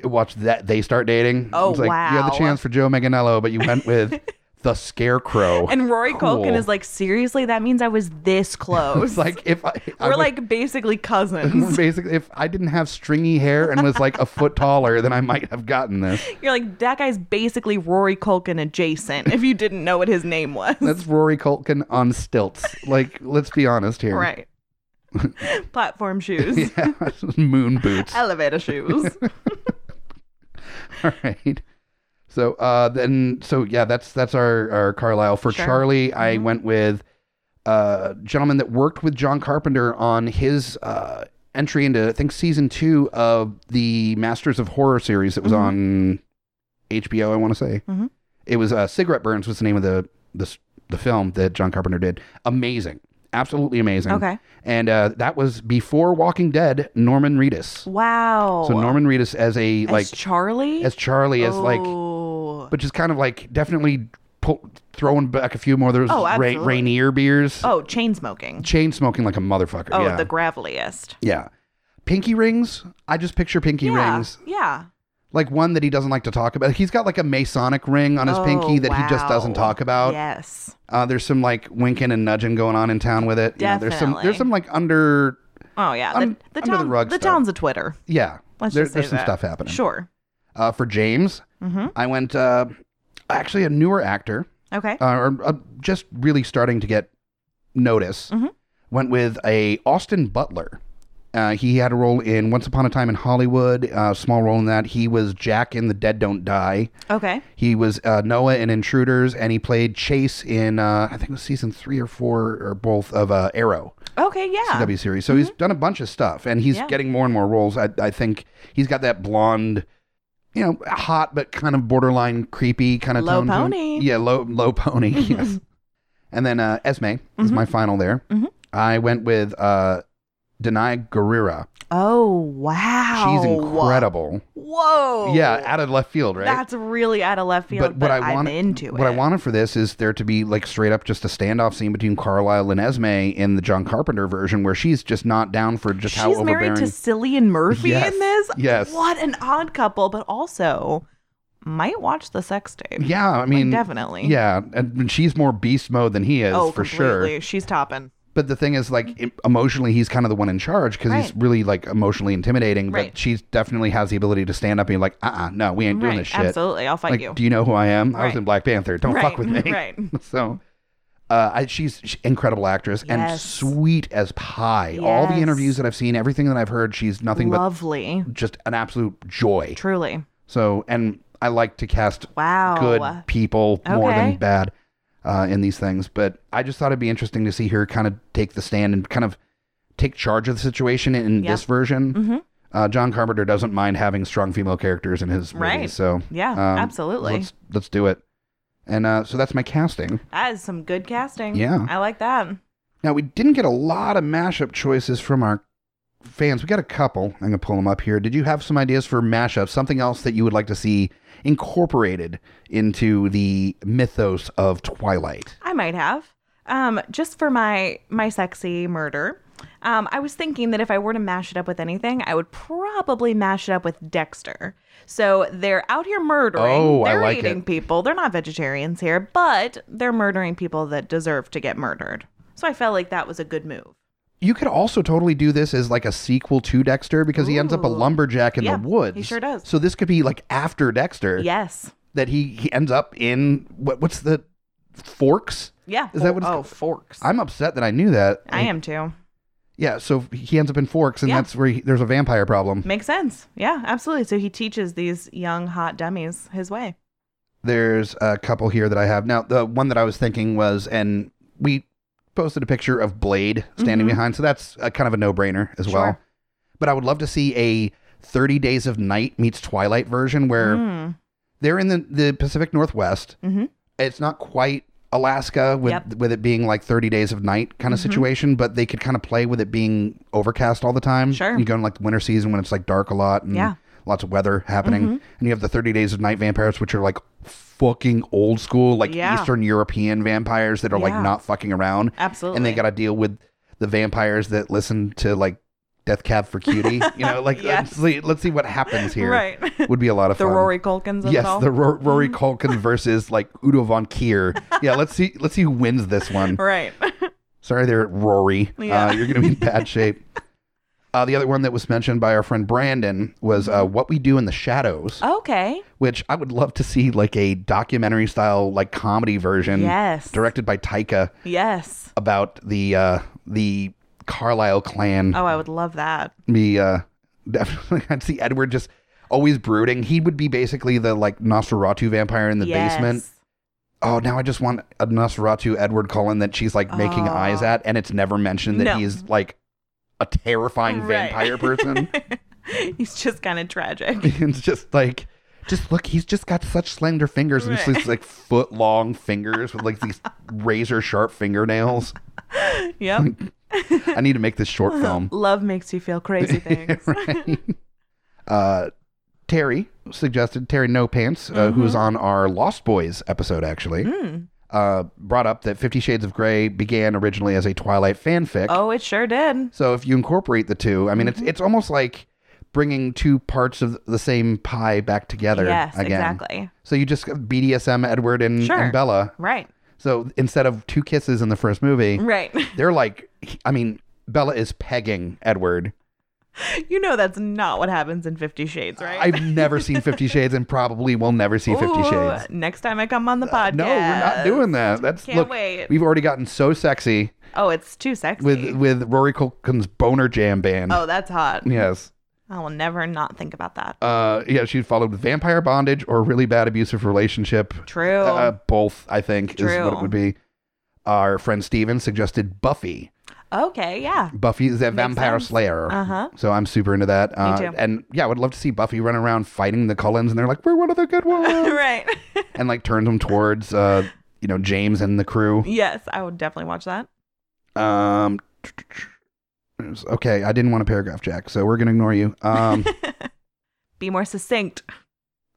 [SPEAKER 2] watch that they start dating.
[SPEAKER 3] Oh,
[SPEAKER 2] it's like, You had the
[SPEAKER 3] wow.
[SPEAKER 2] chance for Joe Manganiello, but you went
[SPEAKER 3] <laughs>
[SPEAKER 2] with the Scarecrow.
[SPEAKER 3] And Rory
[SPEAKER 2] Cool.
[SPEAKER 3] Culkin is like, seriously, that means I was
[SPEAKER 2] <laughs>
[SPEAKER 3] this close.
[SPEAKER 2] it's like if I, I <laughs>
[SPEAKER 3] we're
[SPEAKER 2] was-
[SPEAKER 3] like basically
[SPEAKER 2] <laughs>
[SPEAKER 3] cousins.
[SPEAKER 2] we're basically if I didn't have stringy hair and was like a
[SPEAKER 3] <laughs>
[SPEAKER 2] foot taller, then I might have gotten this.
[SPEAKER 3] You're like, that guy's basically Rory Culkin adjacent if you didn't know what his name was.
[SPEAKER 2] That's Rory Culkin on stilts. Like, let's be honest here.
[SPEAKER 3] <laughs> right. Platform shoes,
[SPEAKER 2] Yeah, <laughs> moon boots.
[SPEAKER 3] elevator
[SPEAKER 2] <laughs>
[SPEAKER 3] shoes.
[SPEAKER 2] All right. So uh then so yeah, that's that's our our Carlisle. For
[SPEAKER 3] Sure. Mm-hmm.
[SPEAKER 2] Charlie, I went with a gentleman that worked with John Carpenter on his uh entry into I think season 2 of the Masters of Horror series that
[SPEAKER 3] Mm-hmm.
[SPEAKER 2] was on HBO, I want to say.
[SPEAKER 3] Mhm.
[SPEAKER 2] It was uh Cigarette Burns was the name of the this the film that John Carpenter did. Amazing. Absolutely amazing.
[SPEAKER 3] Okay.
[SPEAKER 2] And uh that was before Walking Dead, Norman Reedus.
[SPEAKER 3] Wow.
[SPEAKER 2] So Norman Reedus as a
[SPEAKER 3] As
[SPEAKER 2] like
[SPEAKER 3] Charlie?
[SPEAKER 2] as Charlie is like,
[SPEAKER 3] Oh.
[SPEAKER 2] but just kind of like definitely pull, throwing back a few more of those
[SPEAKER 3] Oh,
[SPEAKER 2] Ra-
[SPEAKER 3] absolutely.
[SPEAKER 2] Rainier beers,
[SPEAKER 3] Oh, chain smoking.
[SPEAKER 2] chain smoking like a motherfucker.
[SPEAKER 3] Oh,
[SPEAKER 2] yeah,
[SPEAKER 3] the graveliest.
[SPEAKER 2] yeah. Pinky rings. I just picture pinky
[SPEAKER 3] yeah.
[SPEAKER 2] rings,
[SPEAKER 3] Yeah.
[SPEAKER 2] like one that he doesn't like to talk about. He's got like a Masonic ring on his
[SPEAKER 3] Oh,
[SPEAKER 2] pinky that he just doesn't
[SPEAKER 3] wow.
[SPEAKER 2] talk about.
[SPEAKER 3] Yes.
[SPEAKER 2] Uh, there's some like winking and nudging going on in town with it. You know, there's some there's
[SPEAKER 3] Definitely.
[SPEAKER 2] some like under
[SPEAKER 3] Oh, yeah. The,
[SPEAKER 2] Un-
[SPEAKER 3] the,
[SPEAKER 2] under the
[SPEAKER 3] town,
[SPEAKER 2] rug stuff.
[SPEAKER 3] town's a Twitter.
[SPEAKER 2] yeah.
[SPEAKER 3] Let's
[SPEAKER 2] There-
[SPEAKER 3] just say
[SPEAKER 2] there's some
[SPEAKER 3] that.
[SPEAKER 2] stuff happening.
[SPEAKER 3] Sure.
[SPEAKER 2] Uh, for James,
[SPEAKER 3] Mm-hmm.
[SPEAKER 2] I went uh, actually a newer actor.
[SPEAKER 3] Okay.
[SPEAKER 2] uh, or uh, just really starting to get notice,
[SPEAKER 3] Mhm.
[SPEAKER 2] went with a Austin Butler. Uh, he had a role in Once Upon a Time in Hollywood, uh, small role in that. He was Jack in The Dead Don't Die.
[SPEAKER 3] Okay.
[SPEAKER 2] He was uh, Noah in Intruders, and he played Chase in uh, I think it was season three or four or both of uh, Arrow
[SPEAKER 3] Okay. Yeah. Mm-hmm.
[SPEAKER 2] CW series. So he's done a bunch of stuff, and he's
[SPEAKER 3] Yeah.
[SPEAKER 2] getting more and more roles. I, I think he's got that blonde, you know, hot but kind of borderline creepy kind of
[SPEAKER 3] Low
[SPEAKER 2] tone to him.
[SPEAKER 3] pony. Mm-hmm.
[SPEAKER 2] Yeah, low low pony. <laughs> yes. And then uh, Esme is my final there. I went with uh, Denai Guerrera.
[SPEAKER 3] Oh wow,
[SPEAKER 2] She's incredible.
[SPEAKER 3] Whoa,
[SPEAKER 2] Yeah, out of left field, right?
[SPEAKER 3] that's really out of left field. But, I am into
[SPEAKER 2] what I
[SPEAKER 3] it.
[SPEAKER 2] wanted for this is there to be like straight up just a standoff scene between Carlisle and Esme in the John Carpenter version, where she's just not down for just how
[SPEAKER 3] She's
[SPEAKER 2] overbearing.
[SPEAKER 3] married to Cillian Murphy
[SPEAKER 2] Yes,
[SPEAKER 3] in this.
[SPEAKER 2] yes.
[SPEAKER 3] what an odd couple, but also might watch the sex tape.
[SPEAKER 2] yeah, I mean,
[SPEAKER 3] definitely.
[SPEAKER 2] Yeah, and she's more beast mode than he is
[SPEAKER 3] oh,
[SPEAKER 2] for
[SPEAKER 3] completely.
[SPEAKER 2] sure.
[SPEAKER 3] She's topping.
[SPEAKER 2] But the thing is, like em- emotionally, he's kind of the one in charge because he's
[SPEAKER 3] Right.
[SPEAKER 2] really like emotionally intimidating. But
[SPEAKER 3] Right.
[SPEAKER 2] she definitely has the ability to stand up and be like, uh, uh no, we ain't doing
[SPEAKER 3] Right,
[SPEAKER 2] this shit.
[SPEAKER 3] Absolutely, I'll fight
[SPEAKER 2] Like,
[SPEAKER 3] you.
[SPEAKER 2] do you know who I am? I was
[SPEAKER 3] Right.
[SPEAKER 2] in Black Panther. Don't
[SPEAKER 3] right,
[SPEAKER 2] fuck with me.
[SPEAKER 3] Right.
[SPEAKER 2] <laughs> So, uh, I, she's she's incredible actress and
[SPEAKER 3] Yes.
[SPEAKER 2] sweet as pie. All the
[SPEAKER 3] Yes.
[SPEAKER 2] interviews that I've seen, everything that I've heard, she's nothing
[SPEAKER 3] Lovely.
[SPEAKER 2] but just an absolute joy.
[SPEAKER 3] Truly.
[SPEAKER 2] So, and I like to cast
[SPEAKER 3] Wow.
[SPEAKER 2] good people more than
[SPEAKER 3] Okay.
[SPEAKER 2] bad uh, in these things. But I just thought it'd be interesting to see her kind of take the stand and kind of take charge of the situation in
[SPEAKER 3] Yeah.
[SPEAKER 2] this version.
[SPEAKER 3] Mhm.
[SPEAKER 2] Uh, John Carpenter doesn't mind having strong female characters in his
[SPEAKER 3] Right.
[SPEAKER 2] movies, so
[SPEAKER 3] Yeah,
[SPEAKER 2] um,
[SPEAKER 3] absolutely.
[SPEAKER 2] Let's let's do it. And uh, so that's my casting.
[SPEAKER 3] That is some good casting.
[SPEAKER 2] Yeah.
[SPEAKER 3] I like that.
[SPEAKER 2] Now we didn't get a lot of mashup choices from our fans. We got a couple. I'm gonna pull them up here. Did you have some ideas for mashups? Something else that you would like to see incorporated into the mythos of Twilight?
[SPEAKER 3] I might have. Um, just for my my sexy murder. Um, I was thinking that if I were to mash it up with anything, I would probably mash it up with Dexter. So they're out here murdering.
[SPEAKER 2] Oh, I
[SPEAKER 3] they're
[SPEAKER 2] like
[SPEAKER 3] eating
[SPEAKER 2] it.
[SPEAKER 3] people. They're not vegetarians here, but they're murdering people that deserve to get murdered. So I felt like that was a good move.
[SPEAKER 2] You could also totally do this as like a sequel to Dexter because he ends up a
[SPEAKER 3] Ooh.
[SPEAKER 2] lumberjack in
[SPEAKER 3] Yeah,
[SPEAKER 2] the
[SPEAKER 3] he
[SPEAKER 2] woods.
[SPEAKER 3] sure does.
[SPEAKER 2] So this could be like after Dexter
[SPEAKER 3] Yes.
[SPEAKER 2] that he, he ends up in what what's the forks?
[SPEAKER 3] Yeah.
[SPEAKER 2] Is that what it's
[SPEAKER 3] Oh,
[SPEAKER 2] called?
[SPEAKER 3] forks.
[SPEAKER 2] I'm upset that I knew that.
[SPEAKER 3] I am too.
[SPEAKER 2] Yeah, so he ends up in forks, and
[SPEAKER 3] Yeah.
[SPEAKER 2] that's where he, there's a vampire problem.
[SPEAKER 3] Makes sense. Yeah, absolutely. So he teaches these young hot dummies his way.
[SPEAKER 2] There's a couple here that I have. Now, the one that I was thinking was, and we posted a picture of Blade standing behind, so that's a, kind of a no brainer as well.
[SPEAKER 3] Mm-hmm. Sure.
[SPEAKER 2] But I would love to see a 30 Days of Night meets Twilight version where
[SPEAKER 3] Hmm.
[SPEAKER 2] they're in the, the Pacific Northwest.
[SPEAKER 3] Mhm.
[SPEAKER 2] It's not quite Alaska with,
[SPEAKER 3] Yep. Mm-hmm.
[SPEAKER 2] with it being like 30 Days of Night kind of situation, but they could kind of play with it being overcast all the time.
[SPEAKER 3] Sure.
[SPEAKER 2] You go in like the winter season when it's like dark a lot and
[SPEAKER 3] Yeah. Mm-hmm.
[SPEAKER 2] lots of weather happening. And you have the 30 Days of Night vampires, which are like fucking old school, like
[SPEAKER 3] Yeah.
[SPEAKER 2] Eastern European vampires that are like
[SPEAKER 3] Yeah.
[SPEAKER 2] not fucking around.
[SPEAKER 3] Absolutely.
[SPEAKER 2] And they got to deal with the vampires that listen to like Death Cab for Cutie.
[SPEAKER 3] <laughs>
[SPEAKER 2] you know, like let's,
[SPEAKER 3] Yes.
[SPEAKER 2] see, let's see what happens here.
[SPEAKER 3] Right. <laughs>
[SPEAKER 2] Would be a lot of
[SPEAKER 3] the
[SPEAKER 2] fun.
[SPEAKER 3] Rory Culkins of it all.
[SPEAKER 2] Yes,
[SPEAKER 3] Mm-hmm.
[SPEAKER 2] the Ro- Rory Culkin versus like Udo von Kier. Yeah, let's see. Let's see who wins this one.
[SPEAKER 3] <laughs> right.
[SPEAKER 2] Sorry, there, Rory. Uh,
[SPEAKER 3] Yeah. <laughs>
[SPEAKER 2] you're going to be in bad shape. Uh, the other one that was mentioned by our friend Brandon was uh, "What We Do in the Shadows,"
[SPEAKER 3] Oh. okay.
[SPEAKER 2] which I would love to see like a documentary style, like comedy version,
[SPEAKER 3] Yes.
[SPEAKER 2] directed by Taika
[SPEAKER 3] Yes.
[SPEAKER 2] about the uh, the Carlisle clan.
[SPEAKER 3] Oh, I would love that.
[SPEAKER 2] Me, uh, <laughs> definitely, I'd see Edward just always brooding. He would be basically the like Nosferatu vampire in the
[SPEAKER 3] Yes.
[SPEAKER 2] basement. Oh, now I just want a Nosferatu Edward Cullen that she's like making
[SPEAKER 3] Aw.
[SPEAKER 2] eyes at, and it's never mentioned that
[SPEAKER 3] No.
[SPEAKER 2] he is like a terrifying
[SPEAKER 3] Right. <laughs>
[SPEAKER 2] vampire person.
[SPEAKER 3] He's just kind
[SPEAKER 2] <laughs>
[SPEAKER 3] of tragic. <laughs>
[SPEAKER 2] it's just like, just look, he's just got such slender fingers and
[SPEAKER 3] Right.
[SPEAKER 2] these like foot long fingers with like
[SPEAKER 3] <laughs>
[SPEAKER 2] these razor sharp fingernails.
[SPEAKER 3] Yep.
[SPEAKER 2] I need to make this short film.
[SPEAKER 3] Love makes you feel crazy things.
[SPEAKER 2] Um. <laughs> right. <laughs> Uh, Terry suggested Terry No Pants, uh, who's
[SPEAKER 3] Mm-hmm.
[SPEAKER 2] on our Lost Boys episode, actually,
[SPEAKER 3] Hmm.
[SPEAKER 2] uh, brought up that Fifty Shades of Grey began originally as a Twilight fanfic.
[SPEAKER 3] Oh, Mm-hmm. it sure did.
[SPEAKER 2] So if you incorporate the two, I mean, it's it's almost like bringing two parts of the same pie back together.
[SPEAKER 3] Yes,
[SPEAKER 2] again.
[SPEAKER 3] exactly.
[SPEAKER 2] So you just got BDSM Edward and,
[SPEAKER 3] Sure.
[SPEAKER 2] and Bella.
[SPEAKER 3] Right.
[SPEAKER 2] So instead of two kisses in the first movie,
[SPEAKER 3] Right. <laughs>
[SPEAKER 2] they're like, I mean, Bella is pegging Edward.
[SPEAKER 3] You know that's not what happens in Fifty Shades, right?
[SPEAKER 2] I've never
[SPEAKER 3] <laughs>
[SPEAKER 2] seen Fifty Shades and probably will never see Fifty
[SPEAKER 3] Ooh,
[SPEAKER 2] Shades. Uh,
[SPEAKER 3] Next time I come on the podcast.
[SPEAKER 2] No, we're not doing that. That's
[SPEAKER 3] Can't
[SPEAKER 2] look.
[SPEAKER 3] wait.
[SPEAKER 2] We've already gotten so sexy
[SPEAKER 3] Oh, it's too sexy.
[SPEAKER 2] with with Rory Culkin's boner jam band.
[SPEAKER 3] oh, that's hot.
[SPEAKER 2] Yes.
[SPEAKER 3] I will never not think about that.
[SPEAKER 2] Uh, yeah, she followed with vampire bondage or really bad abusive relationship.
[SPEAKER 3] True.
[SPEAKER 2] Uh, both, I think, is what
[SPEAKER 3] True.
[SPEAKER 2] it would be. Our friend Steven suggested Buffy. uh,
[SPEAKER 3] okay, yeah.
[SPEAKER 2] Buffy is a vampire
[SPEAKER 3] sense.
[SPEAKER 2] slayer.
[SPEAKER 3] Uh-huh. <laughs>
[SPEAKER 2] So I'm super into that. Me uh,
[SPEAKER 3] too.
[SPEAKER 2] And yeah, I would love to see Buffy run
[SPEAKER 3] <laughs>
[SPEAKER 2] around fighting the Cullens, and they're like, "We're one of the good ones."
[SPEAKER 3] right.
[SPEAKER 2] and like turns him towards uh you know James and the crew.
[SPEAKER 3] Yes, I would definitely watch that.
[SPEAKER 2] Um, okay, I didn't want a paragraph, Jack, so we're gonna ignore you.
[SPEAKER 3] <laughs>
[SPEAKER 2] Um,
[SPEAKER 3] Be more succinct.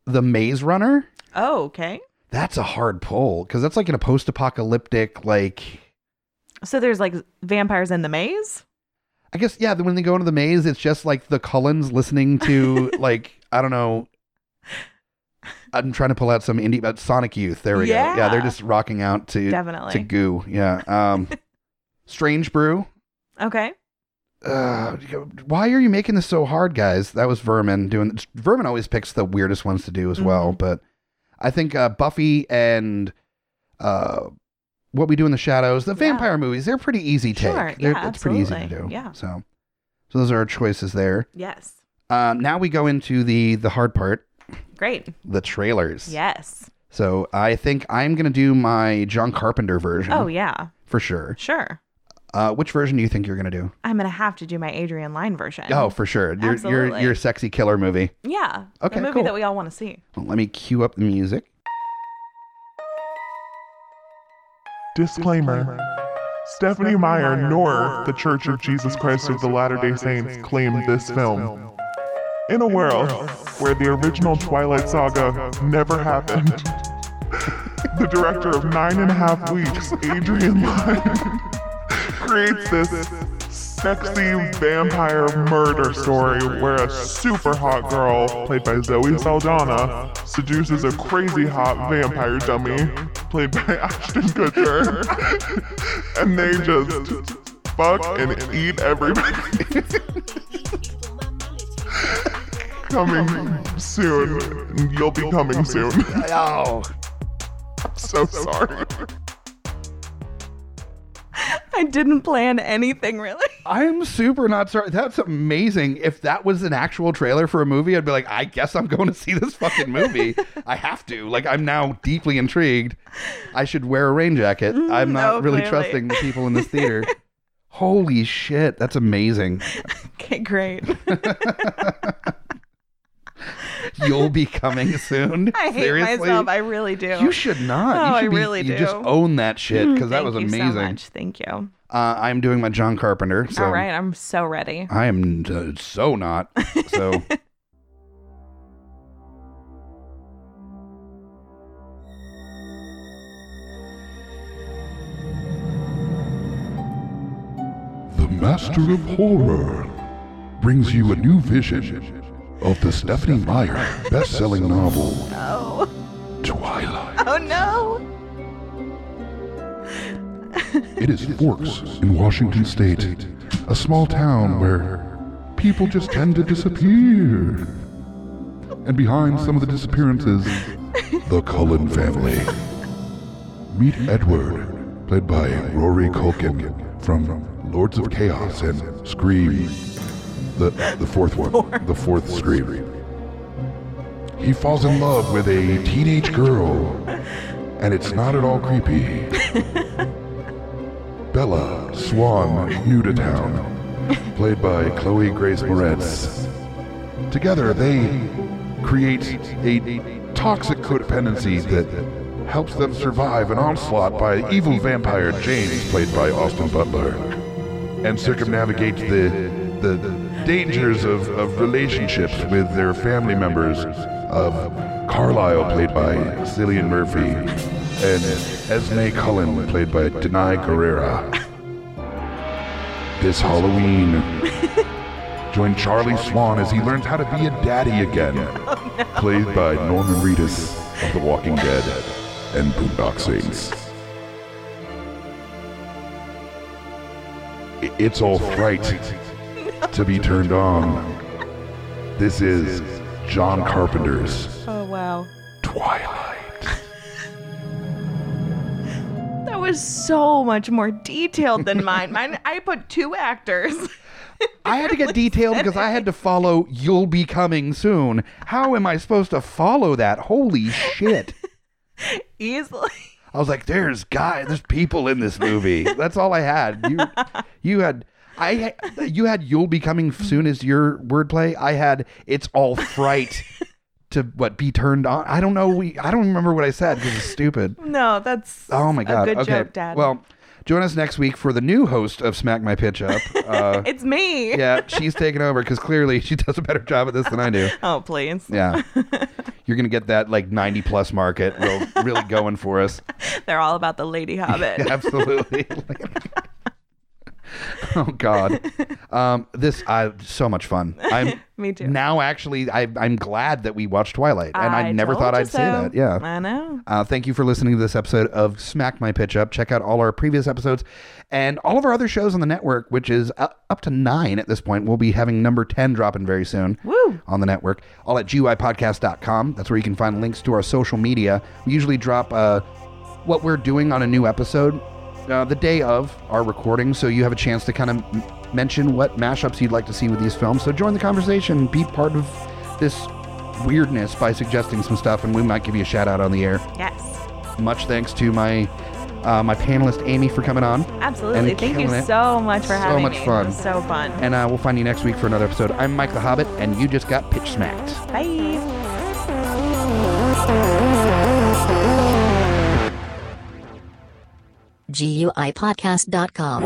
[SPEAKER 2] the Maze Runner.
[SPEAKER 3] Oh, okay.
[SPEAKER 2] That's a hard pull because that's like in a post-apocalyptic, like
[SPEAKER 3] So there's like vampires in the maze?
[SPEAKER 2] I guess yeah. When they go into the maze, it's just like the Cullens listening
[SPEAKER 3] <laughs>
[SPEAKER 2] to like I don't know. I'm trying to pull out some indie, but Sonic Youth. There we go. Yeah,
[SPEAKER 3] Yeah.
[SPEAKER 2] they're just rocking out to to
[SPEAKER 3] definitely.
[SPEAKER 2] goo. Yeah.
[SPEAKER 3] <laughs>
[SPEAKER 2] Um, Strange Brew.
[SPEAKER 3] okay.
[SPEAKER 2] Uh, why are you making this so hard, guys? That was Vermin doing. Vermin always picks the weirdest ones to do as
[SPEAKER 3] Mm-hmm.
[SPEAKER 2] well, but I think uh, Buffy and uh, what we do in the shadows, the
[SPEAKER 3] Yeah.
[SPEAKER 2] vampire movies, they're pretty easy take.
[SPEAKER 3] Sure,
[SPEAKER 2] They're-
[SPEAKER 3] yeah,
[SPEAKER 2] it's pretty easy to do.
[SPEAKER 3] absolutely, yeah.
[SPEAKER 2] So, so those are our choices there.
[SPEAKER 3] Yes.
[SPEAKER 2] Uh, now we go into the the hard part,
[SPEAKER 3] Great.
[SPEAKER 2] the trailers.
[SPEAKER 3] Yes.
[SPEAKER 2] So I think I'm gonna do my John Carpenter version.
[SPEAKER 3] Oh, yeah.
[SPEAKER 2] for sure.
[SPEAKER 3] Sure.
[SPEAKER 2] Uh, which version do you think you're gonna do?
[SPEAKER 3] I'm going to have to do my Adrian Lyne version.
[SPEAKER 2] Oh, for sure. Your your
[SPEAKER 3] Absolutely.
[SPEAKER 2] your sexy killer movie.
[SPEAKER 3] yeah.
[SPEAKER 2] Okay,
[SPEAKER 3] The movie
[SPEAKER 2] cool.
[SPEAKER 3] that we all want to see.
[SPEAKER 2] Well, let me cue up the music.
[SPEAKER 4] Disclaimer. Stephanie Meyer nor the Church of Jesus Christ of the Latter-day Saints claim this film. In a world where the original Twilight Saga never happened, the director of Nine and a Half Weeks, Adrian Lyne, creates this sexy vampire murder story where a super hot girl, played by Zoe Saldana, seduces a crazy hot vampire dummy, played by <laughs> Ashton Kutcher, and they just fuck and eat everybody. Coming soon. You'll be coming soon.
[SPEAKER 2] Oh,
[SPEAKER 4] so sorry.
[SPEAKER 3] I didn't plan anything really.
[SPEAKER 2] I'm super not sorry. That's amazing. If that was an actual trailer for a movie, I'd be like, I guess I'm going to <laughs> see this fucking movie. I have to. Like, I'm now deeply intrigued. I should wear a rain jacket. I'm not
[SPEAKER 3] Mm, no,
[SPEAKER 2] really
[SPEAKER 3] clearly.
[SPEAKER 2] trusting the people in this
[SPEAKER 3] <laughs>
[SPEAKER 2] theater. Holy shit, that's amazing.
[SPEAKER 3] Okay, great. <laughs>
[SPEAKER 2] You'll be coming soon.
[SPEAKER 3] <laughs> I hate
[SPEAKER 2] Seriously?
[SPEAKER 3] myself. I really do.
[SPEAKER 2] you should not.
[SPEAKER 3] Oh,
[SPEAKER 2] you
[SPEAKER 3] I
[SPEAKER 2] should be-
[SPEAKER 3] really
[SPEAKER 2] you just
[SPEAKER 3] do.
[SPEAKER 2] own that
[SPEAKER 3] <laughs>
[SPEAKER 2] shit because that
[SPEAKER 3] Thank
[SPEAKER 2] was
[SPEAKER 3] you so
[SPEAKER 2] amazing.
[SPEAKER 3] much. Thank you.
[SPEAKER 2] Uh, I'm doing my John Carpenter. So
[SPEAKER 3] All right, I'm so ready.
[SPEAKER 2] I am uh, so not. So <laughs>
[SPEAKER 1] The Master of Horror brings you a new vision of the Stephanie Meyer best-selling novel
[SPEAKER 3] Oh,
[SPEAKER 1] Twilight.
[SPEAKER 3] <laughs> oh no.
[SPEAKER 1] It is Forks in Washington State, a small town where people just tend to disappear. And behind some of the disappearances, the Cullen family. Meet Edward, played by Rory Culkin from Lords of Chaos and Scream. The, the fourth one, the fourth Scream. He falls in love with a teenage girl, and it's not at all creepy. Bella Swan new to town, played by Chloe Grace Moretz. Together, they create a toxic codependency that helps them survive an onslaught by evil vampire James, played by Austin Butler, and circumnavigate the the, the dangers of, of relationships with their family members of Carlisle, played by Cillian Murphy, and Esme Cullen, played by Denai Guerrera. This Halloween, Join Charlie Swan as he learns how to be a daddy again. Played by Norman Reedus of The Walking Dead and Boondock Saints. I- It's all right to be turned on. This is John Carpenter's
[SPEAKER 3] Oh wow.
[SPEAKER 1] Twilight.
[SPEAKER 3] That was so much more detailed
[SPEAKER 2] <laughs>
[SPEAKER 3] than mine. Mine, I put two actors. <laughs>
[SPEAKER 2] I had to get detailed because I had to follow "You'll be coming soon." How am I supposed to follow that? Holy shit!
[SPEAKER 3] Easily.
[SPEAKER 2] I was like, "There's guy, there's people in this
[SPEAKER 3] <laughs>
[SPEAKER 2] movie." That's all I had. You, you had, I, ha- you had "You'll be coming soon" as your wordplay. I had "It's all fright to what be turned on. I don't know. We I don't remember what I said because it's stupid.
[SPEAKER 3] No, that's
[SPEAKER 2] Oh my god.
[SPEAKER 3] a good
[SPEAKER 2] okay.
[SPEAKER 3] joke, Dad.
[SPEAKER 2] Well, join us next week for the new host of Smack My Pitch Up. Uh,
[SPEAKER 3] it's me.
[SPEAKER 2] yeah, she's taking over because clearly she does a better job at this than I do.
[SPEAKER 3] Oh please.
[SPEAKER 2] Yeah, you're gonna get that like 90 plus market real, really going for
[SPEAKER 3] <laughs>
[SPEAKER 2] us.
[SPEAKER 3] They're all about
[SPEAKER 2] <laughs>
[SPEAKER 3] the Lady Hobbit.
[SPEAKER 2] Absolutely. <laughs> oh God, um, this I so much fun. I'm
[SPEAKER 3] <laughs> Me too.
[SPEAKER 2] now actually I, I'm glad that we watched Twilight, and I, never
[SPEAKER 3] told
[SPEAKER 2] thought
[SPEAKER 3] you
[SPEAKER 2] I'd say
[SPEAKER 3] so.
[SPEAKER 2] that. Yeah.
[SPEAKER 3] I know.
[SPEAKER 2] Uh, thank you for listening to this episode of Smack My Pitch Up. Check out all our previous episodes and all of our other shows on the network, which is u- up to nine at this point. We'll be having number 10 dropping very soon
[SPEAKER 3] Woo.
[SPEAKER 2] on the network, all at GUIPodcast.com. That's where you can find links to our social media. We usually drop uh, what we're doing on a new episode uh, the day of our recording, so you have a chance to kind of m- mention what mashups you'd like to see with these films. So join the conversation, be part of this weirdness by suggesting some stuff, and we might give you a shout out on the air
[SPEAKER 3] Yes.
[SPEAKER 2] much thanks to my uh, my panelist Amy for coming on,
[SPEAKER 3] Absolutely.
[SPEAKER 2] And
[SPEAKER 3] Thank you
[SPEAKER 2] killing it.
[SPEAKER 3] so much for
[SPEAKER 2] So
[SPEAKER 3] having
[SPEAKER 2] much
[SPEAKER 3] me.
[SPEAKER 2] fun.
[SPEAKER 3] It was so fun.
[SPEAKER 2] and uh, we'll find you next week for another episode. I'm Mike the Hobbit, and you just got pitch smacked.
[SPEAKER 3] Bye.
[SPEAKER 5] GUIPodcast.com.